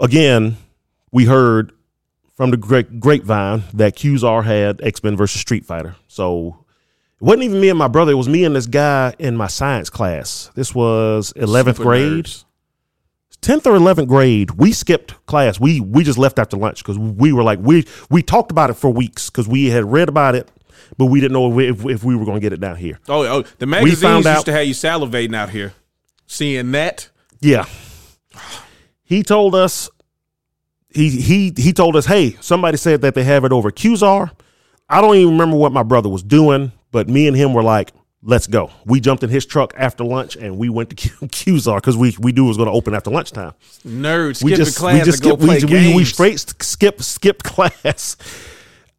[SPEAKER 4] Again, we heard from the great grapevine that QZR had X Men versus Street Fighter. So it wasn't even me and my brother; it was me and this guy in my science class. This was eleventh
[SPEAKER 2] Super
[SPEAKER 4] grade.
[SPEAKER 2] nerds.
[SPEAKER 4] 10th or 11th grade we skipped class we we just left after lunch because we were like we we talked about it for weeks because we had read about it but we didn't know if we, if, if we were going to get it down here
[SPEAKER 2] Oh, oh, the magazines
[SPEAKER 4] found
[SPEAKER 2] used
[SPEAKER 4] out-
[SPEAKER 2] to have you salivating out here, seeing that.
[SPEAKER 4] yeah he told us he he he told us hey somebody said that they have it over at qzar i don't even remember what my brother was doing but me and him were like let's go we jumped in his truck after lunch and we went to Q- qzar because we we knew it was going to open after lunchtime
[SPEAKER 2] Nerds
[SPEAKER 4] we
[SPEAKER 2] skipping
[SPEAKER 4] just
[SPEAKER 2] class
[SPEAKER 4] we just
[SPEAKER 2] to go
[SPEAKER 4] skip
[SPEAKER 2] play
[SPEAKER 4] we, we, we
[SPEAKER 2] games.
[SPEAKER 4] straight sk- skip skip class.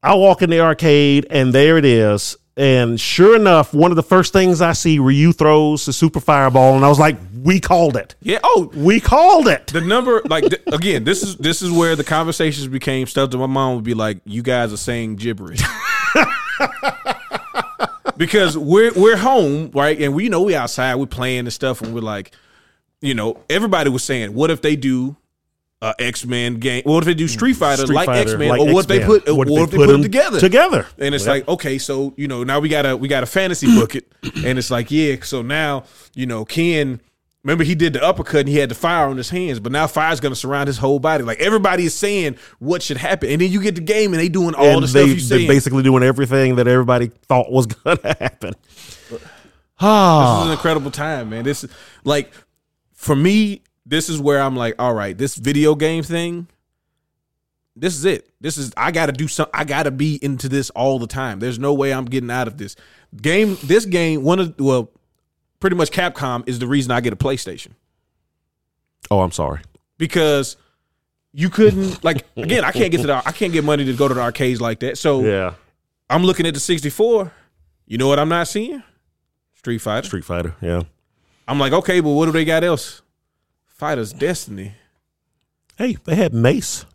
[SPEAKER 4] I walk in the arcade and there it is. And sure enough, one of the first things I see Ryu throws the super fireball, and I was like, "We called it.
[SPEAKER 2] Yeah. Oh,
[SPEAKER 4] We called it."
[SPEAKER 2] the number like th- again this is this is where the conversations became stuff that my mom would be like you guys are saying gibberish because we're we're home right and we know we outside we're playing and stuff and we're like you know everybody was saying what if they do uh, X Men game. What if they do Street Fighter
[SPEAKER 4] Street
[SPEAKER 2] like
[SPEAKER 4] Fighter,
[SPEAKER 2] X Men,
[SPEAKER 4] like
[SPEAKER 2] or what if they
[SPEAKER 4] X-Men.
[SPEAKER 2] put, what if they put, them
[SPEAKER 4] 'em
[SPEAKER 2] together?
[SPEAKER 4] Together,
[SPEAKER 2] And it's like, okay, so you know, now we got a we got a fantasy book it, and it's like, yeah, so now you know, Ken Remember, he did the uppercut and he had the fire on his hands, but now fire's going to surround his whole body. Like everybody is saying what should happen, and then you get the game and they doing all
[SPEAKER 4] and
[SPEAKER 2] the
[SPEAKER 4] they,
[SPEAKER 2] stuff you
[SPEAKER 4] they're
[SPEAKER 2] saying.
[SPEAKER 4] basically doing everything that everybody thought was going to happen.
[SPEAKER 2] this is
[SPEAKER 4] Ah,
[SPEAKER 2] an incredible time, man. This is like for me, this is where I'm like, all right, this video game thing, this is it. This is I gotta do some I gotta be into this all the time. There's no way I'm getting out of this. Game this game, one of well, pretty much Capcom is the reason I get a PlayStation.
[SPEAKER 4] oh, I'm sorry.
[SPEAKER 2] Because you couldn't like again, I can't get to the I can't get money to go to the arcades like that. So
[SPEAKER 4] Yeah,
[SPEAKER 2] I'm looking at the 64. You know what I'm not seeing? Street Fighter.
[SPEAKER 4] Street Fighter. Yeah.
[SPEAKER 2] I'm like, okay, but what do they got else? Fighters Destiny.
[SPEAKER 4] Hey, they had Mace,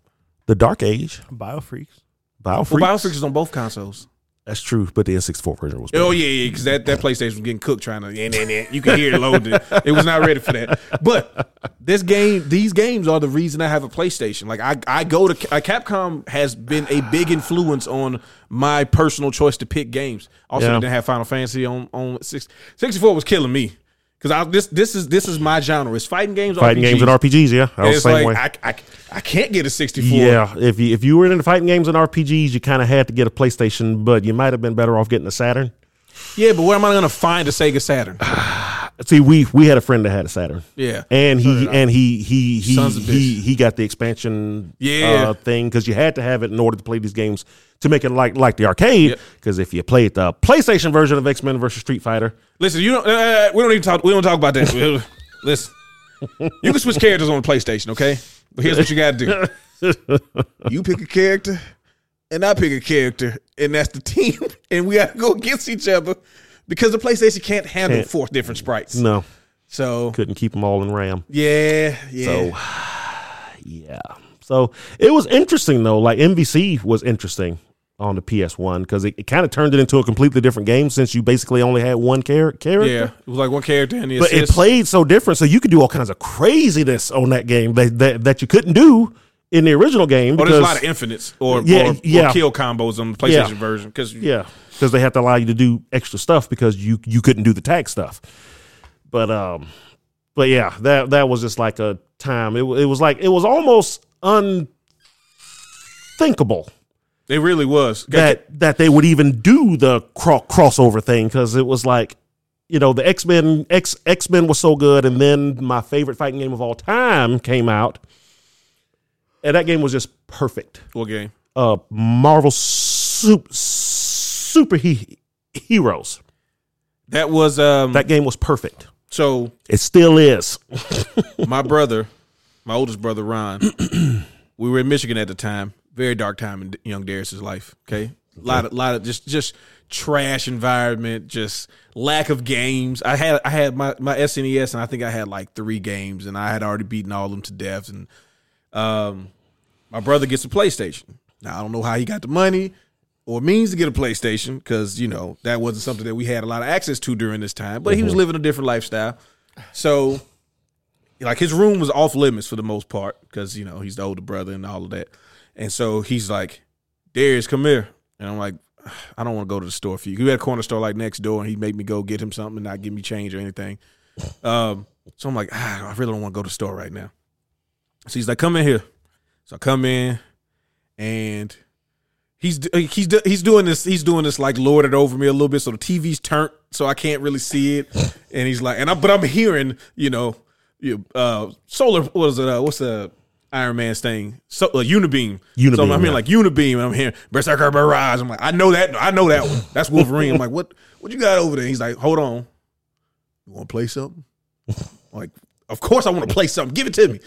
[SPEAKER 4] The Dark Age,
[SPEAKER 3] Biofreaks.
[SPEAKER 4] Biofreaks.
[SPEAKER 2] Well, Bioshock is on both consoles.
[SPEAKER 4] That's true, but the N64 version was.
[SPEAKER 2] Oh
[SPEAKER 4] better.
[SPEAKER 2] yeah, yeah, because that, that PlayStation was getting cooked trying to. eh, eh, eh. You can hear it loaded. it was not ready for that. But this game, these games are the reason I have a PlayStation. Like I, I go to uh, Capcom has been a big influence on my personal choice to pick games. Also,
[SPEAKER 4] Yeah.
[SPEAKER 2] they didn't have Final Fantasy on on six, 64 was killing me because I this this is this is my genre. It's fighting games,
[SPEAKER 4] Fighting games
[SPEAKER 2] RPGs.
[SPEAKER 4] and RPGs. Yeah, I
[SPEAKER 2] And
[SPEAKER 4] was the
[SPEAKER 2] it's like
[SPEAKER 4] same way.
[SPEAKER 2] I, I I can't get a 64.
[SPEAKER 4] yeah, if you if you were into fighting games and RPGs, you kind of had to get a PlayStation, but you might have been better off getting a Saturn.
[SPEAKER 2] Yeah, but where am I going to find a Sega Saturn?
[SPEAKER 4] See, we we had a friend that had a Saturn.
[SPEAKER 2] Yeah.
[SPEAKER 4] and he and he he he
[SPEAKER 2] Sons of
[SPEAKER 4] he, he got the expansion
[SPEAKER 2] Yeah.
[SPEAKER 4] uh, thing because you had to have it in order to play these games to make it like like the arcade. Because if you played the PlayStation version of X Men versus Street Fighter,
[SPEAKER 2] Listen, you don't. Uh, we don't even talk. We don't talk about that. Listen, you can switch characters on the PlayStation, okay? But here's what you got to do: you pick a character, and I pick a character, and that's the team, and we got to go against each other because the PlayStation can't handle
[SPEAKER 4] Can't.
[SPEAKER 2] four different sprites.
[SPEAKER 4] no,
[SPEAKER 2] So
[SPEAKER 4] couldn't keep them all in RAM.
[SPEAKER 2] yeah, yeah.
[SPEAKER 4] So yeah. So it was interesting though. Like MVC was interesting on the PS1 because it, it kind of turned it into a completely different game since you basically only had one char- character.
[SPEAKER 2] yeah, it was like one character and the
[SPEAKER 4] But it
[SPEAKER 2] assist.
[SPEAKER 4] played so different, so you could do all kinds of craziness on that game that that, that you couldn't do in the original game.
[SPEAKER 2] Oh,
[SPEAKER 4] Because,
[SPEAKER 2] there's a lot of infinites or
[SPEAKER 4] Yeah,
[SPEAKER 2] or,
[SPEAKER 4] yeah.
[SPEAKER 2] or kill combos on the PlayStation
[SPEAKER 4] Yeah.
[SPEAKER 2] version because
[SPEAKER 4] yeah, because they have to allow you to do extra stuff because you you couldn't do the tag stuff. But um, but yeah, that that was just like a time. It wa- it was like it was almost unthinkable
[SPEAKER 2] it really was.
[SPEAKER 4] that that they would even do the cro- crossover thing because it was like you know the x-men x x-men was so good and then my favorite fighting game of all time came out and that game was just perfect
[SPEAKER 2] What game?
[SPEAKER 4] uh marvel super, super he- heroes
[SPEAKER 2] That was um.
[SPEAKER 4] that game was perfect
[SPEAKER 2] so
[SPEAKER 4] it still is
[SPEAKER 2] my brother, my oldest brother Ron, we were in Michigan at the time. Very dark time in young Darius's life. Okay, a lot of lot of just just trash environment, just lack of games. I had I had my my SNES, and I think I had like three games, and I had already beaten all of them to death. And um, my brother gets a PlayStation. Now I don't know how he got the money or means to get a PlayStation because you know that wasn't something that we had a lot of access to during this time. But he was living a different lifestyle, so like his room was off limits for the most part because you know he's the older brother and all of that. And so he's like, "Darius, come here," and I'm like, "I don't want to go to the store for you." He had a corner store like next door, and he'd make me go get him something and not give me change or anything. Um, so I'm like, ah, I really don't want to go to the store right now. So he's like, "Come in here." So I come in, and he's uh, he's he's doing this he's doing this like lorded over me a little bit so the tv's turned so i can't really see it and he's like and i but i'm hearing you know you uh solar what is it uh, what's the iron man's thing so uh, unibeam so
[SPEAKER 4] Unibeam,
[SPEAKER 2] i'm
[SPEAKER 4] yeah.
[SPEAKER 2] hearing like unibeam and i'm hearing berserker barrage i'm like i know that i know that one that's wolverine i'm like what what you got over there he's like hold on you want to play something I'm like of course i want to play something give it to me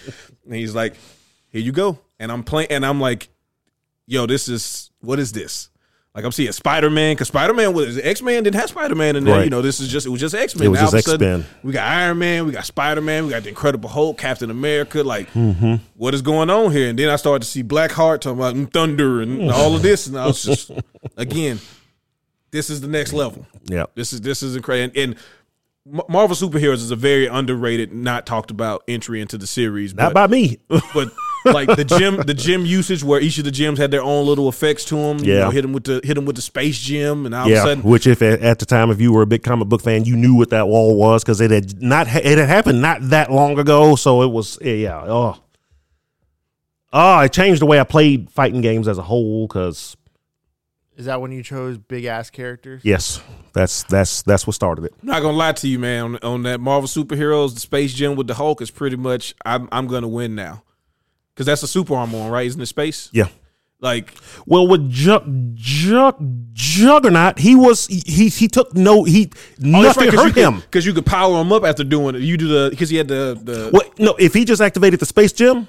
[SPEAKER 2] and he's like here you go and i'm playing and i'm like yo, this is what is this? Like I'm seeing Spider Man because Spider Man was X Man didn't have Spider Man in there.
[SPEAKER 4] Right.
[SPEAKER 2] You know, this is just it was just X
[SPEAKER 4] It
[SPEAKER 2] Men.
[SPEAKER 4] was
[SPEAKER 2] Now all of a
[SPEAKER 4] just
[SPEAKER 2] sudden,
[SPEAKER 4] X-Men.
[SPEAKER 2] we got Iron Man, we got Spider Man, we got the Incredible Hulk, Captain America. Like,
[SPEAKER 4] Mm-hmm.
[SPEAKER 2] what is going on here? And then I started to see Black Heart talking about mm, thunder and all of this, and I was just again, this is the next level.
[SPEAKER 4] yeah
[SPEAKER 2] This is this is incredible. And, and Ma- Marvel superheroes is a very underrated, not talked about entry into the series.
[SPEAKER 4] not
[SPEAKER 2] but,
[SPEAKER 4] by me
[SPEAKER 2] but like the gym, the gym usage where each of the gyms had their own little effects to them. you
[SPEAKER 4] Yeah.
[SPEAKER 2] know, hit them with the hit them with the space gym, and all of a
[SPEAKER 4] Yeah,
[SPEAKER 2] sudden
[SPEAKER 4] which if at, at the time if you were a big comic book fan, you knew what that wall was because it had not ha- it had happened not that long ago, so it was eh, yeah oh oh it changed the way I played fighting games as a whole because
[SPEAKER 3] Is that when you chose big ass characters?
[SPEAKER 4] yes that's that's that's what started it.
[SPEAKER 2] I'm not gonna lie to you, man. On, on that Marvel superheroes, the space gym with the Hulk is pretty much I'm I'm gonna win now, because that's a super armor one, right? Isn't it space?
[SPEAKER 4] Yeah.
[SPEAKER 2] Like
[SPEAKER 4] Well, with ju- ju- Juggernaut, he was he he took no he nothing Oh, hurt him.
[SPEAKER 2] because you could power him up after doing it. You do the because he had the the
[SPEAKER 4] What no, if he just activated the space gym,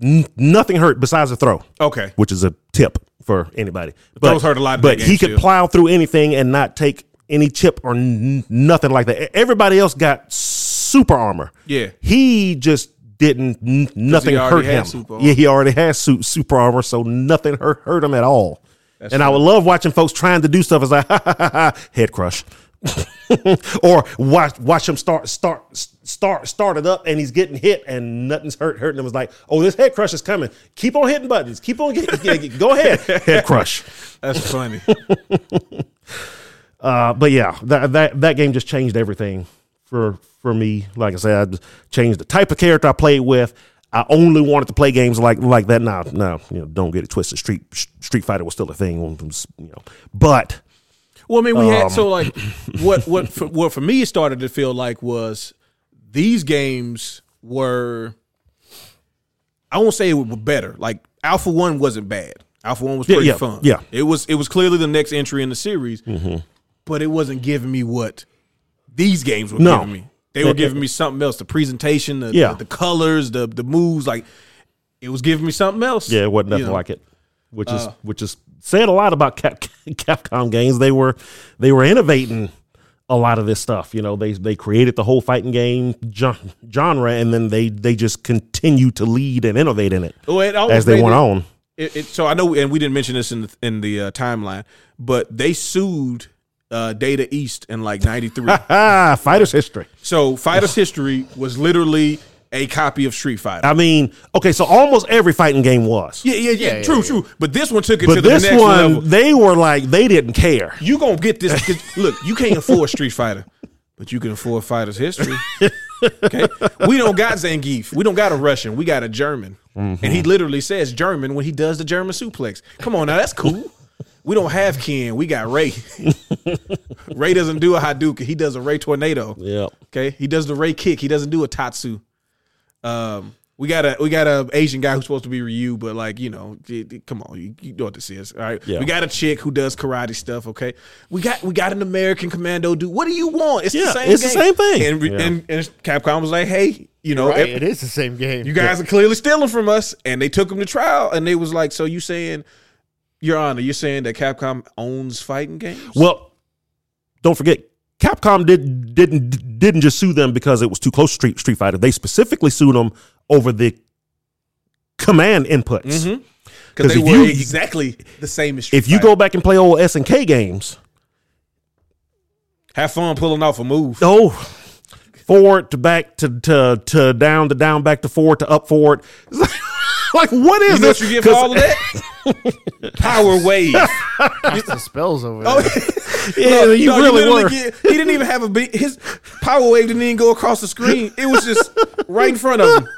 [SPEAKER 4] n- nothing hurt besides a throw.
[SPEAKER 2] okay.
[SPEAKER 4] which is a tip for anybody.
[SPEAKER 2] throws hurt a lot in
[SPEAKER 4] But
[SPEAKER 2] that
[SPEAKER 4] he
[SPEAKER 2] game,
[SPEAKER 4] could
[SPEAKER 2] too.
[SPEAKER 4] plow through anything and not take any chip or n- nothing like that. E- Everybody else got super armor.
[SPEAKER 2] Yeah.
[SPEAKER 4] He just didn't. N- nothing
[SPEAKER 2] already
[SPEAKER 4] hurt
[SPEAKER 2] had
[SPEAKER 4] him.
[SPEAKER 2] super armor.
[SPEAKER 4] Yeah, he already has su- super armor, so nothing hurt hurt him at all. and I would love watching folks trying to do stuff as like head crush. or watch watch him start start start start it up and he's getting hit and nothing's hurt hurting him It's like oh this head crush is coming keep on hitting buttons keep on getting go ahead head crush
[SPEAKER 2] That's funny.
[SPEAKER 4] uh, but yeah that, that that game just changed everything for for me like I said I just changed the type of character I played with I only wanted to play games like like that now now you know don't get it twisted street Street Fighter was still a thing you know but
[SPEAKER 2] Well, I mean, we
[SPEAKER 4] Um.
[SPEAKER 2] had so like what what for, what for me it started to feel like was these games were. I won't say it were better. Like Alpha One wasn't bad. Alpha One was pretty
[SPEAKER 4] yeah,
[SPEAKER 2] fun.
[SPEAKER 4] yeah. Mm-hmm.
[SPEAKER 2] it was it was clearly the next entry in the series, but it wasn't giving me what these games were
[SPEAKER 4] No.
[SPEAKER 2] giving me. They were giving me something else. The presentation, the,
[SPEAKER 4] Yeah.
[SPEAKER 2] the, colors, the the moves, like it was giving me something else.
[SPEAKER 4] Yeah, it wasn't
[SPEAKER 2] you
[SPEAKER 4] nothing
[SPEAKER 2] know?
[SPEAKER 4] like it, which is which is said a lot about Cap, Capcom games. They were they were innovating a lot of this stuff. You know, they they created the whole fighting game gen- genre, and then they they just continue to lead and innovate in it
[SPEAKER 2] Well, it always
[SPEAKER 4] as they
[SPEAKER 2] made
[SPEAKER 4] went
[SPEAKER 2] it-
[SPEAKER 4] on.
[SPEAKER 2] it, it, so I know, and we didn't mention this in the, in the uh, timeline, but they sued uh, Data East in like '93.
[SPEAKER 4] Ah, fighters history.
[SPEAKER 2] so Fighters History was literally a copy of Street Fighter.
[SPEAKER 4] I mean, okay, so almost every fighting game was,
[SPEAKER 2] yeah, yeah, yeah, true, true. But this one took it to
[SPEAKER 4] but
[SPEAKER 2] the
[SPEAKER 4] this
[SPEAKER 2] next
[SPEAKER 4] one
[SPEAKER 2] level.
[SPEAKER 4] they were like they didn't care.
[SPEAKER 2] You gonna get this? 'cause, Look, you can't afford Street Fighter, but you can afford Fighters History. Okay, we don't got Zangief. We don't got a Russian. We got a German, and he literally says German when he does the German suplex. Come on, now that's cool. We don't have Ken. We got Ray. Ray doesn't do a Hadouken. He does a Ray tornado.
[SPEAKER 4] Yeah,
[SPEAKER 2] Okay, he does the Ray kick. He doesn't do a Tatsu. Um, we got a we got a Asian guy who's supposed to be Ryu, but like you know, y- y- come on, you, you know what this is, all right?
[SPEAKER 4] Yeah.
[SPEAKER 2] We got a chick who does karate stuff. Okay, we got we got an American commando dude. What do you want? It's the
[SPEAKER 4] Yeah,
[SPEAKER 2] same.
[SPEAKER 4] it's the
[SPEAKER 2] game.
[SPEAKER 4] same thing.
[SPEAKER 2] And, re- and and Capcom was like, hey, you know,
[SPEAKER 3] Right, it
[SPEAKER 2] ev-
[SPEAKER 3] is the same game.
[SPEAKER 2] you guys are clearly stealing from us, and they took him to trial, and they was like, so you saying, Your Honor, you're saying that Capcom owns fighting games?
[SPEAKER 4] Well, don't forget, Capcom did didn't didn't just sue them because it was too close to Street Street Fighter. They specifically sued them over the command inputs.
[SPEAKER 2] Because
[SPEAKER 4] 'Cause
[SPEAKER 2] they
[SPEAKER 4] if
[SPEAKER 2] were
[SPEAKER 4] you-
[SPEAKER 2] exactly the same as Street
[SPEAKER 4] If you
[SPEAKER 2] Fighter.
[SPEAKER 4] go back and play old S and K games,
[SPEAKER 2] have fun pulling off a move.
[SPEAKER 4] oh, forward to back to to to down to down back to forward to up forward. like what is
[SPEAKER 2] You know
[SPEAKER 4] this?
[SPEAKER 2] what you get for
[SPEAKER 4] 'Cause-
[SPEAKER 2] all of that? Power wave.
[SPEAKER 3] Cast the spells over
[SPEAKER 4] Oh.
[SPEAKER 3] there.
[SPEAKER 4] Yeah,
[SPEAKER 2] No,
[SPEAKER 4] you
[SPEAKER 2] no,
[SPEAKER 4] really
[SPEAKER 2] literally
[SPEAKER 4] were.
[SPEAKER 2] get- he didn't even have a big. His power wave didn't even go across the screen. It was just right in front of him.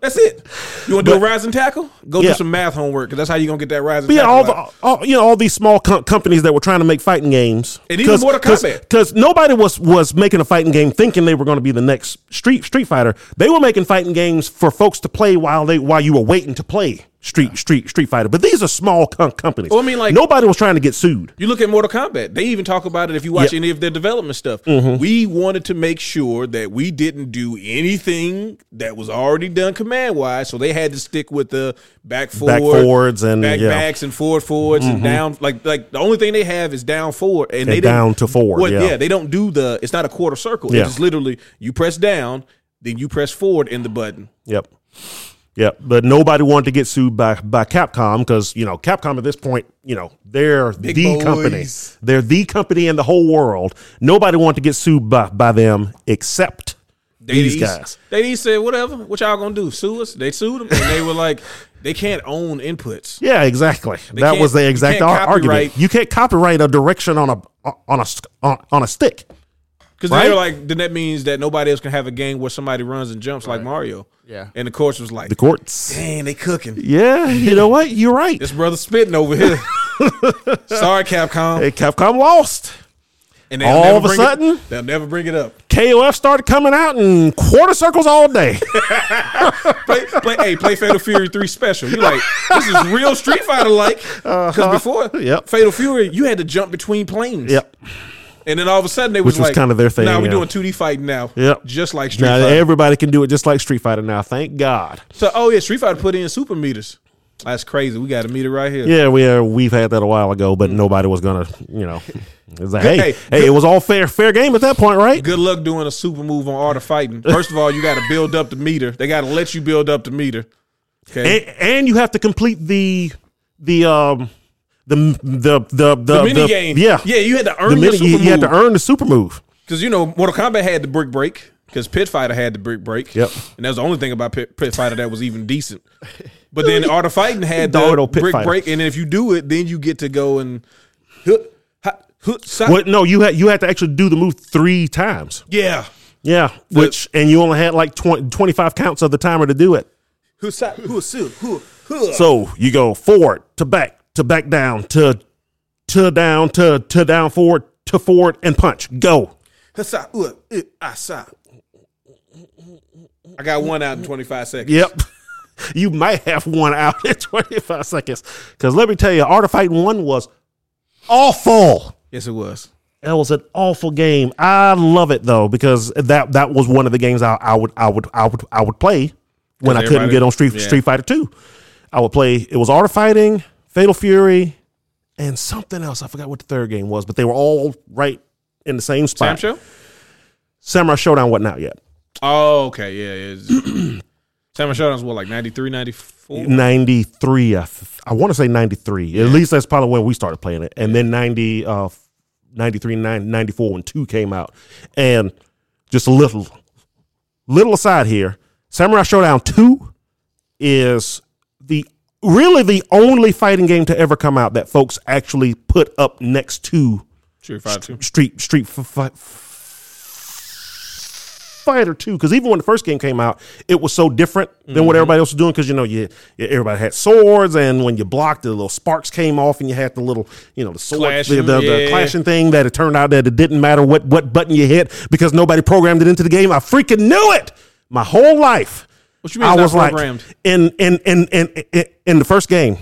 [SPEAKER 2] That's it. You want to do a rising tackle? Go
[SPEAKER 4] Yeah.
[SPEAKER 2] do some math homework because that's how you are gonna get that rising.
[SPEAKER 4] But yeah,
[SPEAKER 2] tackle
[SPEAKER 4] all, the,
[SPEAKER 2] out.
[SPEAKER 4] all you know, all these small com- companies that were trying to make fighting games,
[SPEAKER 2] And even Mortal Kombat.
[SPEAKER 4] because nobody was was making a fighting game thinking they were going to be the next Street Street Fighter. They were making fighting games for folks to play while they while you were waiting to play Street Street Street Fighter. But these are small com- companies.
[SPEAKER 2] Well, I mean, like-
[SPEAKER 4] nobody was trying to get sued.
[SPEAKER 2] You look at Mortal Kombat. They even talk about it if you watch
[SPEAKER 4] Yep.
[SPEAKER 2] any of their development stuff.
[SPEAKER 4] Mm-hmm.
[SPEAKER 2] We wanted to make sure that we didn't do anything that was already done command wise, so they had to stick with the back forward,
[SPEAKER 4] Back forwards and,
[SPEAKER 2] back
[SPEAKER 4] yeah. Mm-hmm.
[SPEAKER 2] backs and forward forwards and down. Like like the only thing they have is down forward and, they didn't-
[SPEAKER 4] down to forward,
[SPEAKER 2] Well,
[SPEAKER 4] yeah.
[SPEAKER 2] they don't do the. It's not a quarter circle.
[SPEAKER 4] Yeah.
[SPEAKER 2] It's just literally you press down, then you press forward in the button.
[SPEAKER 4] Yep. Yep. But nobody wanted to get sued by by Capcom because you know Capcom at this point, you know they're the company.
[SPEAKER 2] boys.
[SPEAKER 4] They're the company in the whole world. Nobody wanted to get sued by by them except
[SPEAKER 2] They
[SPEAKER 4] These
[SPEAKER 2] just-
[SPEAKER 4] guys.
[SPEAKER 2] They just said whatever. What y'all gonna do? Sue us? They sued them, and they were like, they can't own inputs.
[SPEAKER 4] Yeah, exactly. that
[SPEAKER 2] can't-
[SPEAKER 4] was the
[SPEAKER 2] you
[SPEAKER 4] exact
[SPEAKER 2] can't
[SPEAKER 4] ar- argument.
[SPEAKER 2] copyright-
[SPEAKER 4] You can't copyright a direction on a on a s- on, on a stick.
[SPEAKER 2] Because
[SPEAKER 4] Right.
[SPEAKER 2] they were like, then that means that nobody else can have a game where somebody runs and jumps like Mario.
[SPEAKER 3] Yeah.
[SPEAKER 2] And the course was like,
[SPEAKER 4] The courts.
[SPEAKER 2] dang, they cooking.
[SPEAKER 4] Yeah, you know what? You're right.
[SPEAKER 2] This brother spitting over here. Sorry, Capcom.
[SPEAKER 4] Hey, Capcom lost.
[SPEAKER 2] And they'll
[SPEAKER 4] all
[SPEAKER 2] never
[SPEAKER 4] of a
[SPEAKER 2] bring it-
[SPEAKER 4] sudden?
[SPEAKER 2] they'll never bring it up.
[SPEAKER 4] KOF started coming out in quarter circles all day.
[SPEAKER 2] play, play, hey, play Fatal Fury three special. You like this is real Street Fighter like because before
[SPEAKER 4] Uh-huh. Yep.
[SPEAKER 2] Fatal Fury, you had to jump between planes.
[SPEAKER 4] yep.
[SPEAKER 2] And then all of a sudden they
[SPEAKER 4] Which
[SPEAKER 2] was
[SPEAKER 4] was
[SPEAKER 2] like,
[SPEAKER 4] kinda their thing,
[SPEAKER 2] Now we're
[SPEAKER 4] yeah.
[SPEAKER 2] doing two D fighting now.
[SPEAKER 4] Yep.
[SPEAKER 2] Just like Street
[SPEAKER 4] Now
[SPEAKER 2] Fighter.
[SPEAKER 4] everybody can do it just like Street Fighter now. Thank God.
[SPEAKER 2] so oh yeah, Street Fighter put in super meters. That's crazy. We got a meter right here.
[SPEAKER 4] Yeah, we uh, we've had that a while ago, but nobody was gonna, you know, it was like, hey, hey,
[SPEAKER 2] Mm-hmm. hey,
[SPEAKER 4] it was all fair fair game at that point, right?
[SPEAKER 2] Good luck doing a super move on art of fighting. First of all, you got to build up the meter. They got to let you build up the meter. Okay.
[SPEAKER 4] And, and you have to complete the the um the the the the,
[SPEAKER 2] the mini game.
[SPEAKER 4] Yeah,
[SPEAKER 2] Yeah, you had to
[SPEAKER 4] The
[SPEAKER 2] earn your
[SPEAKER 4] mini,
[SPEAKER 2] super
[SPEAKER 4] you,
[SPEAKER 2] move.
[SPEAKER 4] you had to earn the super move.
[SPEAKER 2] Because you know, Mortal Kombat had the brick break. Because Pit Fighter had the brick break.
[SPEAKER 4] Yep.
[SPEAKER 2] And that was the only thing about Pit, Pit Fighter that was even decent. But then Art of Fighting had
[SPEAKER 4] Dog
[SPEAKER 2] the
[SPEAKER 4] old Pit
[SPEAKER 2] brick
[SPEAKER 4] Fighter.
[SPEAKER 2] break, and if you do it, then you get to go and hook, hot, hook, side.
[SPEAKER 4] What? No, you had you had to actually do the move three times.
[SPEAKER 2] Yeah.
[SPEAKER 4] Yeah, which and you only had like 20, 25 counts of the timer to do it.
[SPEAKER 2] Who side? Who sue? Who? Who?
[SPEAKER 4] So you go forward to back to back down to to down to to down forward to forward and punch. Go.
[SPEAKER 2] Who side? Who? uh, I side. I got one out in twenty five seconds.
[SPEAKER 4] Yep. You might have one out in 25 seconds. Because let me tell you, Artifact 1 was awful.
[SPEAKER 2] Yes, it was.
[SPEAKER 4] That was an awful game. I love it though, because that that was one of the games I, I would I would I would I would play when I couldn't
[SPEAKER 2] everybody-
[SPEAKER 4] get on Street
[SPEAKER 2] yeah.
[SPEAKER 4] Street Fighter 2. I would play it was Artifighting, Fatal Fury, and something else. I forgot what the third game was, but they were all right in the same
[SPEAKER 2] Time
[SPEAKER 4] spot.
[SPEAKER 2] show.
[SPEAKER 4] Samurai Showdown wasn't out yet.
[SPEAKER 2] Oh, okay. Yeah. yeah. Samurai Showdown's what like 93, 94?
[SPEAKER 4] 93 i, th- I want to say 93 at least that's probably when we started playing it and then 90 uh 93 nine- 94 when 2 came out and just a little little aside here samurai showdown 2 is the really the only fighting game to ever come out that folks actually put up next to
[SPEAKER 2] Street Fighter Two.
[SPEAKER 4] Street Street F- Fi- Fighter Two because even when the first game came out, it was so different than what
[SPEAKER 2] Mm-hmm.
[SPEAKER 4] everybody else was doing because you know you, you- everybody had swords and when you blocked, the little sparks came off and you had the little you know the sword
[SPEAKER 2] Clashing,
[SPEAKER 4] the, the, the
[SPEAKER 2] yeah.
[SPEAKER 4] clashing thing that it turned out that it didn't matter what what button you hit because nobody programmed it into the game. I freaking knew it my whole life.
[SPEAKER 2] What you mean it's
[SPEAKER 4] I
[SPEAKER 2] not
[SPEAKER 4] was like
[SPEAKER 2] programmed?
[SPEAKER 4] in in in in in- in the first game,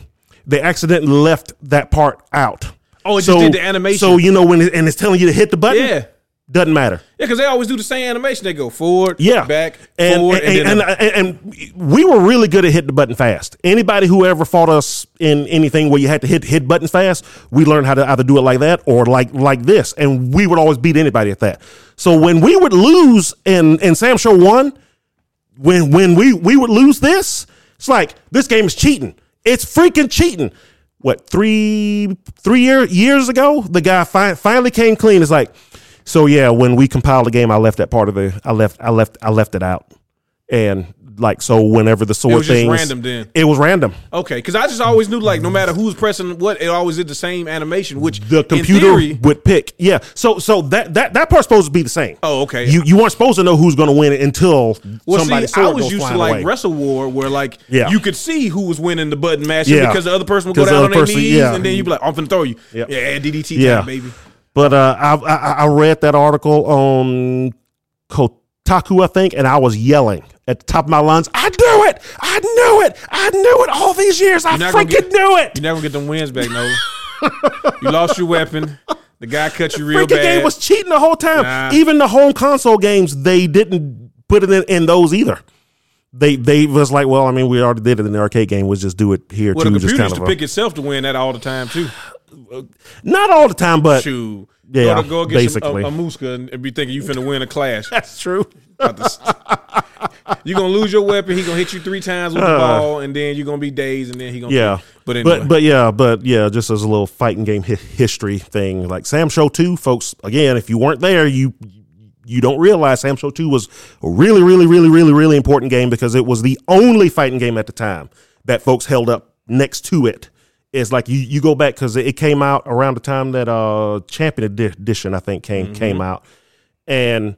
[SPEAKER 4] they accidentally left that part out.
[SPEAKER 2] Oh, it just did the animation.
[SPEAKER 4] So you know when it, and it's telling you to hit the button.
[SPEAKER 2] Yeah.
[SPEAKER 4] doesn't matter.
[SPEAKER 2] Yeah, because they always do the same animation. They go forward,
[SPEAKER 4] Yeah,
[SPEAKER 2] back,
[SPEAKER 4] and
[SPEAKER 2] forward,
[SPEAKER 4] and,
[SPEAKER 2] then
[SPEAKER 4] and, and- and we were really good at hitting the button fast. Anybody who ever fought us in anything where you had to hit hit button fast, we learned how to either do it like that or like like this, and we would always beat anybody at that. So when we would lose and and Sam Show won, when when we we would lose this, it's like this game is cheating. It's freaking cheating. What three three year, years ago, the guy fi- finally came clean. It's like, so yeah, when we compiled the game, I left that part of the I left I left I left it out, and like so whenever the sword
[SPEAKER 2] was just
[SPEAKER 4] things-
[SPEAKER 2] random then.
[SPEAKER 4] it was random.
[SPEAKER 2] okay. Because I just always knew like no matter who's pressing what, it always did the same animation. Which
[SPEAKER 4] The
[SPEAKER 2] in
[SPEAKER 4] computer
[SPEAKER 2] theory-
[SPEAKER 4] would pick. Yeah, so so that that that part's supposed to be the same.
[SPEAKER 2] Oh, okay.
[SPEAKER 4] You you weren't supposed to know who's going to win it until
[SPEAKER 2] well,
[SPEAKER 4] somebody.
[SPEAKER 2] see, I was used to like
[SPEAKER 4] away.
[SPEAKER 2] Wrestle War, where like
[SPEAKER 4] Yeah.
[SPEAKER 2] you could see who was winning the button match
[SPEAKER 4] Yeah.
[SPEAKER 2] because the other person would go
[SPEAKER 4] 'Cause the
[SPEAKER 2] down
[SPEAKER 4] other
[SPEAKER 2] on their
[SPEAKER 4] person-
[SPEAKER 2] knees,
[SPEAKER 4] yeah.
[SPEAKER 2] and then you'd be like, "I'm gonna throw you."
[SPEAKER 4] Yeah.
[SPEAKER 2] Yeah, DDT,
[SPEAKER 4] Yeah.
[SPEAKER 2] time, baby.
[SPEAKER 4] But uh, I, I I read that article on Kotaku, I think, and I was yelling at the top of my lungs. I knew it! I knew it! I knew it! All these years, I
[SPEAKER 2] not gonna
[SPEAKER 4] freaking
[SPEAKER 2] get-
[SPEAKER 4] knew it!
[SPEAKER 2] You're never gonna get them wins back, no. you lost your weapon. The guy cut you real
[SPEAKER 4] freaking
[SPEAKER 2] bad.
[SPEAKER 4] game was cheating the whole time.
[SPEAKER 2] Nah.
[SPEAKER 4] Even the home console games, they didn't put it in, in those either. They they was like, well, I mean, we already did it in the arcade game. We'll just do it here
[SPEAKER 2] well, the
[SPEAKER 4] too. just
[SPEAKER 2] computer
[SPEAKER 4] kind
[SPEAKER 2] used
[SPEAKER 4] of
[SPEAKER 2] to
[SPEAKER 4] a-
[SPEAKER 2] pick itself to win that all the time too.
[SPEAKER 4] not all the time, but
[SPEAKER 2] Shoot.
[SPEAKER 4] Uh, Yeah,
[SPEAKER 2] go, to, go against
[SPEAKER 4] basically.
[SPEAKER 2] a, a Muska and, and be thinking you finna win a clash.
[SPEAKER 4] that's true.
[SPEAKER 2] About to st- you gonna lose your weapon. He gonna hit you three times with the ball, and then you are gonna be dazed, and then he gonna
[SPEAKER 4] Uh. Yeah,
[SPEAKER 2] But anyway,
[SPEAKER 4] but but yeah, but yeah, just as a little fighting game hi- history thing, like Sam Show Two, folks. Again, if you weren't there, you you don't realize Sam Show 2 was a really, really, really, really, really important game because it was the only fighting game at the time that folks held up next to it. It's like you, you go back because it came out around the time that uh Champion Edi- Edition, I think,
[SPEAKER 2] Mm-hmm.
[SPEAKER 4] came came out. And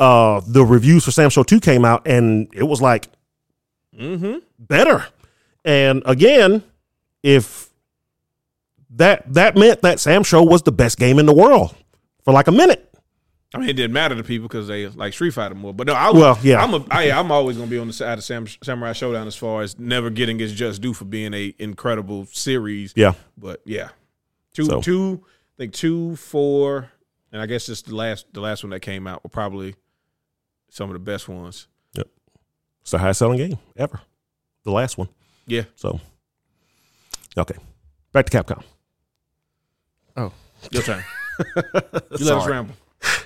[SPEAKER 4] uh the reviews for Sam Show 2 came out and it was like
[SPEAKER 2] Mm-hmm.
[SPEAKER 4] better. And again, if that that meant that Sam Show was the best game in the world for like a minute.
[SPEAKER 2] I mean, it didn't matter to people because they like Street Fighter more. But no, I
[SPEAKER 4] Well, yeah.
[SPEAKER 2] I'm a, I, I'm always gonna be on the side of Sam, Samurai Showdown as far as never getting its just due for being a incredible series.
[SPEAKER 4] Yeah.
[SPEAKER 2] But yeah, two,
[SPEAKER 4] So-
[SPEAKER 2] two, I think two, four, and I guess just the last, the last one that came out were probably some of the best ones.
[SPEAKER 4] It's the highest selling game ever. The last one.
[SPEAKER 2] Yeah.
[SPEAKER 4] So okay. Back to Capcom.
[SPEAKER 3] Oh.
[SPEAKER 2] Your turn. you let us
[SPEAKER 3] Sorry.
[SPEAKER 2] ramble.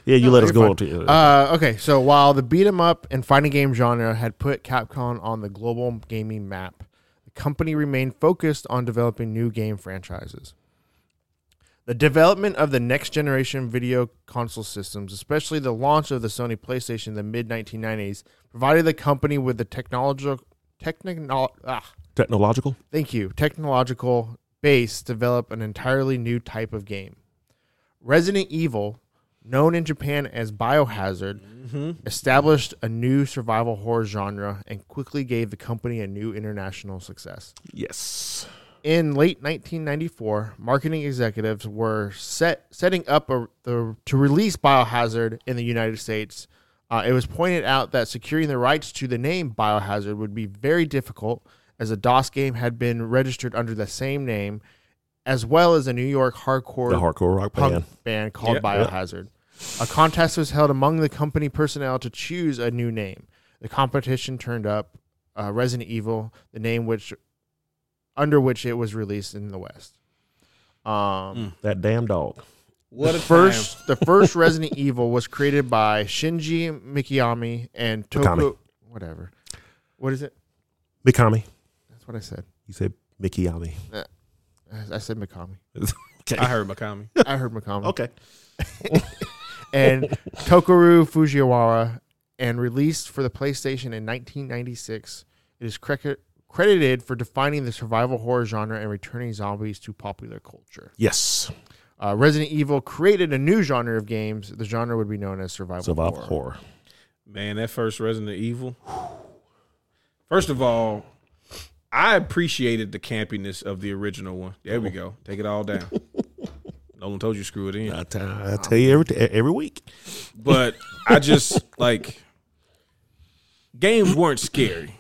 [SPEAKER 4] Yeah, you
[SPEAKER 3] No,
[SPEAKER 4] let us
[SPEAKER 3] you're
[SPEAKER 4] go
[SPEAKER 3] fine.
[SPEAKER 4] on to
[SPEAKER 3] Uh, okay, so while the beat 'em up and fighting game genre had put Capcom on the global gaming map, the company remained focused on developing new game franchises. The development of the next generation video console systems, especially the launch of the Sony PlayStation in the mid 1990s, provided the company with the technological techno, ah,
[SPEAKER 4] technological.
[SPEAKER 3] thank you, technological base to develop an entirely new type of game. Resident Evil, known in Japan as Biohazard, established a new survival horror genre and quickly gave the company a new international success.
[SPEAKER 4] Yes.
[SPEAKER 3] In late 1994, marketing executives were set setting up a, the, to release Biohazard in the United States. Uh, it was pointed out that securing the rights to the name Biohazard would be very difficult, as a DOS game had been registered under the same name, as well as a New York hardcore
[SPEAKER 4] The hardcore rock
[SPEAKER 3] punk
[SPEAKER 4] band.
[SPEAKER 3] band called
[SPEAKER 2] Yeah.
[SPEAKER 3] Biohazard. A contest was held among the company personnel to choose a new name. The competition turned up uh, Resident Evil, the name which under which it was released in the West. Um,
[SPEAKER 2] Hmm.
[SPEAKER 4] That damn dog.
[SPEAKER 2] What
[SPEAKER 3] the first the first Resident Evil was created by Shinji Mikami and
[SPEAKER 4] Mikami.
[SPEAKER 3] Toko whatever. What is it?
[SPEAKER 4] Mikami.
[SPEAKER 3] That's what I said.
[SPEAKER 4] You said Mikiyami.
[SPEAKER 3] I- I said Mikami.
[SPEAKER 4] okay.
[SPEAKER 2] I heard Mikami.
[SPEAKER 3] I heard Mikami.
[SPEAKER 4] okay.
[SPEAKER 3] and Tokoru Fujiwara and released for the PlayStation in 1996. It is cre- credited for defining the survival horror genre and returning zombies to popular culture.
[SPEAKER 4] Yes.
[SPEAKER 3] Uh, Resident Evil created a new genre of games. The genre would be known as survival,
[SPEAKER 4] Survival
[SPEAKER 3] horror.
[SPEAKER 4] horror.
[SPEAKER 2] Man, that first Resident Evil. First of all, I appreciated the campiness of the original one. There we go. Take it all down. Nolan told you screw it in.
[SPEAKER 4] I te- I tell you every every week.
[SPEAKER 2] But I just like games weren't scary.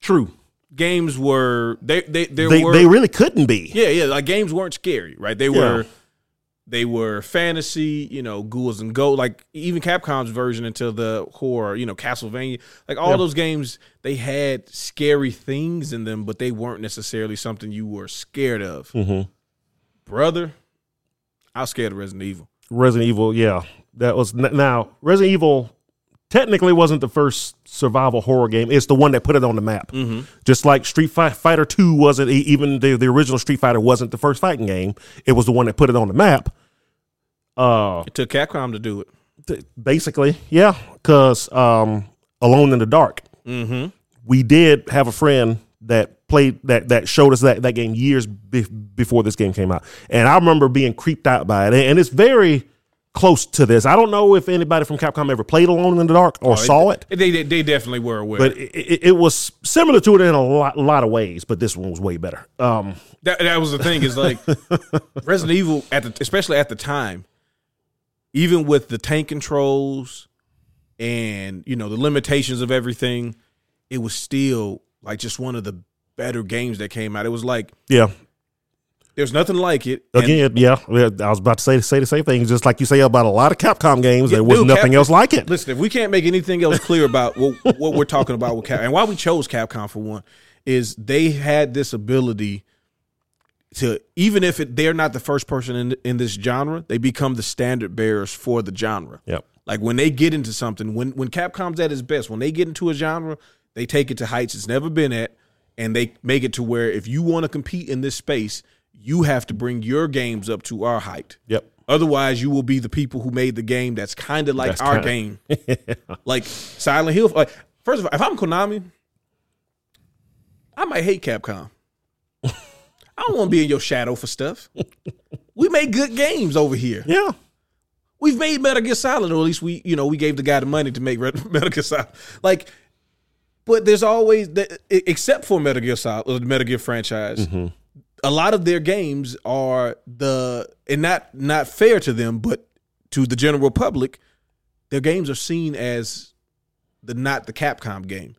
[SPEAKER 4] True.
[SPEAKER 2] Games were they they there
[SPEAKER 4] They
[SPEAKER 2] were
[SPEAKER 4] they really couldn't be.
[SPEAKER 2] Yeah, yeah. Like games weren't scary, right? They
[SPEAKER 4] Yeah.
[SPEAKER 2] were they were fantasy, you know, ghouls and go like even Capcom's version until the horror, you know, Castlevania. Like all
[SPEAKER 4] Yeah.
[SPEAKER 2] those games, they had scary things in them, but they weren't necessarily something you were scared of.
[SPEAKER 4] Mm-hmm.
[SPEAKER 2] Brother, I was scared of Resident Evil.
[SPEAKER 4] Resident Evil, yeah, that was n- now Resident Evil technically wasn't the first survival horror game. It's the one that put it on the map. Just like Street Fi- Fighter Two wasn't e- even the the original Street Fighter wasn't the first fighting game. It was the one that put it on the map. Uh,
[SPEAKER 2] It took Capcom to do it.
[SPEAKER 4] th- basically, yeah, because um, Alone in the Dark,
[SPEAKER 2] Mm-hmm.
[SPEAKER 4] we did have a friend that played that that showed us that that game years be- before this game came out, and I remember being creeped out by it. And, and it's very close to this. I don't know if anybody from Capcom ever played Alone in the Dark
[SPEAKER 2] Oh,
[SPEAKER 4] or saw it,
[SPEAKER 2] They, they they definitely were aware.
[SPEAKER 4] but it, it, it was similar to it in a lot, lot of ways. But this one was way better. Um,
[SPEAKER 2] that that was the thing is like Resident Evil at the especially at the time, even with the tank controls and you know the limitations of everything, it was still like just one of the better games that came out. It was like
[SPEAKER 4] yeah.
[SPEAKER 2] there's nothing like it. And-
[SPEAKER 4] Again, yeah, yeah, I was about to say say the same thing, just like you say about a lot of Capcom games.
[SPEAKER 2] Yeah,
[SPEAKER 4] there was
[SPEAKER 2] dude,
[SPEAKER 4] nothing
[SPEAKER 2] Cap-
[SPEAKER 4] else like it.
[SPEAKER 2] Listen, if we can't make anything else clear about what, what we're talking about with Cap and why we chose Capcom for one is they had this ability to even if it, they're not the first person in in this genre, they become the standard bearers for the genre.
[SPEAKER 4] Yep.
[SPEAKER 2] Like when they get into something, when when Capcom's at its best, when they get into a genre, they take it to heights it's never been at, and they make it to where if you want to compete in this space, you have to bring your games up to our height
[SPEAKER 4] Yep.
[SPEAKER 2] Otherwise, you will be the people who made the game that's kind of like
[SPEAKER 4] That's
[SPEAKER 2] our
[SPEAKER 4] kinda-
[SPEAKER 2] game, like Silent Hill. Like, first of all, if I'm Konami, I might hate Capcom. I don't want to be in your shadow for stuff. We made good games over here.
[SPEAKER 4] yeah.
[SPEAKER 2] We've made Metal Gear Solid, or at least we, you know, we gave the guy the money to make Red- Metal Gear Solid. Like, but there's always, the, e- except for Metal Gear Solid, or the Metal Gear franchise,
[SPEAKER 4] Mm-hmm.
[SPEAKER 2] a lot of their games are the and not not fair to them, but to the general public, their games are seen as the not the Capcom game.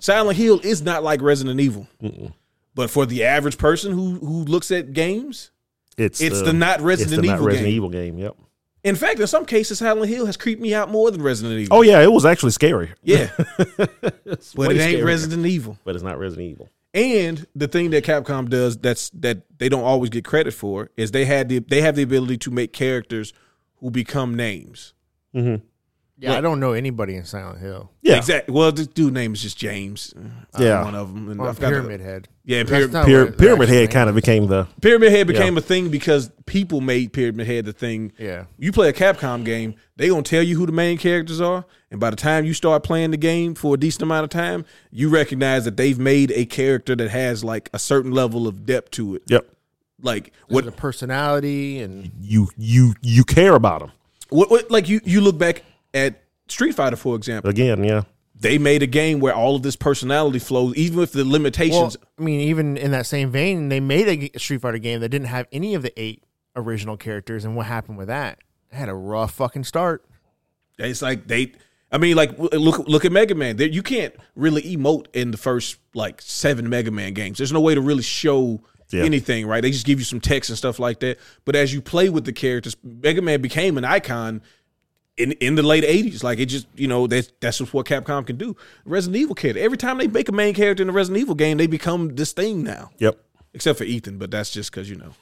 [SPEAKER 2] Silent Hill is not like Resident Evil, but for the average person who who looks at games,
[SPEAKER 4] It's
[SPEAKER 2] It's the not Resident
[SPEAKER 4] it's the
[SPEAKER 2] Evil
[SPEAKER 4] not Resident
[SPEAKER 2] game.
[SPEAKER 4] Evil game. Yep.
[SPEAKER 2] in fact, in some cases, Silent Hill has creeped me out more than Resident Evil.
[SPEAKER 4] Oh yeah, it was actually scary.
[SPEAKER 2] Yeah,
[SPEAKER 4] It's
[SPEAKER 2] but
[SPEAKER 4] way
[SPEAKER 2] it ain't
[SPEAKER 4] scarier.
[SPEAKER 2] Resident Evil.
[SPEAKER 4] But it's not Resident Evil.
[SPEAKER 2] And the thing that Capcom does that's that they don't always get credit for is they had the they have the ability to make characters who become names.
[SPEAKER 4] Mm-hmm.
[SPEAKER 3] Yeah, I don't know anybody in Silent Hill.
[SPEAKER 4] Yeah.
[SPEAKER 2] Exactly. Well, this dude name is just James. Uh, I'm
[SPEAKER 4] Yeah.
[SPEAKER 2] one of them. And
[SPEAKER 3] Or
[SPEAKER 2] I forgot the-
[SPEAKER 3] Pyramid Head.
[SPEAKER 2] yeah,
[SPEAKER 3] That's
[SPEAKER 2] Pyramid.
[SPEAKER 3] not
[SPEAKER 4] Pyra-
[SPEAKER 3] what-
[SPEAKER 4] Pyramid
[SPEAKER 3] actually,
[SPEAKER 4] Head kind of became the
[SPEAKER 2] Pyramid Head became a thing because people made Pyramid Head the thing.
[SPEAKER 3] Yeah.
[SPEAKER 2] You play a Capcom game, they gonna tell you who the main characters are, and by the time you start playing the game for a decent amount of time, you recognize that they've made a character that has like a certain level of depth to it.
[SPEAKER 4] yep.
[SPEAKER 2] Like
[SPEAKER 3] What
[SPEAKER 2] what
[SPEAKER 3] the personality and
[SPEAKER 4] You you you care about them
[SPEAKER 2] What, what like you you look back at Street Fighter for example,
[SPEAKER 4] again. Yeah.
[SPEAKER 2] they made a game where all of this personality flows, even with the
[SPEAKER 3] well,
[SPEAKER 2] limitations.
[SPEAKER 3] I mean, even in that same vein, they made a g- Street Fighter game that didn't have any of the eight original characters, and what happened with that? It had a rough fucking start.
[SPEAKER 2] it's like they, I mean, like w- look look at Mega Man. There, you can't really emote in the first like seven Mega Man games. There's no way to really show
[SPEAKER 4] Yeah.
[SPEAKER 2] anything, right? They just give you some text and stuff like that. But as you play with the characters, Mega Man became an icon. In, in the late 80s like it just you know that's that's just what capcom can do resident evil character every time they make a main character in a resident evil game they become this thing now
[SPEAKER 4] Yep.
[SPEAKER 2] except for Ethan, but that's just because you know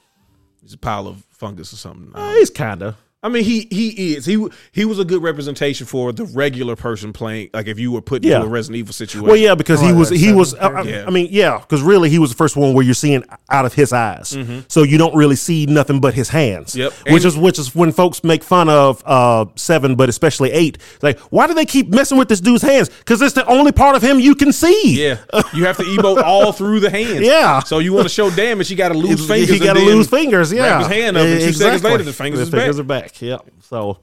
[SPEAKER 2] he's a pile of fungus or something.
[SPEAKER 4] Uh, It's kind of
[SPEAKER 2] I mean, he he is he he was a good representation for the regular person playing. Like if you were put
[SPEAKER 4] Yeah.
[SPEAKER 2] into a Resident Evil situation,
[SPEAKER 4] well, yeah, because he
[SPEAKER 3] Probably
[SPEAKER 4] was
[SPEAKER 3] that
[SPEAKER 4] he
[SPEAKER 3] seven
[SPEAKER 4] was. I,
[SPEAKER 3] character.
[SPEAKER 4] I-
[SPEAKER 2] Yeah.
[SPEAKER 4] I mean, yeah, because really he was the first one where you're seeing out of his eyes, so you don't really see nothing but his hands.
[SPEAKER 2] Mm-hmm. Yep. And-
[SPEAKER 4] Which is which is when folks make fun of uh, seven, but especially eight. Like, why do they keep messing with this dude's hands? Because it's the only part of him you can see.
[SPEAKER 2] yeah, you have to emote all through the hands.
[SPEAKER 4] Yeah.
[SPEAKER 2] so you want to show damage, you got to lose
[SPEAKER 4] It's-
[SPEAKER 2] fingers.
[SPEAKER 4] He
[SPEAKER 2] and
[SPEAKER 4] got to
[SPEAKER 2] then
[SPEAKER 4] lose fingers. Yeah,
[SPEAKER 2] wrap his hand up, and two seconds
[SPEAKER 4] Exactly.
[SPEAKER 2] later, the fingers is back.
[SPEAKER 4] are back. Yeah. So,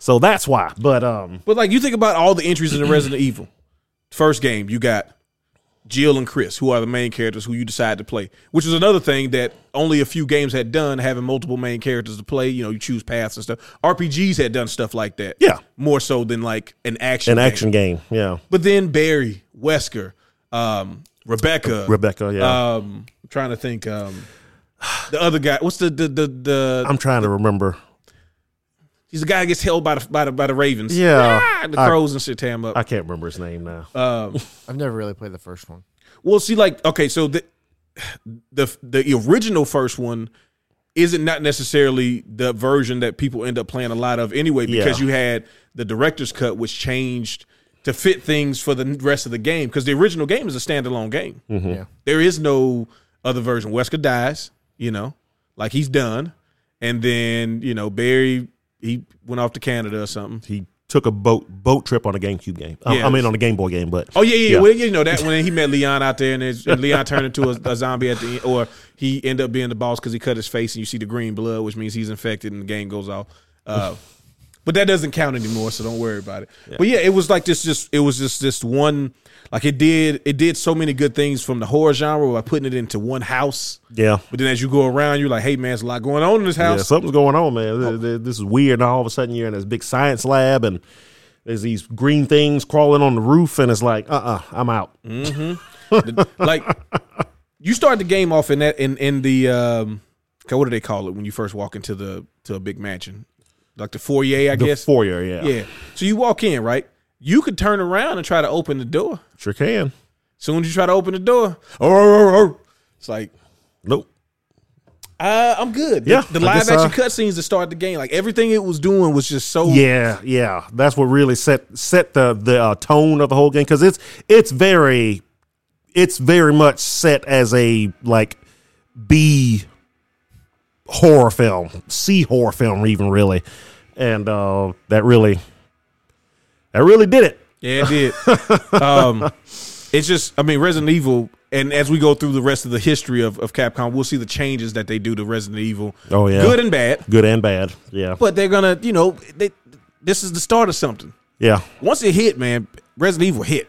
[SPEAKER 4] so that's why. But um,
[SPEAKER 2] But like you think about all the entries in the Resident Evil first game, you got Jill and Chris, who are the main characters who you decide to play, which is another thing that only a few games had done, having multiple main characters to play. You know, you choose paths and stuff. RPGs had done stuff like that,
[SPEAKER 4] Yeah.
[SPEAKER 2] more so than like an action.
[SPEAKER 4] an
[SPEAKER 2] game.
[SPEAKER 4] action game. Yeah.
[SPEAKER 2] But then Barry, Wesker, um, Rebecca,
[SPEAKER 4] Rebecca. Yeah.
[SPEAKER 2] Um, I'm trying to think. Um, the other guy, what's the the the, the
[SPEAKER 4] I'm trying to remember.
[SPEAKER 2] he's the guy that gets held by the by the, by the ravens.
[SPEAKER 4] Yeah.
[SPEAKER 2] Ah, the crows and shit. Tear him up.
[SPEAKER 4] I can't remember his name now.
[SPEAKER 2] um,
[SPEAKER 3] I've never really played the first one.
[SPEAKER 2] Well, see, like, okay, so the the the original first one isn't not necessarily the version that people end up playing a lot of anyway, because
[SPEAKER 4] Yeah.
[SPEAKER 2] you had the director's cut, which changed to fit things for the rest of the game. Because the original game is a standalone game.
[SPEAKER 4] Mm-hmm. Hmm.
[SPEAKER 3] Yeah.
[SPEAKER 2] There is no other version. Wesker dies, you know, like he's done, and then you know Barry he went off to Canada or something.
[SPEAKER 4] he took a boat boat trip on a GameCube game. Um,
[SPEAKER 2] Yeah.
[SPEAKER 4] I mean, on a Game Boy game, but
[SPEAKER 2] Oh yeah, yeah,
[SPEAKER 4] Yeah.
[SPEAKER 2] Well, you know that when he met Leon out there, and, it's- and Leon turned into a, a zombie at the end, or he ended up being the boss because he cut his face, and you see the green blood, which means he's infected, and the game goes off. Uh, but that doesn't count anymore, so don't worry about it. But yeah, it was like this, just it was just this one, like it did, it did so many good things from the horror genre by putting it into one house.
[SPEAKER 4] yeah.
[SPEAKER 2] But then as you go around, you're like, hey man, there's a lot going on in this
[SPEAKER 4] Yeah,
[SPEAKER 2] house. Oh.
[SPEAKER 4] something's going on, man. Th- th- This is weird. Now all of a sudden you're in this big science lab and there's these green things crawling on the roof, and it's like, uh, uh-uh, uh, i am out.
[SPEAKER 2] like you start the game off in that in in the um okay, what do they call it when you first walk into the to a big mansion like the foyer i
[SPEAKER 4] The
[SPEAKER 2] guess
[SPEAKER 4] foyer, yeah.
[SPEAKER 2] yeah so you walk in right you could turn around and try to open the door
[SPEAKER 4] sure can.
[SPEAKER 2] soon as you try to open the door "Oh, oh, oh, oh." it's like
[SPEAKER 4] Nope.
[SPEAKER 2] uh, i'm good
[SPEAKER 4] Yeah,
[SPEAKER 2] the, the
[SPEAKER 4] I
[SPEAKER 2] live
[SPEAKER 4] guess,
[SPEAKER 2] action
[SPEAKER 4] uh,
[SPEAKER 2] cutscenes that start the game like everything it was doing was just so
[SPEAKER 4] Yeah, yeah, that's what really set set the the uh, tone of the whole game because it's it's very it's very much set as a like B horror film, C horror film, even really, and uh, that really, that really did it.
[SPEAKER 2] Yeah, it did. um, it's just, I mean, Resident Evil, and as we go through the rest of the history of, of Capcom, we'll see the changes that they do to Resident Evil.
[SPEAKER 4] Oh, yeah.
[SPEAKER 2] good and bad.
[SPEAKER 4] Good and bad. Yeah,
[SPEAKER 2] But they're gonna, you know, they, this is the start of something.
[SPEAKER 4] yeah.
[SPEAKER 2] Once it hit, man, Resident Evil hit.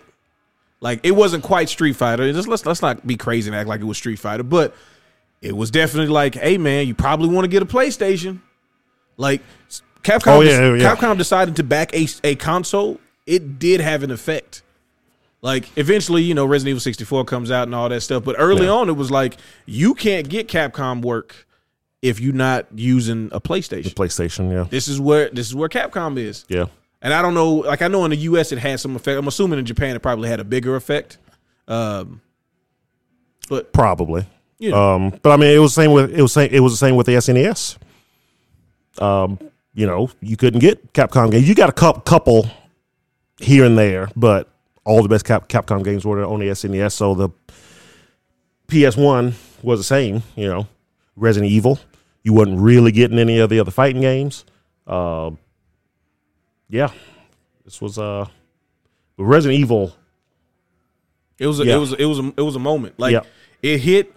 [SPEAKER 2] Like it wasn't quite Street Fighter. It Just let's let's not be crazy and act like it was Street Fighter, but it was definitely like, hey, man, you probably want to get a PlayStation. Like Capcom,
[SPEAKER 4] Oh, yeah, yeah.
[SPEAKER 2] Capcom decided to back a, a console. It did have an effect. Like eventually, you know, Resident Evil 64 comes out and all that stuff. But early
[SPEAKER 4] Yeah.
[SPEAKER 2] on, it was like you can't get Capcom work if you're not using a PlayStation.
[SPEAKER 4] PlayStation. Yeah,
[SPEAKER 2] This is where this is where Capcom is.
[SPEAKER 4] yeah.
[SPEAKER 2] And I don't know, like I know in the U.S. it had some effect. I'm assuming in Japan it probably had a bigger effect. Um,
[SPEAKER 4] Probably.
[SPEAKER 2] Yeah.
[SPEAKER 4] Um, but I mean, it was the same with it was same, it was the same with the SNES. Um, you know, you couldn't get Capcom games. You got a cou- couple here and there, but all the best Cap- Capcom games were on the SNES. So the PS One was the same. You know, Resident Evil. You wasn't really getting any of the other fighting games. Uh, yeah, this was uh, but Resident Evil.
[SPEAKER 2] it was a,
[SPEAKER 4] Yeah.
[SPEAKER 2] it was it was a, it was a moment like
[SPEAKER 4] Yeah.
[SPEAKER 2] it hit,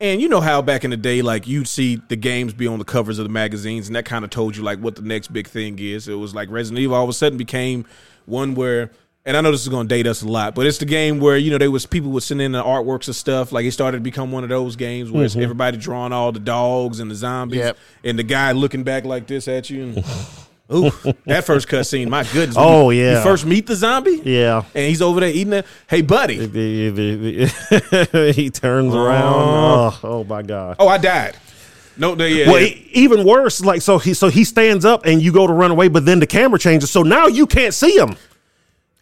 [SPEAKER 2] and you know how back in the day like you'd see the games be on the covers of the magazines, and that kind of told you like what the next big thing is. It was like Resident Evil all of a sudden became one where. And I know this is going to date us a lot, but it's the game where you know there was people would send in the artworks and stuff. Like it started to become one of those games where
[SPEAKER 4] Mm-hmm.
[SPEAKER 2] it's everybody drawing all the dogs and the zombies,
[SPEAKER 3] Yep.
[SPEAKER 2] and the guy looking back like this at you. And, Ooh, that first cutscene, my goodness.
[SPEAKER 4] Oh,
[SPEAKER 2] You-
[SPEAKER 4] yeah.
[SPEAKER 2] You first meet the zombie?
[SPEAKER 4] Yeah.
[SPEAKER 2] And he's over there eating it. Hey, buddy.
[SPEAKER 4] The- the- the- he turns around. Oh, oh my god!
[SPEAKER 2] Oh, I died. No, no, yeah.
[SPEAKER 4] Well,
[SPEAKER 2] yeah.
[SPEAKER 4] e- even worse, like so he so he stands up and you go to run away, but then the camera changes, so now you can't see him.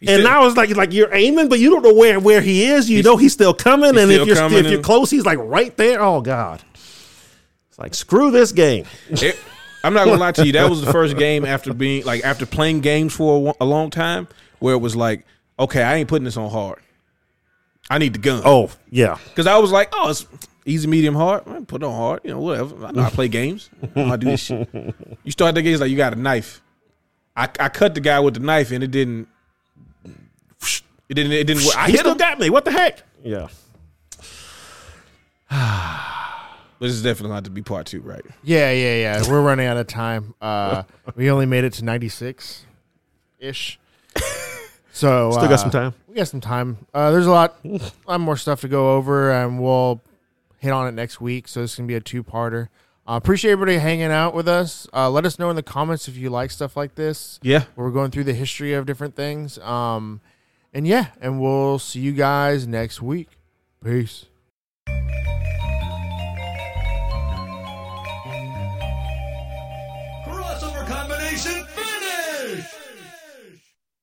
[SPEAKER 2] He
[SPEAKER 4] And
[SPEAKER 2] said-
[SPEAKER 4] now it's like like you're aiming, but you don't know where where he is. You know he's still coming, and
[SPEAKER 2] still
[SPEAKER 4] if you're
[SPEAKER 2] coming
[SPEAKER 4] if you're
[SPEAKER 2] and-
[SPEAKER 4] close, he's like right there. Oh god! It's like screw this game.
[SPEAKER 2] it- I'm not gonna lie to you. That was the first game after being like after playing games for a, wa- a long time where it was like, okay, I ain't putting this on hard. I need the gun.
[SPEAKER 4] Oh yeah,
[SPEAKER 2] because I was like, oh, it's easy, medium, hard. Man, put it on hard. You know, whatever. I know I play games. I know how to do this shit. You start that game, it's like you got a knife. I, I cut the guy with the knife, and it didn't. It didn't. It didn't. work. I
[SPEAKER 4] he
[SPEAKER 2] hit
[SPEAKER 4] still
[SPEAKER 2] him.
[SPEAKER 4] got me. What the heck? Yeah.
[SPEAKER 2] But this is definitely not to be part two, right?
[SPEAKER 3] Yeah, yeah, yeah. We're running out of time. Uh, we only made it to 96 ish. So uh,
[SPEAKER 4] Still got some time.
[SPEAKER 3] We got some time. Uh, there's a lot, a lot more stuff to go over, and we'll hit on it next week. So this can be a two parter. Uh, appreciate everybody hanging out with us. Uh, let us know in the comments if you like stuff like this.
[SPEAKER 2] Yeah.
[SPEAKER 3] Where we're going through the history of different things. Um, and yeah, and we'll see you guys next week. Peace.